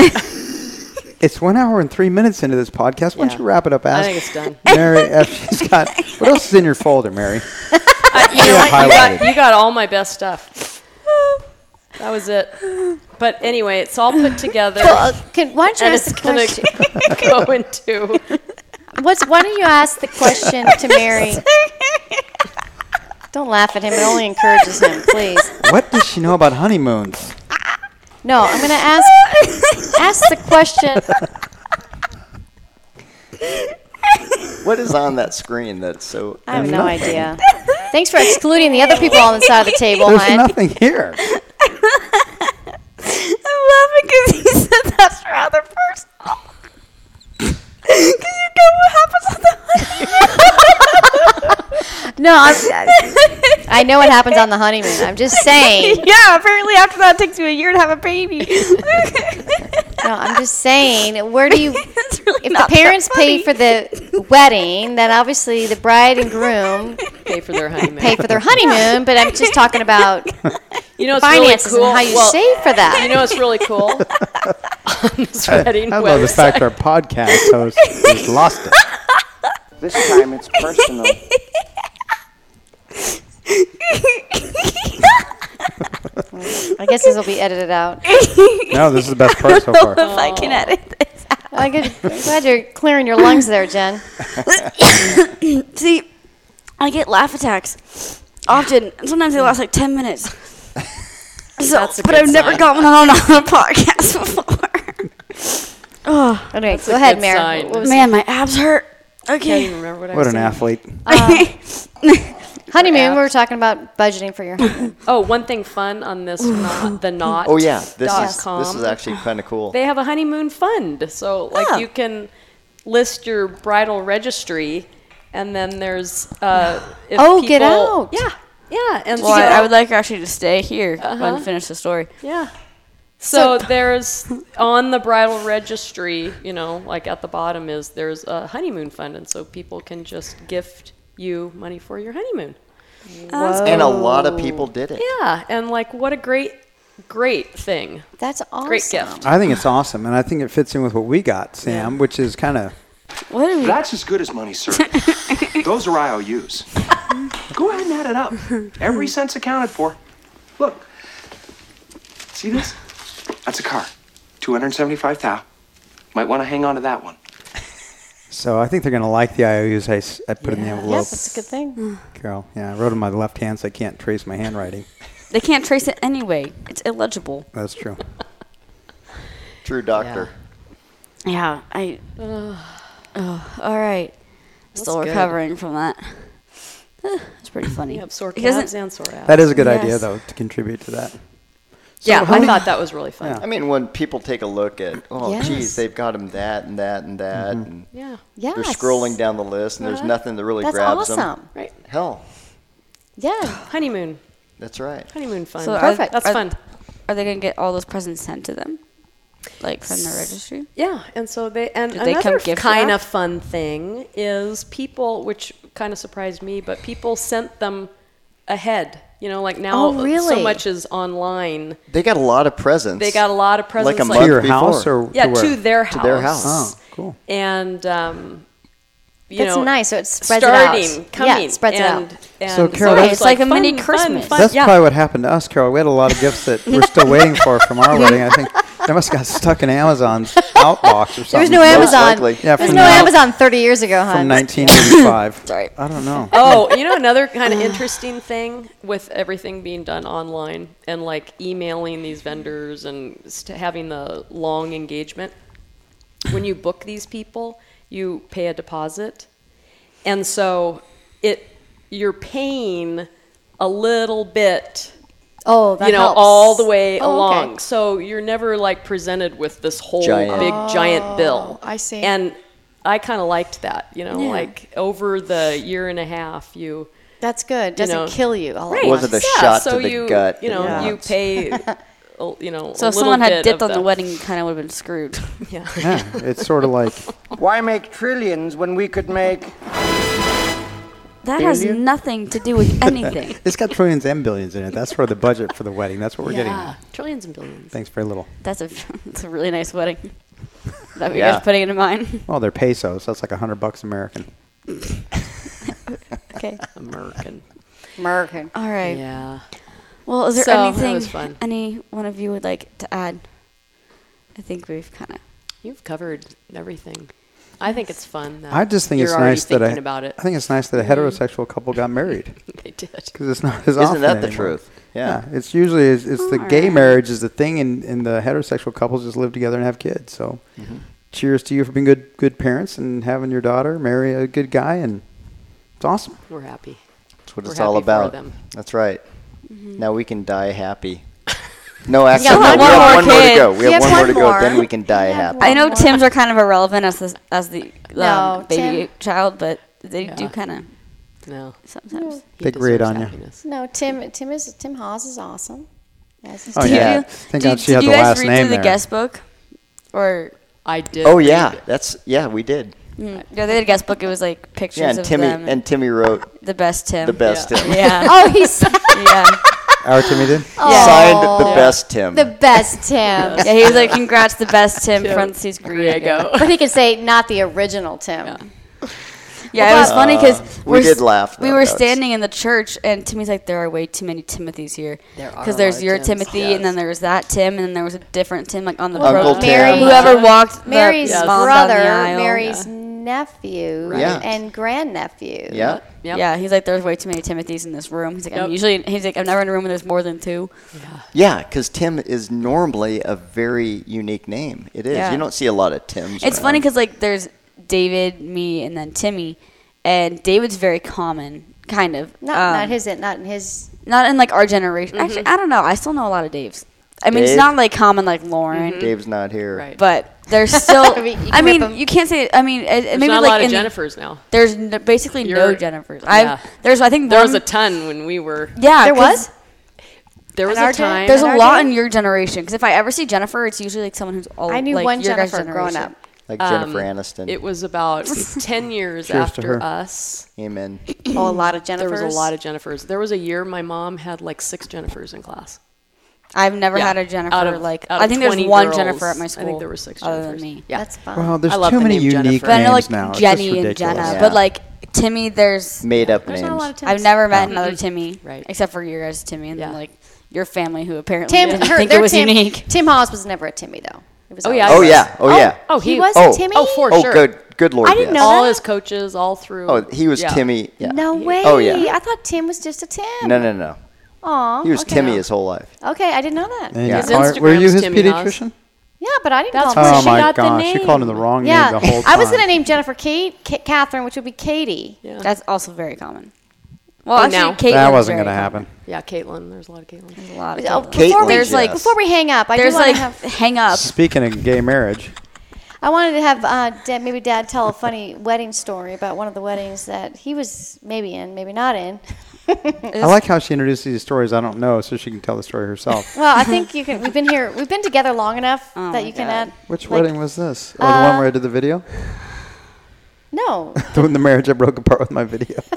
Speaker 4: It's one hour and three minutes into this podcast. Why
Speaker 6: Yeah.
Speaker 4: don't you wrap it up, Ash?
Speaker 6: I think it's done.
Speaker 3: *laughs*
Speaker 4: Mary, uh, she's got. What else is in your folder, Mary?
Speaker 6: I- *laughs* you, know
Speaker 4: Yeah,
Speaker 6: what? You
Speaker 4: highlighted.
Speaker 6: got, you got all my best *laughs* stuff. That was *laughs* it. But anyway, it's all put
Speaker 1: *laughs*
Speaker 6: together.
Speaker 3: Well, uh, can, why don't you
Speaker 6: and
Speaker 3: ask
Speaker 6: it's
Speaker 3: the
Speaker 6: going *laughs*
Speaker 3: question?
Speaker 6: to go into.
Speaker 3: What's, why don't you ask the question
Speaker 1: *laughs*
Speaker 3: to Mary? Don't laugh at him. It only encourages him. Please.
Speaker 4: What does she know about honeymoons?
Speaker 3: No, I'm going to
Speaker 4: *laughs*
Speaker 3: ask ask the question.
Speaker 7: What is on that screen that's
Speaker 3: *laughs*
Speaker 7: so.
Speaker 3: I have no idea. Thanks for excluding the other people on the side of the
Speaker 1: *laughs*
Speaker 3: table,
Speaker 4: There's
Speaker 3: hon.
Speaker 4: nothing
Speaker 3: *laughs*
Speaker 4: here.
Speaker 1: I'm laughing because he said that's rather personal. *laughs* Because you know what happens on the *laughs*
Speaker 4: *laughs*
Speaker 3: No, *laughs* I'm, I know what happens on the honeymoon.
Speaker 1: *laughs*
Speaker 3: I'm just saying.
Speaker 1: yeah, apparently after that it takes you a year to have a baby.
Speaker 3: *laughs* No, I'm just saying. Where do you?
Speaker 1: *laughs* It's really
Speaker 3: If the
Speaker 1: not that
Speaker 3: parents
Speaker 1: funny.
Speaker 3: pay for
Speaker 1: *laughs*
Speaker 3: the wedding, then obviously the bride and groom
Speaker 6: Pay for their honeymoon.
Speaker 3: pay for their honeymoon. But I'm just
Speaker 1: *laughs*
Speaker 3: talking
Speaker 6: *laughs*
Speaker 3: about
Speaker 6: you know, it's
Speaker 3: finances
Speaker 6: really cool.
Speaker 3: and how you
Speaker 6: Well,
Speaker 3: save for that.
Speaker 6: You know, it's really cool.
Speaker 1: *laughs*
Speaker 6: on *laughs* this wedding
Speaker 4: I love the
Speaker 6: website.
Speaker 4: fact our podcast host has lost it.
Speaker 9: This time it's
Speaker 1: *laughs*
Speaker 9: personal.
Speaker 3: *laughs* I guess this will be edited out.
Speaker 1: *laughs*
Speaker 4: No, this is the best part
Speaker 3: *laughs*
Speaker 4: so far.
Speaker 1: if I can edit this.
Speaker 3: Well, I guess- I'm glad you're clearing your lungs there,
Speaker 6: *laughs*
Speaker 3: Jen.
Speaker 1: See, I get laugh attacks often, and sometimes they last like ten *laughs* minutes. So,
Speaker 3: That's a
Speaker 1: but
Speaker 3: good
Speaker 1: I've never
Speaker 3: sign.
Speaker 1: gotten on, on a *laughs* podcast before. oh
Speaker 3: Anyway,
Speaker 6: a
Speaker 3: go ahead,
Speaker 6: good
Speaker 3: Mayor.
Speaker 6: sign.
Speaker 3: What was-
Speaker 1: man, my abs hurt.
Speaker 6: can't
Speaker 1: *laughs*
Speaker 6: even
Speaker 1: Okay.
Speaker 6: remember what I
Speaker 4: What
Speaker 6: was
Speaker 4: an
Speaker 6: saying.
Speaker 4: athlete.
Speaker 1: Uh, *laughs*
Speaker 3: honeymoon, we were talking about budgeting
Speaker 6: *laughs*
Speaker 3: for your honeymoon.
Speaker 6: Oh, one thing fun on this not, the not.
Speaker 7: Oh yeah, this
Speaker 6: dot
Speaker 7: is
Speaker 6: com.
Speaker 7: this is actually kind of cool.
Speaker 6: They have a honeymoon fund, so like
Speaker 1: Oh.
Speaker 6: you can list your bridal registry, and then there's uh, if
Speaker 3: Oh, get
Speaker 6: people-
Speaker 3: out.
Speaker 6: Yeah, yeah, and
Speaker 1: Well,
Speaker 6: so-
Speaker 1: I, I would like her actually to stay here
Speaker 6: Uh-huh.
Speaker 1: and finish the story.
Speaker 6: Yeah. So there's on the bridal registry, you know, like at the bottom is there's a honeymoon fund, and so people can just gift you money for your honeymoon.
Speaker 7: and a lot of
Speaker 3: Oh.
Speaker 7: people did it.
Speaker 6: Yeah, and like what a great, great thing,
Speaker 3: That's awesome.
Speaker 6: great gift.
Speaker 4: I think it's awesome, and I think it fits in with what we got, Sam, which is kind of
Speaker 1: What did we?
Speaker 9: That's as good as money, sir. Those are IOUs. Go ahead and add it up. Every cent's accounted for. Look. See this? That's a car. 275 thou. Might want to hang on to that one.
Speaker 4: so. I think they're going to like the IOUs I, s- I put in the envelope,
Speaker 3: Yes, that's a good thing.
Speaker 4: Carol. Yeah, I wrote in my left hand, so I can't trace my handwriting.
Speaker 1: They can't trace it anyway. It's illegible.
Speaker 4: That's true.
Speaker 7: True doctor.
Speaker 1: Yeah, I. Oh, all right. Still
Speaker 6: good.
Speaker 1: recovering from that. *sighs* It's pretty funny.
Speaker 6: You have sore
Speaker 1: It doesn't-
Speaker 6: calves and sore abs.
Speaker 4: That is a good idea,
Speaker 1: Yes.
Speaker 4: though, to contribute to that.
Speaker 6: yeah, I thought that was really fun.
Speaker 7: I mean, when people take a look at, oh,
Speaker 3: Yes.
Speaker 7: geez, they've got them that and that and that,
Speaker 9: Mm-hmm.
Speaker 7: and
Speaker 6: Yeah.
Speaker 3: Yes.
Speaker 7: they're scrolling down the list, and there's nothing that really
Speaker 3: That's
Speaker 7: grabs
Speaker 3: awesome.
Speaker 7: them.
Speaker 6: Right.
Speaker 7: Hell,
Speaker 3: Yeah.
Speaker 6: Honeymoon.
Speaker 7: that's right.
Speaker 6: Honeymoon fund.
Speaker 1: So are-
Speaker 3: Perfect.
Speaker 6: That's
Speaker 1: are-
Speaker 6: fun.
Speaker 1: Are they gonna get all those presents sent to them, like from the registry?
Speaker 6: Yeah, and so they and
Speaker 1: Did they come
Speaker 6: another
Speaker 1: gift
Speaker 6: kind
Speaker 1: wrap?
Speaker 6: of fun thing is people, which kind of surprised me, but people sent them ahead. You know, like now
Speaker 3: Oh, really?
Speaker 6: so much is online.
Speaker 7: They got a lot of presents.
Speaker 6: They got a lot of
Speaker 7: Like
Speaker 6: presents.
Speaker 7: a month
Speaker 4: to your
Speaker 7: before.
Speaker 4: house or
Speaker 6: yeah,
Speaker 4: to, where?
Speaker 6: to their house.
Speaker 7: To their house.
Speaker 4: Oh, cool.
Speaker 6: And um, you
Speaker 3: That's
Speaker 6: know,
Speaker 3: nice, so it spreads it out.
Speaker 6: starting,
Speaker 3: Yeah,
Speaker 6: coming,
Speaker 3: it spreads it out.
Speaker 6: and, And
Speaker 4: So, Carol,
Speaker 6: it's
Speaker 4: that's-
Speaker 1: It's like a
Speaker 6: fun,
Speaker 1: mini
Speaker 6: fun,
Speaker 1: Christmas.
Speaker 6: fun.
Speaker 4: That's
Speaker 6: yeah.
Speaker 4: probably what happened to us, Carol. We had a lot of gifts that we're still waiting for from our wedding. I think they must have got stuck in Amazon's outbox or something.
Speaker 3: There was no
Speaker 7: Most
Speaker 3: Amazon.
Speaker 7: likely.
Speaker 4: Yeah,
Speaker 3: there was
Speaker 4: from
Speaker 3: no
Speaker 4: now-
Speaker 3: Amazon 30 years ago, hon.
Speaker 4: from 1985.
Speaker 1: Sorry.
Speaker 4: I don't know.
Speaker 6: oh, you know another
Speaker 3: *laughs*
Speaker 6: kind of interesting thing with everything being done online and like emailing these vendors and st- having the long engagement. When you book these people, you pay a deposit, and so it you're paying a little bit
Speaker 3: Oh, that
Speaker 6: you know,
Speaker 3: helps.
Speaker 6: all the way
Speaker 3: Oh, okay.
Speaker 6: along. So you're never like presented with this whole
Speaker 7: Giant.
Speaker 6: big
Speaker 3: Oh,
Speaker 6: giant bill.
Speaker 3: I see.
Speaker 6: And I kind of liked that, you know, like over the year and a half, you
Speaker 3: That's good. Doesn't
Speaker 6: know.
Speaker 3: kill you all at
Speaker 7: Right.
Speaker 3: once.
Speaker 7: Wasn't a
Speaker 6: yeah,
Speaker 7: shot
Speaker 6: so
Speaker 7: to the
Speaker 6: you,
Speaker 7: gut
Speaker 6: You know,
Speaker 7: that you
Speaker 6: you
Speaker 7: want.
Speaker 6: pay, a- you know,
Speaker 1: So
Speaker 6: a
Speaker 1: if someone
Speaker 6: little
Speaker 1: had
Speaker 6: bit
Speaker 1: dipped
Speaker 6: of
Speaker 1: on the wedding, you kind of would have been screwed.
Speaker 6: *laughs*
Speaker 4: Yeah, it's sort of like
Speaker 9: Why make trillions when we could make.
Speaker 1: That has
Speaker 9: Billion?
Speaker 1: nothing to do
Speaker 6: *laughs*
Speaker 1: with anything.
Speaker 4: it's got trillions and billions in it. That's for the budget for the wedding. That's what we're getting.
Speaker 1: Ah.
Speaker 6: Yeah,
Speaker 4: At.
Speaker 6: Ah, trillions and billions.
Speaker 4: Thanks very little.
Speaker 1: That's a *laughs* that's a really nice wedding. *laughs* That we
Speaker 7: Yeah.
Speaker 1: guys putting into
Speaker 6: *laughs*
Speaker 1: mine.
Speaker 4: Well, oh, they're pesos. That's like hundred bucks American.
Speaker 3: Okay.
Speaker 6: American.
Speaker 3: American.
Speaker 1: All right.
Speaker 6: Yeah.
Speaker 1: Well, is there
Speaker 6: So, that
Speaker 1: anything
Speaker 6: was fun.
Speaker 1: any one of you would like to add? I think we've kind of.
Speaker 6: You've covered everything. I think it's fun. That
Speaker 4: I just think
Speaker 6: you're
Speaker 4: it's
Speaker 6: already
Speaker 4: nice that I,
Speaker 6: thinking about it.
Speaker 4: I think it's nice that a
Speaker 1: Mm-hmm.
Speaker 4: heterosexual couple got married
Speaker 6: *laughs* they did.
Speaker 4: because it's not as often.
Speaker 7: Isn't that the
Speaker 4: anymore.
Speaker 7: truth? Yeah.
Speaker 4: it's usually it's, it's the gay
Speaker 1: Alright.
Speaker 4: marriage is the thing, and, and the heterosexual couples just live together and have kids. So,
Speaker 7: Mm-hmm.
Speaker 4: cheers to you for being good good parents and having your daughter marry a good guy, and it's awesome.
Speaker 6: We're happy.
Speaker 7: That's what
Speaker 6: We're
Speaker 7: it's all
Speaker 6: happy for
Speaker 7: about.
Speaker 6: them.
Speaker 7: That's right. Now we can die happy. No, actually,
Speaker 3: got
Speaker 7: no,
Speaker 3: one
Speaker 7: we
Speaker 3: more
Speaker 7: have one more to
Speaker 1: kid.
Speaker 7: go. We
Speaker 3: You
Speaker 7: have
Speaker 3: have
Speaker 7: one more
Speaker 3: one
Speaker 7: to
Speaker 3: more.
Speaker 7: go. Then we can die happy.
Speaker 1: I know Tim's are kind of irrelevant as the, as the um,
Speaker 3: No,
Speaker 1: baby
Speaker 3: Tim-
Speaker 1: child, but they do
Speaker 6: Yeah.
Speaker 1: kind of
Speaker 6: No.
Speaker 1: sometimes.
Speaker 6: He
Speaker 4: They grade
Speaker 6: deserves
Speaker 4: on you.
Speaker 6: happiness.
Speaker 3: No, Tim. Tim is Tim Hawes is awesome. As is
Speaker 4: Oh
Speaker 3: Tim.
Speaker 7: Yeah.
Speaker 1: Did you-
Speaker 4: Thank
Speaker 1: did,
Speaker 4: God she had
Speaker 1: did you
Speaker 4: the
Speaker 1: guys
Speaker 4: last
Speaker 1: read
Speaker 4: name
Speaker 1: through
Speaker 4: there.
Speaker 1: the guest book, or
Speaker 6: I did.
Speaker 7: Oh yeah, that's yeah. We did.
Speaker 1: mm, yeah, they had a guest book. It was like pictures
Speaker 7: Hmm. Yeah, and
Speaker 1: of
Speaker 7: Timmy
Speaker 1: them.
Speaker 7: and Timmy wrote
Speaker 1: the best Tim.
Speaker 7: the best Tim.
Speaker 1: *laughs* Yeah,
Speaker 3: Oh, *laughs* he's
Speaker 1: yeah,
Speaker 4: Our Timmy did.
Speaker 7: Signed the best Tim.
Speaker 3: the best Tim.
Speaker 1: yeah. He was like, "Congrats, the best Tim." Parentheses,
Speaker 6: There you
Speaker 1: Griego.
Speaker 6: go.
Speaker 3: But he could say not the original Tim.
Speaker 1: *laughs* Yeah, it was
Speaker 7: Uh,
Speaker 1: funny because
Speaker 7: we did laugh,
Speaker 1: We
Speaker 7: though,
Speaker 1: were
Speaker 7: that was-
Speaker 1: standing in the church, and Timmy's like, "There are way too many Timothys here."
Speaker 11: There are
Speaker 1: because
Speaker 11: a
Speaker 1: there's
Speaker 11: lot of
Speaker 1: your
Speaker 11: Tims.
Speaker 1: Timothy, and then there was that Tim, and then there was a different Tim, like on the
Speaker 7: Uncle
Speaker 1: pro-
Speaker 7: Tim. Mary-
Speaker 1: whoever walked the
Speaker 3: Mary's
Speaker 1: mom down the
Speaker 3: brother,
Speaker 1: aisle.
Speaker 3: Mary's nephew,
Speaker 7: Right. Yeah.
Speaker 3: and grandnephew.
Speaker 7: Yeah.
Speaker 1: Yeah.
Speaker 6: *laughs* Yep.
Speaker 1: yeah, he's like, "There's way too many Timothys in this room." He's like,
Speaker 6: Yep.
Speaker 1: "I'm usually," he's like, "I'm never in a room when there's more than two.
Speaker 7: Yeah, because Tim is normally a very unique name. It is.
Speaker 1: Yeah.
Speaker 7: You don't see a lot of Tims.
Speaker 1: It's funny
Speaker 7: around.
Speaker 1: because like there's David, me, and then Timmy, and David's very common, kind of.
Speaker 3: Not,
Speaker 1: Um,
Speaker 3: not his, Mm-hmm. not in his.
Speaker 1: not in like our generation. Actually, I don't know. I still know a lot of Daves. I mean, it's
Speaker 7: Dave?
Speaker 1: not like common like Lauren,
Speaker 7: Dave's not here.
Speaker 6: Right.
Speaker 1: but
Speaker 3: *laughs*
Speaker 1: there's still.
Speaker 3: Mm-hmm.
Speaker 1: I
Speaker 3: I mean, you can rip
Speaker 1: mean,
Speaker 3: 'em.
Speaker 1: you can't say. I mean, it,
Speaker 6: There's
Speaker 1: maybe
Speaker 6: not
Speaker 1: like
Speaker 6: a lot
Speaker 1: in
Speaker 6: of Jennifers now.
Speaker 1: there's n- basically no
Speaker 6: You're-
Speaker 1: Jennifers.
Speaker 6: yeah.
Speaker 1: I've there's I think
Speaker 6: There
Speaker 1: one,
Speaker 6: was a ton when we were.
Speaker 1: yeah
Speaker 3: There
Speaker 1: 'cause
Speaker 3: was?
Speaker 6: There was
Speaker 3: In our
Speaker 6: a
Speaker 3: gen-
Speaker 6: time.
Speaker 1: there's
Speaker 3: In
Speaker 1: a
Speaker 3: our
Speaker 1: lot
Speaker 3: gen-
Speaker 1: in your generation because if I ever see Jennifer, it's usually like someone who's old.
Speaker 3: I knew
Speaker 1: like,
Speaker 3: one
Speaker 1: your guys'
Speaker 3: Jennifer growing
Speaker 1: generation.
Speaker 3: up.
Speaker 7: Like
Speaker 6: um,
Speaker 7: Jennifer Aniston.
Speaker 6: It was about
Speaker 1: *laughs*
Speaker 6: 10
Speaker 4: Cheers
Speaker 6: years
Speaker 4: to her.
Speaker 6: after us.
Speaker 7: Amen.
Speaker 3: Oh, a lot of Jennifers.
Speaker 6: There was a lot of Jennifers. There was a year my mom had like six Jennifers in class.
Speaker 1: I've never
Speaker 6: Yeah.
Speaker 1: had a Jennifer
Speaker 6: Out of-
Speaker 1: like.
Speaker 6: out
Speaker 1: I
Speaker 6: of
Speaker 1: think there's
Speaker 6: 20
Speaker 1: one
Speaker 6: girls,
Speaker 1: Jennifer at my
Speaker 6: I think
Speaker 1: school.
Speaker 6: there were six
Speaker 1: other
Speaker 6: Jennifers.
Speaker 1: than me.
Speaker 6: Yeah.
Speaker 3: That's fun.
Speaker 4: Well, there's
Speaker 6: I love
Speaker 4: too
Speaker 6: the
Speaker 4: many
Speaker 6: name
Speaker 4: unique
Speaker 6: Jennifer.
Speaker 1: But I know like
Speaker 4: names now. It's just
Speaker 1: Jenny and Jenna,
Speaker 4: ridiculous.
Speaker 1: but
Speaker 7: Yeah.
Speaker 1: like Timmy, there's
Speaker 7: Made up
Speaker 3: There's
Speaker 7: names.
Speaker 3: not a lot of Tims.
Speaker 1: I've never met another Timmy,
Speaker 6: *laughs* Right.
Speaker 1: Except for your guys, Timmy, and then
Speaker 6: Yeah.
Speaker 1: like your family, who apparently
Speaker 3: Tim,
Speaker 1: didn't
Speaker 3: her,
Speaker 1: think
Speaker 3: their
Speaker 1: it was
Speaker 3: Tim,
Speaker 1: unique.
Speaker 3: Tim Hawes was never a Timmy though. It was
Speaker 6: Oh,
Speaker 3: always-
Speaker 6: yeah.
Speaker 7: Oh
Speaker 6: was.
Speaker 7: yeah. Oh yeah.
Speaker 6: oh,
Speaker 3: he
Speaker 6: he-
Speaker 3: was
Speaker 7: Oh,
Speaker 3: a Timmy.
Speaker 6: oh, for
Speaker 7: Oh
Speaker 6: sure.
Speaker 7: good. Good lord.
Speaker 3: I didn't
Speaker 7: yes.
Speaker 3: know
Speaker 6: all
Speaker 3: that?
Speaker 6: his coaches, all through.
Speaker 7: Oh, he was
Speaker 6: Yeah.
Speaker 7: Timmy. Yeah.
Speaker 3: No way.
Speaker 7: Oh yeah.
Speaker 3: I thought Tim was just a Tim.
Speaker 7: No no no.
Speaker 3: Aw,
Speaker 7: He was
Speaker 3: okay.
Speaker 7: Timmy his whole life.
Speaker 3: Okay, I didn't know that.
Speaker 4: And
Speaker 7: Yeah.
Speaker 4: you-
Speaker 7: His
Speaker 4: are- were you
Speaker 6: Instagram's
Speaker 4: his
Speaker 6: Timmy Nas.
Speaker 4: pediatrician?
Speaker 3: Yeah, but I didn't
Speaker 6: That's
Speaker 3: call
Speaker 6: where
Speaker 3: him.
Speaker 4: Oh
Speaker 6: she
Speaker 4: my
Speaker 6: got the
Speaker 4: gosh, you called him the
Speaker 6: name.
Speaker 4: wrong
Speaker 3: yeah,
Speaker 4: name the whole time.
Speaker 3: *laughs* I was gonna name Jennifer Kate, Ka- Catherine, which would be Katie.
Speaker 6: Yeah.
Speaker 1: That's also very common. Well,
Speaker 6: Hey,
Speaker 1: actually,
Speaker 6: now.
Speaker 1: Caitlin's
Speaker 4: That wasn't
Speaker 1: very
Speaker 4: gonna happen.
Speaker 1: common.
Speaker 6: yeah, Caitlin. There's a lot of Caitlin.
Speaker 1: There's a lot of
Speaker 3: Oh,
Speaker 1: Caitlins.
Speaker 3: before we,
Speaker 1: There's, like-
Speaker 3: before we hang up, I do
Speaker 1: There's
Speaker 3: want
Speaker 1: like
Speaker 3: to have.
Speaker 1: hang up.
Speaker 4: Speaking of gay marriage,
Speaker 3: I wanted to have uh, dad, maybe Dad tell a funny *laughs* wedding story about one of the weddings that he was maybe in, maybe not in. *laughs*
Speaker 4: I like how she introduced these stories I don't know, so she can tell the story
Speaker 3: *laughs*
Speaker 4: herself.
Speaker 3: Well, I think you can. We've been here. We've been together long enough
Speaker 1: Oh
Speaker 3: that
Speaker 1: my
Speaker 3: you can
Speaker 1: God.
Speaker 3: add.
Speaker 4: Which
Speaker 3: like-
Speaker 4: wedding was this? Oh, the one where I
Speaker 3: Uh,
Speaker 4: did the video?
Speaker 3: No.
Speaker 4: *laughs* the, the marriage I broke apart with my video. *laughs*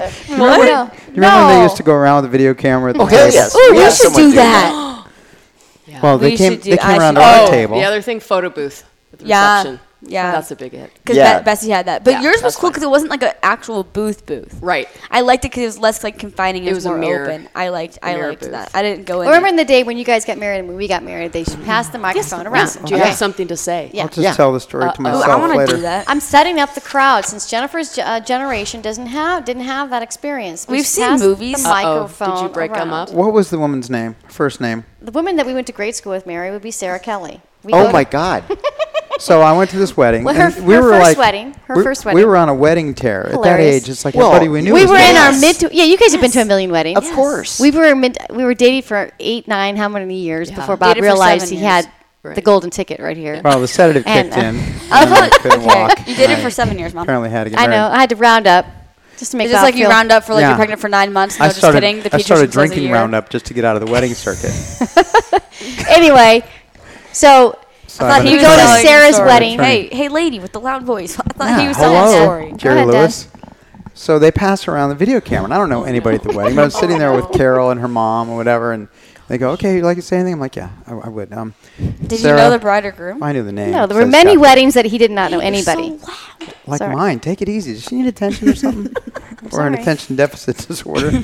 Speaker 3: What? *laughs* No.
Speaker 4: Do you remember when they used to go around with the video camera? At the
Speaker 7: Oh, hell
Speaker 4: table?
Speaker 7: yes.
Speaker 1: Ooh,
Speaker 7: We
Speaker 1: we
Speaker 7: had
Speaker 1: should
Speaker 7: someone
Speaker 1: do
Speaker 7: do
Speaker 1: that.
Speaker 4: Well,
Speaker 1: We
Speaker 4: they came.
Speaker 1: should do-
Speaker 4: They
Speaker 1: I
Speaker 4: came around
Speaker 1: should-
Speaker 4: our
Speaker 1: Oh,
Speaker 4: table.
Speaker 6: The other thing, photo booth. At the
Speaker 1: Yeah,
Speaker 6: Reception.
Speaker 1: yeah.
Speaker 6: Oh, That's a big hit.
Speaker 1: Because
Speaker 7: Yeah.
Speaker 1: Bessie had that, but
Speaker 6: Yeah,
Speaker 1: yours was
Speaker 6: that's
Speaker 1: cool
Speaker 6: fine.
Speaker 1: because it wasn't like an actual booth booth.
Speaker 6: Right.
Speaker 1: I liked it because it was less like confining. and
Speaker 6: It
Speaker 1: It was,
Speaker 6: was a
Speaker 1: more
Speaker 6: mirror-
Speaker 1: open. I liked. I
Speaker 6: mirror
Speaker 1: liked
Speaker 6: booth.
Speaker 1: that. I didn't go in.
Speaker 3: Remember in the day when you guys got married and when we got married, they should pass the microphone around.
Speaker 6: Do you
Speaker 3: Okay.
Speaker 6: have something to say?
Speaker 3: Yeah.
Speaker 4: I'll just
Speaker 7: Yeah.
Speaker 4: tell the story to
Speaker 6: Uh-oh. Ooh, I
Speaker 1: Ooh, I
Speaker 4: myself
Speaker 1: want to
Speaker 4: later.
Speaker 1: do that.
Speaker 3: I'm setting up the crowd since Jennifer's ge- uh, generation doesn't have didn't have that experience. We
Speaker 1: We've
Speaker 3: should
Speaker 1: seen
Speaker 3: pass
Speaker 1: movies.
Speaker 3: The
Speaker 6: Uh-oh.
Speaker 3: microphone.
Speaker 6: Did you break them
Speaker 3: around.
Speaker 6: up?
Speaker 4: What was the woman's name? First name.
Speaker 3: The woman that we went to grade school with, Mary, would be Sarah Kelly. We go
Speaker 7: Oh
Speaker 3: to-
Speaker 7: my
Speaker 3: *laughs*
Speaker 7: God.
Speaker 4: So I went to this wedding.
Speaker 3: Well, her-
Speaker 4: and we
Speaker 3: her
Speaker 4: were
Speaker 3: first
Speaker 4: like,
Speaker 3: wedding. Her
Speaker 4: we-
Speaker 3: first
Speaker 4: We
Speaker 3: wedding.
Speaker 4: were on a wedding tear at
Speaker 3: Hilarious.
Speaker 4: that age. It's like
Speaker 7: Well,
Speaker 4: everybody we knew.
Speaker 3: We
Speaker 4: was
Speaker 3: were in
Speaker 4: gay.
Speaker 3: our
Speaker 7: Yes.
Speaker 3: mid to yeah. You guys have been to a million weddings.
Speaker 7: Of course.
Speaker 3: We were in mid. We were dating for eight, nine, how many years before Bob
Speaker 1: Dated for
Speaker 3: realized
Speaker 1: seven
Speaker 3: he
Speaker 1: years.
Speaker 3: had the
Speaker 6: Right.
Speaker 3: golden ticket right here.
Speaker 4: Well, the
Speaker 1: *laughs*
Speaker 4: sedative
Speaker 3: And,
Speaker 4: kicked
Speaker 3: uh,
Speaker 4: in. and I couldn't walk.
Speaker 1: Oh, You did it
Speaker 4: I
Speaker 1: for seven years, mom.
Speaker 4: Apparently had to get
Speaker 3: I
Speaker 4: married.
Speaker 3: know. I had to round up just to make.
Speaker 1: It's just
Speaker 3: Bob
Speaker 1: like you
Speaker 3: feel-
Speaker 1: round up for like
Speaker 4: Yeah.
Speaker 1: you're pregnant for nine months. No,
Speaker 4: I
Speaker 1: just
Speaker 4: started,
Speaker 1: kidding. The
Speaker 4: I started
Speaker 1: pediatrician says a
Speaker 4: drinking
Speaker 1: year.
Speaker 4: Roundup just to get out of the wedding circuit.
Speaker 3: *laughs* Anyway, so
Speaker 4: So
Speaker 1: I thought
Speaker 4: I've
Speaker 1: he
Speaker 4: been
Speaker 1: was
Speaker 3: go to
Speaker 1: telling
Speaker 4: trying-
Speaker 1: the
Speaker 3: Sarah's
Speaker 1: story.
Speaker 3: wedding.
Speaker 1: Hey, hey, lady with the loud voice. I thought he was telling the
Speaker 4: Hello,
Speaker 1: story.
Speaker 4: Jerry
Speaker 3: Go ahead,
Speaker 4: Lewis. So they pass around the video camera, and I don't know anybody at the wedding, but I'm sitting there with Carol and her mom or whatever, and they go, "Okay, you like to say anything?" I'm like, "Yeah, I, I would." Um,
Speaker 1: Did you know
Speaker 4: Sarah-
Speaker 1: the bride or groom?
Speaker 4: I knew the name.
Speaker 3: No, there
Speaker 4: so
Speaker 3: were
Speaker 4: it's
Speaker 3: many
Speaker 4: got-
Speaker 3: weddings that he did not know anybody.
Speaker 4: like
Speaker 3: Sorry.
Speaker 4: mine. Take it easy. Does she need attention or
Speaker 6: *laughs*
Speaker 4: something? or an
Speaker 3: sorry.
Speaker 4: attention deficit *laughs* disorder?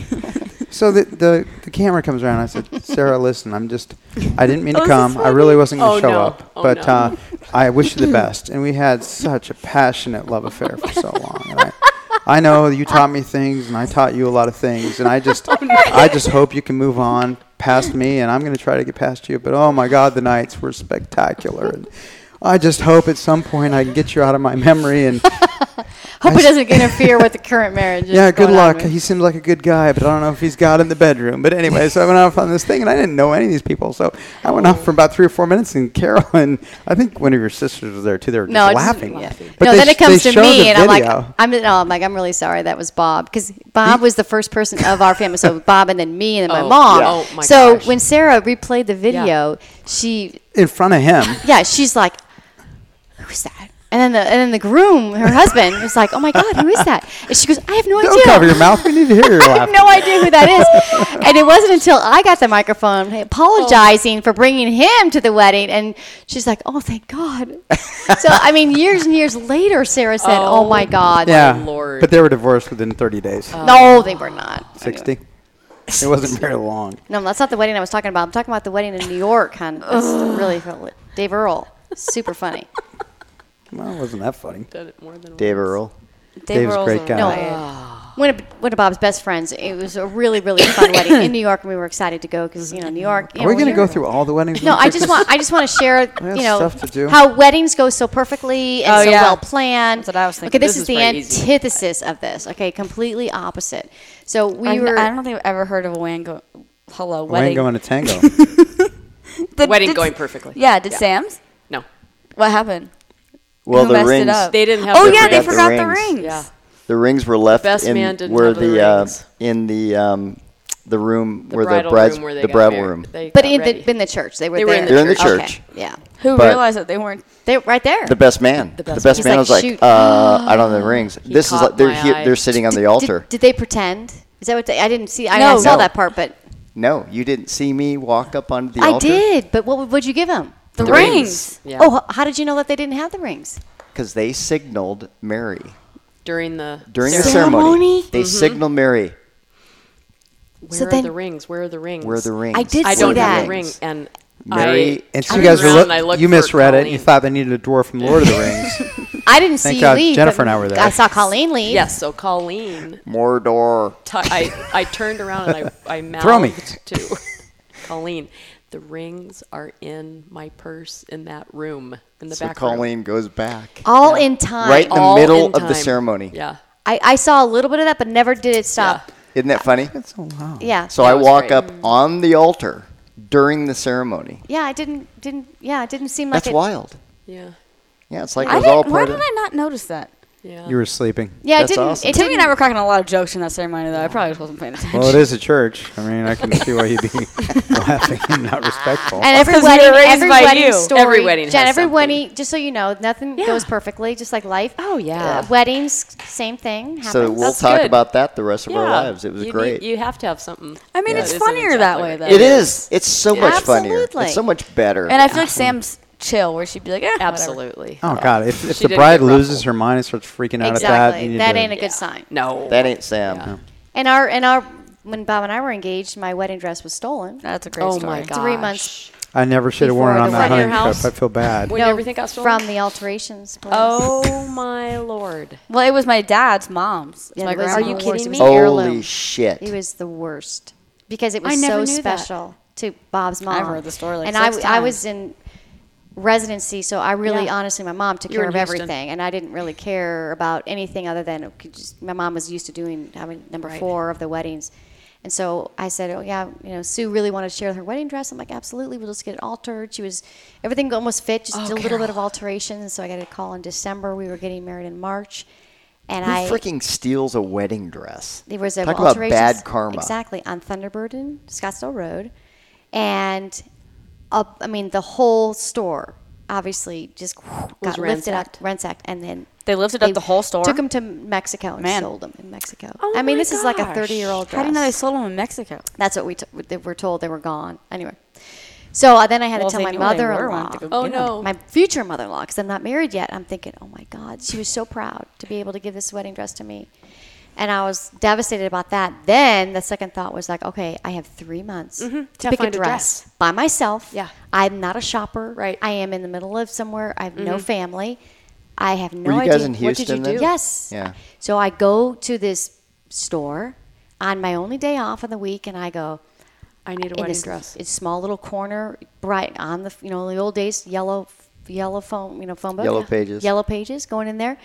Speaker 4: so the, the the camera comes around. I said, Sarah, listen, I'm just, I didn't mean to
Speaker 6: Oh, this is
Speaker 4: come. I
Speaker 6: funny.
Speaker 4: really wasn't going to
Speaker 6: Oh,
Speaker 4: show
Speaker 6: no.
Speaker 4: up,
Speaker 6: Oh,
Speaker 4: but
Speaker 6: no.
Speaker 4: uh, I wish you the best. And we had such a passionate love affair for so long. and I, I know you taught me things, and I taught you a lot of things, and I
Speaker 6: *laughs*
Speaker 4: just,
Speaker 6: Oh,
Speaker 4: I just hope you can move on past me, and I'm going to try to get past you. But oh my God, the nights were spectacular. And, I just hope at some point I can get you out of my memory and
Speaker 3: Hope
Speaker 4: I
Speaker 3: it
Speaker 4: s-
Speaker 3: doesn't interfere with the current
Speaker 4: *laughs*
Speaker 3: marriage.
Speaker 4: yeah, good luck. He seems like a good guy, but I don't know if he's got in the bedroom. But anyway, so I went off on this thing, and I didn't know any of these people. So I went off for about three or four minutes, and Carol and I think one of your sisters was there too. They were just
Speaker 3: No, it's-
Speaker 4: laughing.
Speaker 3: yeah.
Speaker 4: But
Speaker 3: no,
Speaker 4: they
Speaker 3: then
Speaker 4: sh-
Speaker 3: it comes
Speaker 4: they
Speaker 3: to
Speaker 4: showed
Speaker 3: me,
Speaker 4: the
Speaker 3: and I'm like,
Speaker 4: video.
Speaker 3: I'm, no, I'm like, I'm really sorry. That was Bob because Bob was the first person of our family.
Speaker 4: *laughs*
Speaker 3: So Bob, and then me, and then my
Speaker 6: Oh,
Speaker 3: mom.
Speaker 6: yeah. Oh, my
Speaker 3: so
Speaker 6: gosh.
Speaker 3: when Sarah replayed the video, she,
Speaker 4: in front of him.
Speaker 3: yeah, she's like, who's that? And And then the and then the groom, her husband, was like, "Oh my God, who is that?" And she goes, "I have no
Speaker 4: Don't
Speaker 3: idea."
Speaker 4: cover your mouth. We need to hear *laughs* your
Speaker 3: *laughs* I
Speaker 4: laugh.
Speaker 3: have no idea who that
Speaker 4: *laughs*
Speaker 3: is. and it wasn't until I got the microphone
Speaker 4: Oh.
Speaker 3: apologizing for bringing him to the wedding, and she's like, "Oh, thank God." so I mean, years and years later, Sarah said, "Oh,
Speaker 6: Oh.
Speaker 3: my Oh, God."
Speaker 4: yeah,
Speaker 6: Lord.
Speaker 4: but they were divorced within 30 days.
Speaker 3: No, they were not.
Speaker 4: 60. It wasn't very long.
Speaker 3: No, that's not the wedding I was talking about. I'm talking about the wedding in New York, hon. That's really funny. Dave Earl, super
Speaker 4: *laughs*
Speaker 3: funny.
Speaker 4: Well, it wasn't that funny.
Speaker 6: Done it more than
Speaker 7: Dave Earl.
Speaker 4: Dave's a great guy.
Speaker 3: No. One of, one of Bob's best friends. It was a really, really fun wedding in New York, and we were excited to go because you know New York. you
Speaker 4: Are we
Speaker 3: know,
Speaker 4: going to
Speaker 3: you're-
Speaker 4: go through all the weddings?
Speaker 3: No,
Speaker 4: on
Speaker 3: I just
Speaker 4: Christmas?
Speaker 3: want I just want to
Speaker 4: *laughs*
Speaker 3: share
Speaker 4: have
Speaker 3: you know
Speaker 4: stuff to do.
Speaker 3: how weddings go so perfectly and
Speaker 1: Oh,
Speaker 3: so
Speaker 1: yeah.
Speaker 3: well planned.
Speaker 1: That's what I was
Speaker 3: Okay,
Speaker 1: thinking.
Speaker 3: this, is,
Speaker 6: This is
Speaker 3: the
Speaker 6: pretty easy.
Speaker 3: antithesis of this. Okay, completely opposite. So we
Speaker 1: I,
Speaker 3: were
Speaker 1: I don't think I've ever heard of a Wango. Hello,
Speaker 4: We ain't
Speaker 1: wedding.
Speaker 4: going to
Speaker 3: *laughs*
Speaker 4: tango.
Speaker 1: Did-
Speaker 6: Wedding
Speaker 1: did-
Speaker 6: going perfectly.
Speaker 1: Yeah. Did Sam's?
Speaker 6: No.
Speaker 1: What happened?
Speaker 7: Well,
Speaker 1: Who
Speaker 7: the
Speaker 1: messed it
Speaker 7: rings.
Speaker 1: up?
Speaker 6: They didn't have
Speaker 1: Oh
Speaker 6: the
Speaker 1: yeah, they
Speaker 6: rings.
Speaker 1: forgot the
Speaker 7: Rings.
Speaker 1: rings.
Speaker 6: Yeah.
Speaker 7: The rings were left
Speaker 6: best
Speaker 7: in
Speaker 6: man didn't
Speaker 7: where
Speaker 6: have the
Speaker 7: the, uh,
Speaker 6: rings.
Speaker 7: in the um, the room where the
Speaker 6: bridal
Speaker 7: bride's
Speaker 6: room where they
Speaker 7: the
Speaker 6: got
Speaker 7: bridal
Speaker 6: married.
Speaker 7: room.
Speaker 6: They
Speaker 3: but
Speaker 6: got
Speaker 3: in
Speaker 6: ready.
Speaker 3: the in the church. They were
Speaker 6: They were
Speaker 3: there.
Speaker 6: in the
Speaker 7: They're in the
Speaker 3: Okay,
Speaker 7: church.
Speaker 3: Yeah.
Speaker 1: Who
Speaker 7: But-
Speaker 1: realized that they weren't?
Speaker 3: They right there.
Speaker 7: The best man. The best,
Speaker 6: best man.
Speaker 7: man
Speaker 3: He's
Speaker 7: was
Speaker 3: like,
Speaker 7: like,
Speaker 3: "Shoot."
Speaker 7: uh, I don't know the rings. this is
Speaker 6: caught
Speaker 7: like they're
Speaker 6: my
Speaker 7: here,
Speaker 6: eye.
Speaker 7: they're sitting on the altar.
Speaker 3: Did, did they pretend? Is that what they, I didn't see? I, I
Speaker 1: No.
Speaker 3: saw
Speaker 7: No.
Speaker 3: that part, but
Speaker 7: no, you didn't see me walk up onto the
Speaker 3: I
Speaker 7: altar.
Speaker 3: did. But what would you give them?
Speaker 1: The,
Speaker 6: The
Speaker 1: rings.
Speaker 6: rings. Yeah.
Speaker 3: Oh, h- how did you know that they didn't have the rings?
Speaker 7: because they signaled Mary
Speaker 6: during the
Speaker 7: during the
Speaker 6: ceremony.
Speaker 7: ceremony.
Speaker 3: Ceremony?
Speaker 7: They signaled Mary.
Speaker 6: Where
Speaker 3: So
Speaker 6: are
Speaker 3: then-
Speaker 6: the rings? Where are the rings?
Speaker 7: Where are the rings?
Speaker 3: I did
Speaker 6: I
Speaker 3: see
Speaker 6: don't
Speaker 3: that.
Speaker 6: have the ring, and
Speaker 7: Mary-
Speaker 6: I
Speaker 4: And so
Speaker 6: I
Speaker 4: you guys
Speaker 6: turned
Speaker 4: were
Speaker 6: around and I
Speaker 4: look,
Speaker 6: looked
Speaker 4: you
Speaker 6: for
Speaker 4: misread it. and You
Speaker 6: Colleen.
Speaker 4: thought they needed a dwarf from Lord of the Rings.
Speaker 3: I didn't
Speaker 4: Thank
Speaker 3: see
Speaker 4: God
Speaker 3: you leave.
Speaker 4: Jennifer
Speaker 3: but
Speaker 4: and I were there.
Speaker 3: I saw Colleen leave.
Speaker 6: Yes, so Colleen,
Speaker 7: Mordor.
Speaker 6: t- I, I turned around and I, I mouthed
Speaker 4: Throw me.
Speaker 6: to *laughs* Colleen, the rings are in my purse in that room in the
Speaker 7: So
Speaker 6: back room.
Speaker 7: Colleen goes back
Speaker 3: All in time.
Speaker 7: right in the
Speaker 6: All
Speaker 7: middle
Speaker 6: in
Speaker 7: of the
Speaker 6: time.
Speaker 7: ceremony.
Speaker 6: Yeah.
Speaker 3: I, I saw a little bit of that, but never did it stop.
Speaker 7: Isn't that funny?
Speaker 4: That's a wow.
Speaker 3: Yeah.
Speaker 7: So
Speaker 6: That
Speaker 7: I
Speaker 6: was
Speaker 7: walk
Speaker 6: great.
Speaker 7: up on the altar during the ceremony.
Speaker 3: yeah, I didn't didn't yeah, it didn't seem like
Speaker 7: That's
Speaker 3: it.
Speaker 7: wild.
Speaker 6: Yeah.
Speaker 7: Yeah, it's like it
Speaker 1: I
Speaker 7: was all
Speaker 1: didn't, why
Speaker 7: part
Speaker 1: did
Speaker 7: of.
Speaker 1: I not notice that?
Speaker 6: Yeah.
Speaker 4: You were sleeping.
Speaker 3: Yeah,
Speaker 7: That's
Speaker 3: it didn't.
Speaker 7: awesome.
Speaker 3: It
Speaker 1: Timmy
Speaker 3: didn't.
Speaker 1: and I were cracking a lot of jokes in that ceremony, though. I probably just wasn't paying attention.
Speaker 4: Well, it is a church. I mean, I can see why you'd be laughing and not respectful.
Speaker 3: and every
Speaker 1: 'Cause we were
Speaker 3: wedding,
Speaker 1: raised
Speaker 3: every
Speaker 1: by
Speaker 3: wedding
Speaker 1: you.
Speaker 3: story,
Speaker 6: Every wedding
Speaker 3: Jen,
Speaker 6: has
Speaker 3: every
Speaker 6: something.
Speaker 3: wedding. Just so you know, nothing
Speaker 6: Yeah.
Speaker 3: goes perfectly, just like life.
Speaker 6: Oh, yeah.
Speaker 3: weddings, same thing. Happens.
Speaker 7: So we'll
Speaker 6: That's
Speaker 7: talk
Speaker 6: good.
Speaker 7: about that the rest of our
Speaker 6: Yeah.
Speaker 7: lives. It was
Speaker 6: You
Speaker 7: great.
Speaker 6: need- you have to have something.
Speaker 1: I mean,
Speaker 6: that
Speaker 1: it's
Speaker 6: isn't
Speaker 1: funnier
Speaker 6: exactly
Speaker 1: that way,
Speaker 6: right.
Speaker 1: though.
Speaker 7: it is. It's so much funnier.
Speaker 3: Absolutely.
Speaker 7: It's so much better.
Speaker 1: And I feel like Sam's chill, where she'd be like, eh, whatever.
Speaker 6: Absolutely.
Speaker 4: oh, God. If, if
Speaker 6: She
Speaker 4: the
Speaker 6: didn't
Speaker 4: bride
Speaker 6: get ruffled.
Speaker 4: loses her mind and starts freaking out at that,
Speaker 3: exactly.
Speaker 4: you need
Speaker 3: That
Speaker 4: to-
Speaker 3: ain't a good sign.
Speaker 6: No.
Speaker 7: that ain't Sam.
Speaker 3: And our and our when Bob and I were engaged, my wedding dress was stolen.
Speaker 1: That's a great
Speaker 6: Oh,
Speaker 1: story.
Speaker 6: my God.
Speaker 3: Three months.
Speaker 4: I never should have
Speaker 3: Before
Speaker 4: worn it
Speaker 3: the
Speaker 4: on that
Speaker 3: wedding.
Speaker 4: hunting
Speaker 6: Your house?
Speaker 4: trip. I feel bad.
Speaker 6: When everything got stolen?
Speaker 3: from the alterations. Place.
Speaker 6: Oh, my Lord.
Speaker 1: Well, it was my dad's mom's.
Speaker 3: Yeah,
Speaker 1: my
Speaker 3: it was
Speaker 1: grandma's.
Speaker 3: the
Speaker 6: Are you
Speaker 3: worst.
Speaker 6: kidding
Speaker 3: It was
Speaker 6: me?
Speaker 3: an
Speaker 7: Holy
Speaker 3: heirloom.
Speaker 7: shit!
Speaker 3: It was the worst because it was
Speaker 1: I never
Speaker 3: so
Speaker 1: knew that.
Speaker 3: special to Bob's mom.
Speaker 1: heard the story like
Speaker 3: and
Speaker 1: six
Speaker 3: I, I
Speaker 1: times.
Speaker 3: was in residency, so I really,
Speaker 6: Yeah.
Speaker 3: honestly, my mom took
Speaker 6: You were
Speaker 3: care of
Speaker 6: in Houston.
Speaker 3: everything, and I didn't really care about anything other than it could just, my mom was used to doing having number
Speaker 6: Right.
Speaker 3: four of the weddings. And so I said, "Oh yeah, you know, Sue really wanted to share her wedding dress." I'm like, "Absolutely, we'll just get it altered." She was everything almost fit, just a little bit of alterations. And so I got a call in December. We were getting married in March, and
Speaker 7: Who
Speaker 3: I
Speaker 7: freaking steals a wedding dress?
Speaker 3: there was a
Speaker 7: Talk about
Speaker 3: alterations-
Speaker 7: bad karma.
Speaker 3: Exactly on Thunderbird and Scottsdale Road, and up. I mean, the whole store obviously just got lifted up, ransacked, and then
Speaker 1: They lifted up the whole store?
Speaker 3: Took them to Mexico and
Speaker 1: Man. Oh
Speaker 3: sold them in Mexico. I mean, this is like a thirty-year-old dress.
Speaker 1: How do you know they sold them in Mexico?
Speaker 3: That's what we t- they were told they were gone. Anyway, so uh, then I had
Speaker 1: Well,
Speaker 3: to
Speaker 1: if
Speaker 3: tell
Speaker 1: they
Speaker 3: my
Speaker 1: knew where they were, why
Speaker 3: mother-in-law
Speaker 1: don't they go
Speaker 6: Oh,
Speaker 1: get 'em?
Speaker 6: no.
Speaker 3: my future mother-in-law because I'm not married yet. I'm thinking, oh my God, she was so proud to be able to give this wedding dress to me, and I was devastated about that. Then the second thought was like, okay, I have three months to
Speaker 6: Mm-hmm. To
Speaker 3: pick a
Speaker 6: find a
Speaker 3: dress,
Speaker 6: dress.
Speaker 3: by myself.
Speaker 6: Yeah.
Speaker 3: I'm not a shopper.
Speaker 6: Right. Mm-hmm.
Speaker 3: I am in the middle of somewhere. I have no family. I have no
Speaker 7: Were you
Speaker 3: idea.
Speaker 7: guys in
Speaker 3: what did you
Speaker 7: Houston then?
Speaker 3: do? Yes.
Speaker 7: Yeah.
Speaker 3: So I go to this store on my only day off of the week, and I go
Speaker 6: I need
Speaker 3: in
Speaker 6: a wedding
Speaker 3: this
Speaker 6: dress.
Speaker 3: It's small little corner, bright on the you know in the old days yellow yellow phone you know phone book
Speaker 7: Yellow pages.
Speaker 3: yellow pages going in there,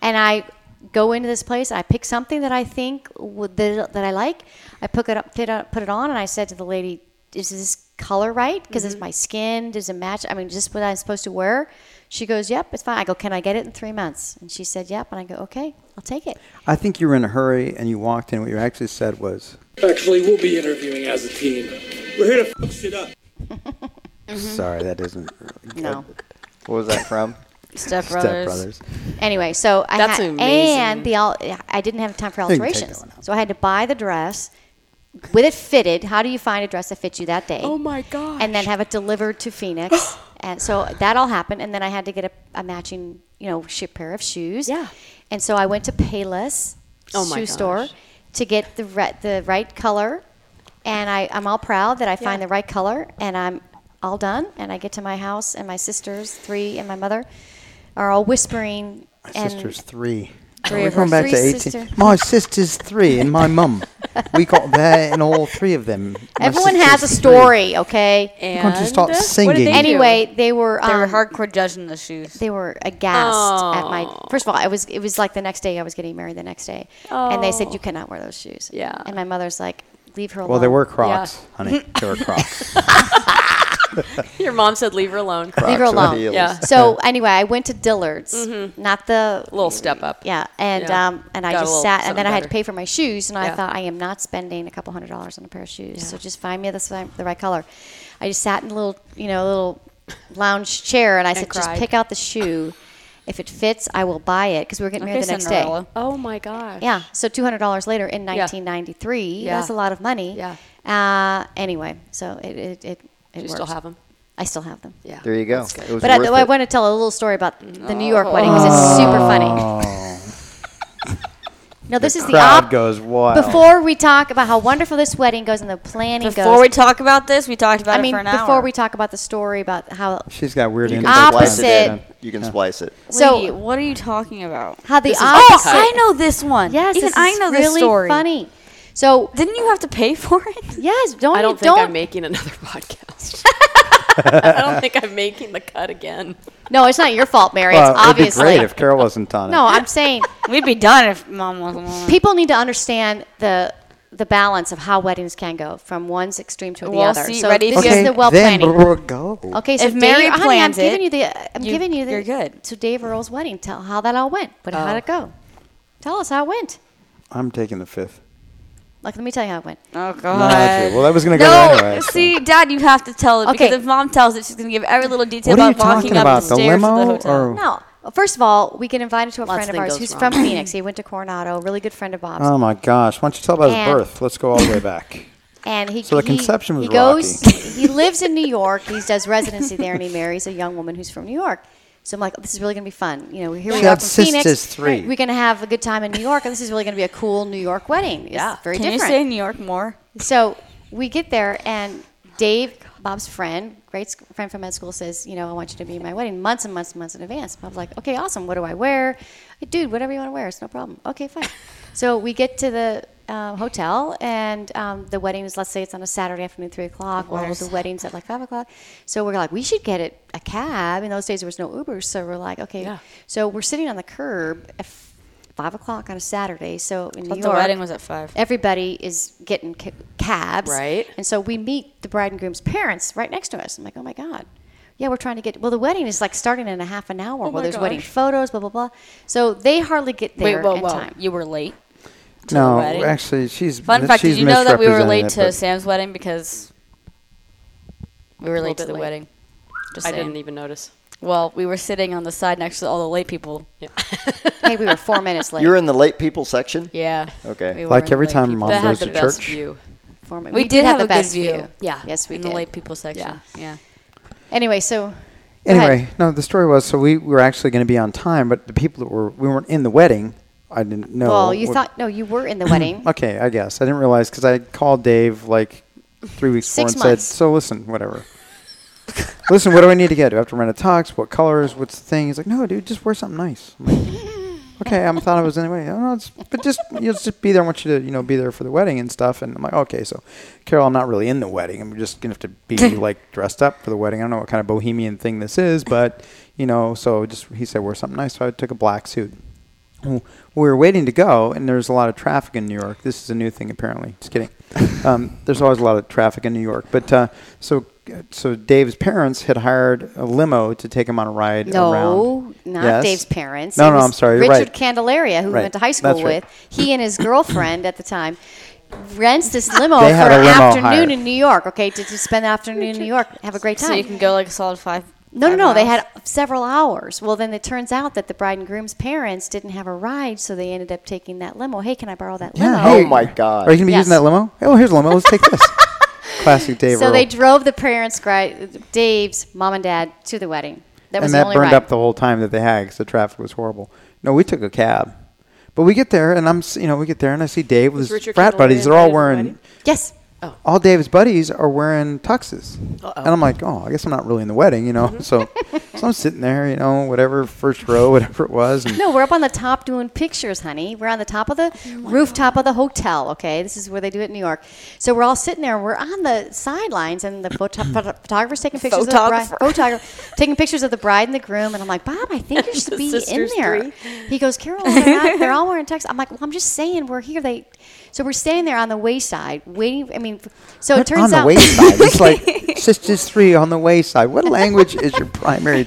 Speaker 3: and I go into this place. I pick something that I think would, that, that I like. I pick it up, put it up- put it on, and I said to the lady, "Is this color right? Because
Speaker 6: Mm-hmm.
Speaker 3: it's my skin. Does it match? I mean, is this what I'm supposed to wear?" She goes, "Yep, it's fine." I go, "Can I get it in three months?" And she said, "Yep." And I go, "Okay, I'll take
Speaker 7: *laughs*
Speaker 3: it."
Speaker 4: I think you were in a hurry and you walked in. What you actually said was,
Speaker 11: Actually, we'll be interviewing as a team. We're here to fuck shit up.
Speaker 4: sorry, that isn't. Really
Speaker 3: No,
Speaker 7: What was that from?
Speaker 3: Step
Speaker 7: Step
Speaker 3: Brothers.
Speaker 7: Brothers.
Speaker 3: Anyway, so I
Speaker 6: That's
Speaker 3: had,
Speaker 6: amazing.
Speaker 3: and the al- I didn't have time for
Speaker 7: You can take that
Speaker 3: alterations, so I had to buy the dress with it fitted. How do you find a dress that fits you that day?
Speaker 6: Oh my gosh.
Speaker 3: And then have it delivered to
Speaker 6: *gasps*
Speaker 3: Phoenix, and so that all happened. And then I had to get a, a matching, you know, sh- pair of shoes.
Speaker 6: Yeah.
Speaker 3: And so I went to Payless
Speaker 6: Oh my
Speaker 3: shoe store
Speaker 6: gosh.
Speaker 3: to get the re- the right color, and I, I'm all proud that I find
Speaker 6: Yeah.
Speaker 3: the right color, and I'm all done, and I get to my house, and my sisters, three, and my mother, are all whispering. and
Speaker 4: Sisters three.
Speaker 3: Three
Speaker 4: We're
Speaker 3: of
Speaker 4: going
Speaker 3: us.
Speaker 4: back
Speaker 3: Three
Speaker 4: to eighteen.
Speaker 3: sister-
Speaker 4: My sister's three and my mum. We got there and all three of them. My
Speaker 3: Everyone
Speaker 4: sister's
Speaker 3: has a
Speaker 4: three.
Speaker 3: story, okay?
Speaker 4: Why don't you start
Speaker 6: And, uh,
Speaker 4: singing?
Speaker 6: what did they do?
Speaker 3: anyway, they were
Speaker 1: They were
Speaker 3: um,
Speaker 1: hardcore judging the shoes.
Speaker 3: They were aghast at my. First of all, I was. It was like the next day. I was getting married the next day, and they said you cannot wear those shoes.
Speaker 6: Yeah.
Speaker 3: And my mother's like, leave her alone.
Speaker 4: Well, they were Crocs, honey. They were Crocs.
Speaker 6: Your mom said leave her alone.
Speaker 3: Leave her
Speaker 7: Crocs with
Speaker 3: alone.
Speaker 7: heels.
Speaker 6: Yeah. Mm-hmm.
Speaker 3: So anyway, I went to Dillard's, not the
Speaker 6: Little step up.
Speaker 3: Yeah, and
Speaker 6: Yeah.
Speaker 3: um, and I
Speaker 6: Got a
Speaker 3: just
Speaker 6: little
Speaker 3: sat, and
Speaker 6: something
Speaker 3: then I had to
Speaker 6: better.
Speaker 3: pay for my shoes, and I
Speaker 6: Yeah.
Speaker 3: thought I am not spending a couple hundred dollars on a pair of shoes, so just find me the, si- the right color. I just sat in a little, you know, a little lounge chair, and I said,
Speaker 1: cried.
Speaker 3: just pick out the shoe. If it fits, I will buy it because we were getting married
Speaker 1: Okay,
Speaker 3: the next
Speaker 1: Cinderella.
Speaker 3: day.
Speaker 6: Oh my gosh.
Speaker 3: Yeah, so two hundred dollars later in
Speaker 6: Yeah.
Speaker 3: nineteen ninety three,
Speaker 6: Yeah.
Speaker 3: that's a lot of money.
Speaker 6: Yeah.
Speaker 3: Uh, anyway, so it it it, it
Speaker 6: Do you
Speaker 3: works.
Speaker 6: still have them?
Speaker 3: I still have them.
Speaker 6: Yeah.
Speaker 7: There you go. It was
Speaker 3: But I,
Speaker 7: worth
Speaker 3: I
Speaker 7: it.
Speaker 3: want to tell a little story about the New York wedding because
Speaker 1: Oh.
Speaker 3: it's super funny.
Speaker 4: *laughs*
Speaker 3: No, *laughs* this is the
Speaker 4: crowd
Speaker 3: op-
Speaker 4: goes wild.
Speaker 3: Before we talk about how wonderful this wedding goes and the planning
Speaker 1: Before we
Speaker 3: goes,
Speaker 1: talk about this, we talked about
Speaker 3: I mean,
Speaker 1: it for an hour.
Speaker 3: before we talk about the story about how
Speaker 4: She's got weird
Speaker 7: You can
Speaker 4: insight.
Speaker 7: splice it in.
Speaker 3: Opposite.
Speaker 7: You can splice it.
Speaker 1: so
Speaker 3: so
Speaker 1: what are you talking about?
Speaker 3: how the
Speaker 6: This is
Speaker 1: Oh,
Speaker 3: opposite.
Speaker 1: I know this one.
Speaker 3: Yes,
Speaker 1: Even
Speaker 3: this
Speaker 1: I
Speaker 3: is
Speaker 1: know
Speaker 3: really
Speaker 1: this story.
Speaker 3: funny. So
Speaker 1: Didn't you have to pay for *laughs* it?
Speaker 3: yes, don't
Speaker 6: I don't think
Speaker 3: don't
Speaker 6: I'm making another *laughs* podcast. I don't think I'm making the cut again.
Speaker 3: no, it's not your fault, Mary.
Speaker 4: Well,
Speaker 3: it's
Speaker 4: it'd be
Speaker 3: obviously
Speaker 4: great if Carol wasn't on it.
Speaker 3: no. I'm saying
Speaker 1: We'd be done if mom wasn't *laughs* on.
Speaker 3: people need to understand the the balance of how weddings can go from one extreme to the
Speaker 1: Well,
Speaker 3: other.
Speaker 1: see,
Speaker 3: so
Speaker 1: ready
Speaker 3: this
Speaker 1: to-
Speaker 3: is
Speaker 4: okay,
Speaker 3: the well
Speaker 4: then
Speaker 3: planning.
Speaker 4: we'll go.
Speaker 3: Okay, so
Speaker 1: If
Speaker 3: Dave-
Speaker 1: Mary
Speaker 3: honey,
Speaker 1: plans
Speaker 3: I'm giving
Speaker 1: it,
Speaker 3: you the I'm
Speaker 1: you-
Speaker 3: giving you the
Speaker 1: you're good.
Speaker 3: to Dave Earl's wedding. Tell how that all went. But how'd
Speaker 6: Oh.
Speaker 3: it go? Tell us how it went.
Speaker 4: I'm taking the fifth.
Speaker 3: Like let me tell you how it went.
Speaker 1: Oh God.
Speaker 4: Actually, well, that was going to go
Speaker 1: no,
Speaker 4: anyway. so.
Speaker 1: see, Dad, you have to tell it
Speaker 3: Okay.
Speaker 1: because if Mom tells it, she's gonna give every little detail
Speaker 4: What are you
Speaker 1: about walking
Speaker 4: talking
Speaker 1: up
Speaker 4: about?
Speaker 1: the
Speaker 4: The
Speaker 1: stairs to
Speaker 4: limo
Speaker 1: the hotel.
Speaker 4: or-
Speaker 3: No. Well, First of all, we get invited to a
Speaker 6: Lots
Speaker 3: friend
Speaker 6: of
Speaker 3: of
Speaker 6: things
Speaker 3: ours
Speaker 6: goes
Speaker 3: who's
Speaker 1: *clears throat*
Speaker 6: wrong.
Speaker 3: from Phoenix. He went to Coronado, really good friend of Bob's.
Speaker 4: Oh my gosh! Why don't you tell about his
Speaker 3: And-
Speaker 4: birth? Let's go all the way back.
Speaker 3: and he
Speaker 4: So the
Speaker 3: he-
Speaker 4: conception was
Speaker 3: he goes *laughs* he lives in New York. He does residency there and he marries a young woman who's from New York. So I'm like, this is really gonna be fun. You know, here we
Speaker 4: She
Speaker 3: are
Speaker 4: had
Speaker 3: from
Speaker 4: sisters
Speaker 3: Phoenix.
Speaker 4: three.
Speaker 3: We're gonna have a good time in New York, and this is really gonna be a cool New York wedding. It's
Speaker 6: Yeah.
Speaker 3: very
Speaker 1: Uh, Can
Speaker 3: different.
Speaker 1: you say New York more?
Speaker 3: So we get there, and Dave, Bob's friend, great sc- friend from med school, says, You know, I want you to be at my wedding months and months and months in advance. Bob's like, Okay, awesome. What do I wear? Dude, whatever you want to wear. It's no problem.
Speaker 1: *laughs*
Speaker 3: Okay, fine. so we get to the uh, hotel, and um, the wedding is, let's say it's on a Saturday afternoon, 3 o'clock. Well, the wedding's at like 5 o'clock. So we're like, We should get it, a cab. In those days, there was no Uber. So we're like, Okay.
Speaker 6: Yeah.
Speaker 3: So we're sitting on the curb at f- 5 o'clock on a Saturday. So in New
Speaker 1: But
Speaker 3: York
Speaker 1: the wedding was at five.
Speaker 3: everybody is getting ca- cabs.
Speaker 6: Right.
Speaker 3: And so we meet the bride and groom's parents right next to us. I'm like, oh my God. Yeah, we're trying to get. Well, the wedding is like starting in a half an
Speaker 1: Oh
Speaker 3: hour. well, there's wedding photos, blah, blah, blah. So they hardly get there
Speaker 1: Wait, whoa,
Speaker 3: in
Speaker 1: whoa!
Speaker 3: time.
Speaker 1: You were late.
Speaker 4: No,
Speaker 1: wedding.
Speaker 4: actually, she's
Speaker 1: Fun fact:
Speaker 4: she's
Speaker 1: Did you know that we were late to
Speaker 4: misrepresenting it,
Speaker 1: Sam's wedding because we were late to
Speaker 6: bit
Speaker 1: the
Speaker 6: late.
Speaker 1: wedding? Just
Speaker 6: I
Speaker 1: saying.
Speaker 6: didn't even notice.
Speaker 1: Well, we were sitting on the side next to all the late people.
Speaker 3: Maybe we were four minutes late.
Speaker 7: *laughs* You're in the late people section.
Speaker 1: Yeah.
Speaker 7: Okay.
Speaker 1: We
Speaker 4: but-
Speaker 1: were
Speaker 4: Like
Speaker 1: the
Speaker 4: every
Speaker 1: late
Speaker 4: time
Speaker 1: people.
Speaker 4: mom
Speaker 6: That had
Speaker 4: goes
Speaker 6: the
Speaker 4: to
Speaker 6: best
Speaker 4: church.
Speaker 6: view.
Speaker 3: Four min-
Speaker 1: We, did, have,
Speaker 3: the
Speaker 1: a
Speaker 3: best
Speaker 1: good view. Yeah.
Speaker 3: Yes, we
Speaker 1: in
Speaker 3: did.
Speaker 1: the late people section. Yeah.
Speaker 3: Anyway, so. go ahead.
Speaker 4: Anyway, no, the story was so we were actually going to be on time, but the people that were we weren't in the wedding. I didn't know.
Speaker 3: Well, you
Speaker 4: what-
Speaker 3: thought, no, you were in the wedding.
Speaker 4: Okay, I guess I didn't realize because I called Dave like three weeks before
Speaker 3: Six
Speaker 4: and
Speaker 3: months.
Speaker 4: said, "So listen, whatever. listen, what do I need to get? Do I have to rent a tux? What colors? What's the thing?" He's like, "No, dude, just wear something nice."
Speaker 3: *laughs*
Speaker 4: I'm like, okay, I'm thought I was anyway. Oh, no, it's, but just you'll just be there. I want you to you know be there for the wedding and stuff. And I'm like, okay, so Carol, I'm not really in the wedding. I'm just gonna have
Speaker 3: *laughs*
Speaker 4: to be like dressed up for the wedding. I don't know what kind of bohemian thing this is, but you know, so just he said wear something nice. So I took a black suit. We were waiting to go, and there's a lot of traffic in New York. This is a new thing, apparently. Just
Speaker 7: *laughs*
Speaker 4: kidding. Um, there's always a lot of traffic in New York, but uh, so so Dave's parents had hired a limo to take him on a ride
Speaker 3: No,
Speaker 4: around.
Speaker 3: not
Speaker 4: Yes.
Speaker 3: Dave's parents.
Speaker 4: No,
Speaker 3: It
Speaker 4: no,
Speaker 3: was
Speaker 4: I'm sorry. you're
Speaker 3: Richard
Speaker 4: right.
Speaker 3: Candelaria, who we
Speaker 4: Right.
Speaker 3: went to high school
Speaker 4: That's right.
Speaker 3: with, he and his girlfriend at the time rents
Speaker 4: *laughs*
Speaker 3: this limo
Speaker 4: They
Speaker 3: for
Speaker 4: had
Speaker 3: an
Speaker 4: a limo
Speaker 3: afternoon
Speaker 4: hired.
Speaker 3: in New York. Okay, to, to spend the afternoon in New York, have a great time.
Speaker 1: So you can go like a solid five.
Speaker 3: No, no,
Speaker 1: Five
Speaker 3: no. They
Speaker 1: miles?
Speaker 3: had several hours. Well, then it turns out that the bride and groom's parents didn't have a ride, so they ended up taking that limo. Hey, can I borrow that limo?
Speaker 7: Oh my God.
Speaker 4: Are you gonna be
Speaker 3: Yes.
Speaker 4: using that limo? Oh, here's a limo. Let's take
Speaker 3: *laughs*
Speaker 4: this. Classic Dave.
Speaker 3: So
Speaker 4: Earl.
Speaker 3: they drove the parents, gri- Dave's mom and dad, to the wedding. That was
Speaker 4: and
Speaker 3: the
Speaker 4: that
Speaker 3: only
Speaker 4: burned
Speaker 3: ride.
Speaker 4: up the whole time that they had because the traffic was horrible. No, we took a cab, but we get there and I'm s- you know we get there and I see Dave with
Speaker 12: Was
Speaker 4: his
Speaker 12: Richard
Speaker 4: frat
Speaker 12: Cantleton
Speaker 4: buddies. They're all
Speaker 12: invited to the
Speaker 4: wearing
Speaker 12: wedding?
Speaker 3: Yes.
Speaker 4: all Dave's buddies are wearing tuxes,
Speaker 12: Uh-oh.
Speaker 4: and I'm like, oh, I guess I'm not really in the wedding, you
Speaker 3: Mm-hmm.
Speaker 4: know. so so I'm sitting there, you know, whatever first row, *laughs* whatever it was. And
Speaker 3: No, we're up on the top doing pictures, honey. We're on the top of the
Speaker 4: Oh
Speaker 3: rooftop of the hotel, okay? This is where they do it in New York. So we're all sitting there. We're on the sidelines, and the
Speaker 4: *clears throat*
Speaker 3: photo- photo- photographer's taking pictures of the
Speaker 12: Photographer.
Speaker 3: bride. Photographer. taking pictures of the bride and the groom. And I'm like, Bob, I
Speaker 4: *laughs*
Speaker 3: think you should be in
Speaker 12: Sisters
Speaker 3: there.
Speaker 12: three.
Speaker 3: He goes, Carol, they're, not, they're all wearing tuxes. I'm like, well, I'm just saying we're here. They, So we're standing there on the wayside waiting. I mean, so it
Speaker 4: What
Speaker 3: turns
Speaker 4: on the
Speaker 3: out.
Speaker 4: wayside.
Speaker 3: *laughs*
Speaker 4: it's like sisters three on the wayside. What language is your primary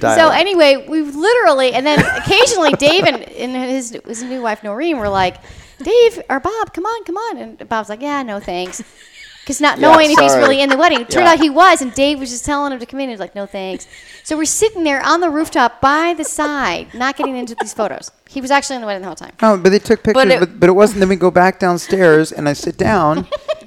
Speaker 3: *laughs* So
Speaker 4: dialect?
Speaker 3: anyway, we literally, and then occasionally Dave and, and his, his new wife Noreen were like, Dave or Bob, come on, come on. And Bob's like, yeah, no thanks. Because not
Speaker 12: Yeah,
Speaker 3: knowing if he's
Speaker 12: sorry.
Speaker 3: really in the wedding. It turned
Speaker 12: Yeah.
Speaker 3: out he was, and Dave was just telling him to come in. He was like, no thanks. So we're sitting there on the rooftop by the side, not getting into these photos. He was actually in the wedding the whole time.
Speaker 4: No, but they took pictures, but
Speaker 3: it-
Speaker 4: it, but, it wasn't. Then we go back downstairs, and I sit
Speaker 3: *laughs*
Speaker 4: down,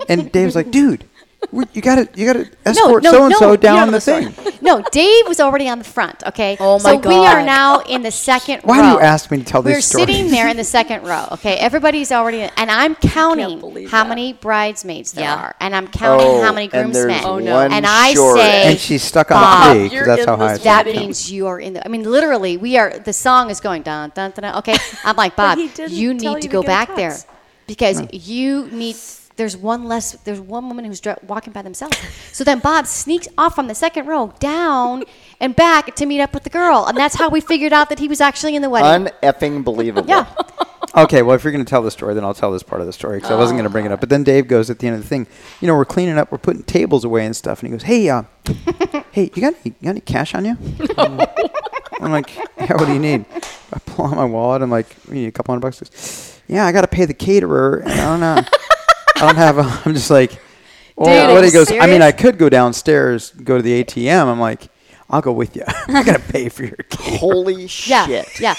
Speaker 4: and Dave's like, "Dude, we, you got to you got to escort
Speaker 3: no,
Speaker 4: so and
Speaker 3: no,
Speaker 4: so
Speaker 3: you don't
Speaker 4: down
Speaker 3: know
Speaker 4: the
Speaker 3: the story. *laughs*
Speaker 4: thing."
Speaker 3: No, Dave was already on the front, okay?
Speaker 1: Oh, my
Speaker 3: so we are
Speaker 1: God.
Speaker 3: now in the second
Speaker 4: Why
Speaker 3: row.
Speaker 4: do you ask me to tell
Speaker 3: We're
Speaker 4: these stories?
Speaker 3: sitting there in the second row, okay? Everybody's already in, and I'm counting how many bridesmaids there are, and I'm counting
Speaker 4: Oh,
Speaker 3: how many
Speaker 4: and there's
Speaker 3: groomsmen.
Speaker 4: Oh, no. one
Speaker 3: And I
Speaker 4: short.
Speaker 3: say,
Speaker 4: And she's stuck on
Speaker 3: "Bob,
Speaker 4: three, 'cause You're that's in how high this it's
Speaker 3: That
Speaker 4: counted.
Speaker 3: means you are in the. I mean, literally, we are. The song is going dun dun dun. dun okay, I'm like
Speaker 12: But
Speaker 3: Bob.
Speaker 12: he didn't
Speaker 3: You
Speaker 12: tell
Speaker 3: need
Speaker 12: you to
Speaker 3: to go
Speaker 12: get a
Speaker 3: back
Speaker 12: tux.
Speaker 3: there because
Speaker 12: No.
Speaker 3: you need there's one less there's one woman who's dr- walking by themselves so then bob sneaks off from the second row down and back to meet up with the girl and that's how we figured out that he was actually in the wedding
Speaker 7: Uneffing believable.
Speaker 3: yeah
Speaker 4: Okay, well, if you're going to tell the story, then I'll tell this part of the story because I wasn't going to bring it up. But then Dave goes at the end of the thing, you know, we're cleaning up, we're putting tables away and stuff, and he goes,
Speaker 12: *laughs*
Speaker 4: "Hey, uh, hey, you got any, you got any cash on you?" I'm like, "Yeah, what do you need?" I pull out my wallet. I'm like, "You need a couple hundred bucks?" He goes, yeah, I got to pay the caterer, and I don't know, I don't
Speaker 12: *laughs*
Speaker 4: have. A, I'm just like, well,
Speaker 12: Dude, are
Speaker 4: what he
Speaker 12: you
Speaker 4: goes. I mean,
Speaker 12: serious?
Speaker 4: I could go downstairs, go to the ATM. I'm like, I'll go with you. *laughs* I got to pay for your caterer.
Speaker 7: Holy
Speaker 3: yeah
Speaker 7: shit.
Speaker 3: yeah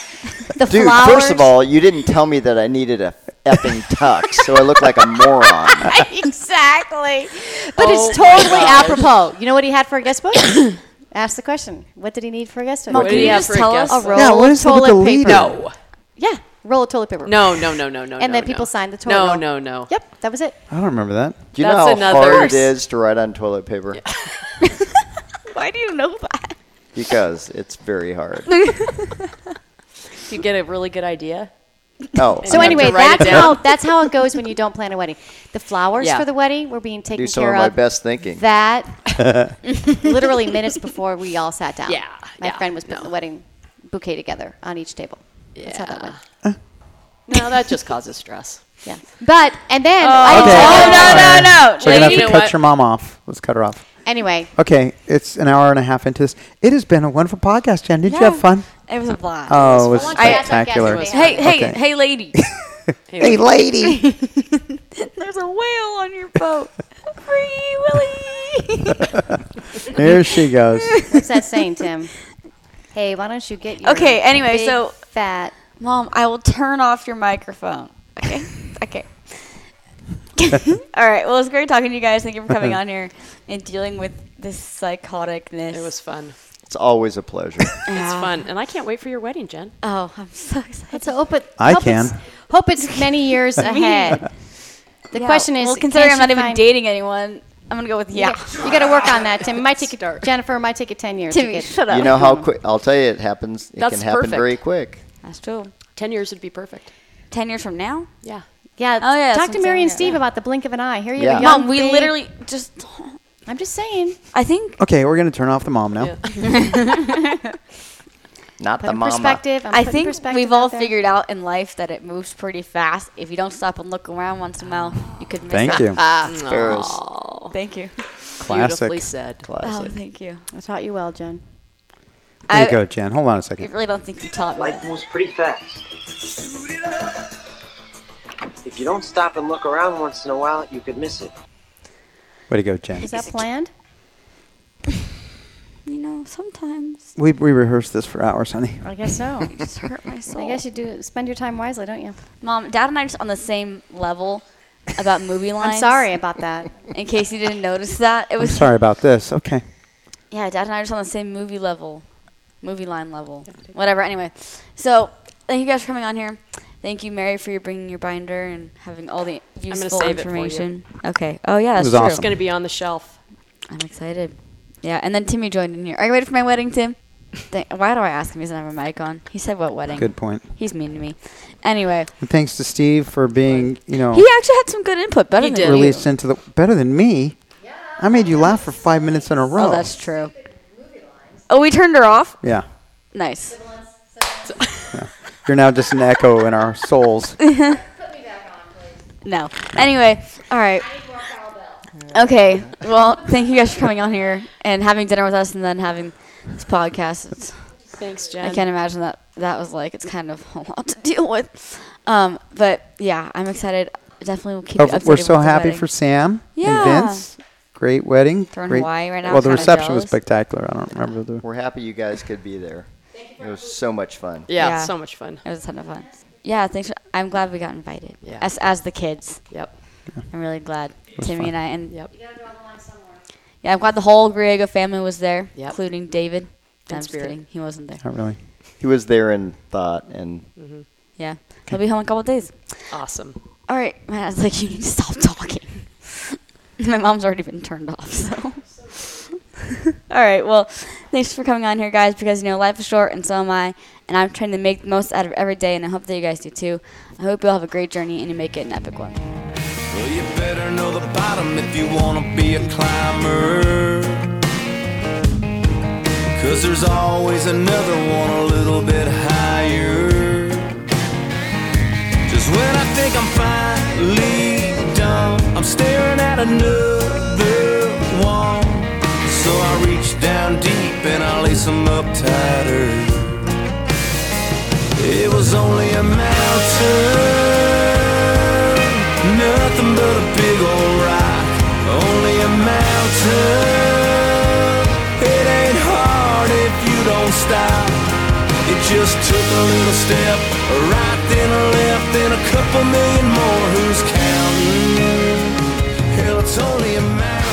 Speaker 3: the
Speaker 7: Dude,
Speaker 3: flowers
Speaker 7: first of all, you didn't tell me that I needed a effing tux, so I look like a moron.
Speaker 3: *laughs* exactly but
Speaker 12: Oh my
Speaker 3: it's totally
Speaker 12: gosh.
Speaker 3: apropos you know what he had for a guest book *coughs* ask the question what did he need for a guest book
Speaker 12: What did he have for a guest
Speaker 3: a
Speaker 12: book?
Speaker 3: roll
Speaker 12: Yeah,
Speaker 3: of
Speaker 12: what is
Speaker 3: toilet
Speaker 12: with the
Speaker 3: paper
Speaker 12: leader? No.
Speaker 3: yeah roll of toilet paper
Speaker 12: No, no, no, no, no.
Speaker 3: and
Speaker 12: no,
Speaker 3: then people
Speaker 12: no.
Speaker 3: signed the toilet
Speaker 12: No,
Speaker 3: roll.
Speaker 12: no, no.
Speaker 3: yep that was it
Speaker 4: I don't remember that.
Speaker 7: Do you
Speaker 12: That's
Speaker 7: know how
Speaker 12: another-
Speaker 7: hard
Speaker 12: Of course.
Speaker 7: it is to write on toilet paper?
Speaker 12: Why do you know that?
Speaker 7: Because it's very hard.
Speaker 6: You get a really good *laughs* idea.
Speaker 7: Oh,
Speaker 3: So
Speaker 6: You have
Speaker 3: anyway,
Speaker 6: to write it
Speaker 3: that's
Speaker 6: down.
Speaker 3: how that's how it goes when you don't plan a wedding. The flowers
Speaker 6: Yeah.
Speaker 3: for the wedding were being taken
Speaker 7: do some of
Speaker 3: care
Speaker 7: my best thinking. *laughs*
Speaker 3: That literally minutes before we all sat down.
Speaker 12: Yeah,
Speaker 3: my
Speaker 12: yeah,
Speaker 3: friend was putting the wedding bouquet together on each table. That's how that went.
Speaker 6: No, that just causes stress.
Speaker 3: Yeah, but and then
Speaker 1: Oh,
Speaker 3: I
Speaker 4: Oh, Okay.
Speaker 3: told-
Speaker 4: So you're gonna
Speaker 6: Lady,
Speaker 4: have
Speaker 6: you
Speaker 4: to
Speaker 6: know
Speaker 4: cut
Speaker 6: what?
Speaker 4: your mom off. Let's cut her off.
Speaker 3: Anyway,
Speaker 4: Okay, it's an hour and a half into this. It has been a wonderful podcast, Jen. Did you have fun?
Speaker 1: It was a blast.
Speaker 4: Oh, it was
Speaker 3: fun. I asked our
Speaker 4: spectacular.
Speaker 3: guests if
Speaker 1: Hey, hey,
Speaker 4: Okay.
Speaker 1: hey, lady.
Speaker 4: *laughs* hey, lady.
Speaker 1: *laughs* There's a whale on your boat. Free Willy. *laughs*
Speaker 4: There she goes.
Speaker 3: what's that
Speaker 1: *laughs*
Speaker 3: saying, Tim? Hey, why don't you get your
Speaker 1: Okay, anyway,
Speaker 3: big,
Speaker 1: so-
Speaker 3: fat
Speaker 1: Mom, I will turn off your microphone. Okay.
Speaker 4: *laughs*
Speaker 1: Okay. All right. Well, it's great talking to you guys. Thank you for coming
Speaker 4: *laughs*
Speaker 1: on here and dealing with this psychoticness.
Speaker 6: It was fun.
Speaker 7: It's always a pleasure.
Speaker 6: It's fun, and I can't wait for your wedding, Jen.
Speaker 1: Oh, I'm so excited.
Speaker 3: So hope it,
Speaker 4: I
Speaker 3: hope
Speaker 4: can.
Speaker 3: It's, hope it's many
Speaker 1: *laughs*
Speaker 3: years ahead. The
Speaker 1: Yeah,
Speaker 3: question is,
Speaker 1: well, considering I'm
Speaker 3: can
Speaker 1: not
Speaker 3: she
Speaker 1: even
Speaker 3: find-
Speaker 1: dating anyone, I'm gonna go with yeah.
Speaker 3: Yeah, *laughs* you got to work on that, Tim.
Speaker 1: *laughs*
Speaker 3: It might take you, Jennifer. It might take you ten years.
Speaker 1: Timmy,
Speaker 3: to get,
Speaker 1: shut up.
Speaker 7: you know how quick? I'll tell you, it happens. It
Speaker 6: That's
Speaker 7: can happen
Speaker 6: perfect.
Speaker 7: very quick.
Speaker 1: That's true.
Speaker 6: Ten years would be perfect.
Speaker 1: Ten years from now.
Speaker 6: Yeah.
Speaker 3: Yeah.
Speaker 1: Oh, yeah, that's
Speaker 3: Talk
Speaker 1: what
Speaker 3: to
Speaker 1: I'm
Speaker 3: Mary
Speaker 1: saying
Speaker 3: and
Speaker 1: right
Speaker 3: Steve
Speaker 1: now.
Speaker 3: about the blink of an eye. Here you
Speaker 7: Yeah.
Speaker 3: go.
Speaker 1: Mom, we literally just.
Speaker 3: I'm just saying.
Speaker 1: I think
Speaker 4: Okay, we're gonna turn off the mom now.
Speaker 7: Not
Speaker 3: Put
Speaker 7: the
Speaker 3: in
Speaker 7: mama.
Speaker 3: perspective. I'm
Speaker 1: I
Speaker 3: putting
Speaker 1: think
Speaker 3: perspective
Speaker 1: we've all
Speaker 3: out there.
Speaker 1: figured out in life that it moves pretty fast. If you don't stop and look around once in a while, you could miss
Speaker 4: Thank
Speaker 1: it. *laughs*
Speaker 4: you.
Speaker 7: Ferris.
Speaker 1: Thank you.
Speaker 6: Ah, Beautifully
Speaker 4: Classic.
Speaker 6: said.
Speaker 1: *laughs* Oh,
Speaker 7: Classic.
Speaker 1: thank you.
Speaker 3: I taught you well, Jen.
Speaker 4: There you
Speaker 1: I-
Speaker 4: go, Jen. Hold on a
Speaker 1: I
Speaker 4: second.
Speaker 1: really don't think you taught me.
Speaker 9: Life moves pretty fast. If you don't stop and look around once in a while, you could miss it.
Speaker 1: *laughs*
Speaker 4: Way to go, Jen.
Speaker 3: Is that planned?
Speaker 1: You know. know, sometimes.
Speaker 4: We we rehearsed this for
Speaker 1: *laughs*
Speaker 4: hours, honey.
Speaker 3: I guess so.
Speaker 1: just hurt my soul.
Speaker 3: I guess you do spend your time wisely, don't you?
Speaker 1: Mom, Dad, and I are just on the same level about movie lines.
Speaker 3: sorry about that.
Speaker 1: In case you didn't notice that, it
Speaker 4: I'm
Speaker 1: was
Speaker 4: sorry about this. Okay.
Speaker 1: Yeah, Dad and I are just on the same movie level, movie line level, whatever. Anyway, so thank you guys for coming on here. Thank you, Mary, for your bringing your binder and having all the
Speaker 6: gonna
Speaker 1: useful
Speaker 6: save it for you.
Speaker 1: information. Okay. Oh yeah, that's
Speaker 4: was
Speaker 1: true.
Speaker 4: awesome.
Speaker 6: It's going to be on the shelf.
Speaker 1: I'm excited. Yeah, and then Timmy joined in here. Are you ready for my wedding, Tim? Th- Why do I ask him? He doesn't have a mic on. He said what wedding?
Speaker 4: Good point.
Speaker 1: He's mean to me. Anyway,
Speaker 4: And thanks to Steve for being, you know,
Speaker 1: he actually had some good input. Better than you.
Speaker 4: released into the better than me. I made you laugh for five minutes in a row.
Speaker 1: Oh, that's true. Oh, we turned her off.
Speaker 4: yeah.
Speaker 1: Nice.
Speaker 4: You're now just an echo in our souls.
Speaker 1: No. Anyway, all right. Okay. Well, thank you guys for coming on here and having dinner with us, and then having this podcast. It's,
Speaker 6: Thanks, Jen.
Speaker 1: I can't imagine that that was like. It's kind of a lot to deal with. Um, but yeah, I'm excited. Definitely will keep.
Speaker 4: Oh,
Speaker 1: you updated
Speaker 4: we're
Speaker 1: with
Speaker 4: so
Speaker 1: the
Speaker 4: happy
Speaker 1: wedding.
Speaker 4: for Sam
Speaker 1: Yeah.
Speaker 4: and Vince. Great wedding.
Speaker 1: They're in
Speaker 4: Great.
Speaker 1: Hawaii right now.
Speaker 4: Well, the
Speaker 1: I'm kinda
Speaker 4: reception was
Speaker 1: jealous.
Speaker 4: spectacular. I don't remember the.
Speaker 7: We're happy you guys could be there. It was so much fun.
Speaker 6: Yeah, so much fun.
Speaker 1: It was a ton of fun. Yeah, thanks. For, I'm glad we got invited.
Speaker 6: Yeah.
Speaker 1: As as the kids.
Speaker 6: Yep.
Speaker 1: I'm really glad.
Speaker 6: was
Speaker 1: Timmy
Speaker 6: fun.
Speaker 1: and I and
Speaker 6: Yep.
Speaker 1: yeah, I'm glad the whole Griego family was there,
Speaker 6: Yep.
Speaker 1: including David. No,
Speaker 6: In
Speaker 1: I'm just
Speaker 6: spirit.
Speaker 1: kidding. He wasn't there.
Speaker 4: Not really.
Speaker 7: He was there in thought and
Speaker 1: Yeah. He'll be home in a couple of days.
Speaker 6: Awesome.
Speaker 1: All right. My dad's like, you need to stop talking. *laughs* My mom's already been turned off, so. *laughs* All right. Well, thanks for coming on here, guys, because, you know, life is short, and so am I. And I'm trying to make the most out of every day, and I hope that you guys do too. I hope you all have a great journey and you make it an epic one.
Speaker 2: Well, you better know the bottom if you wanna be a climber. Cause there's always another one a little bit higher. Just when I think I'm finally done, I'm staring at another one. So I reach down deep and I lace them up tighter. It was only a mountain. Nothing but a big old rock, only a mountain. It ain't hard if you don't stop. It just took a little step, a right then a left, then a couple million more. Who's counting? Hell, it's only a mountain.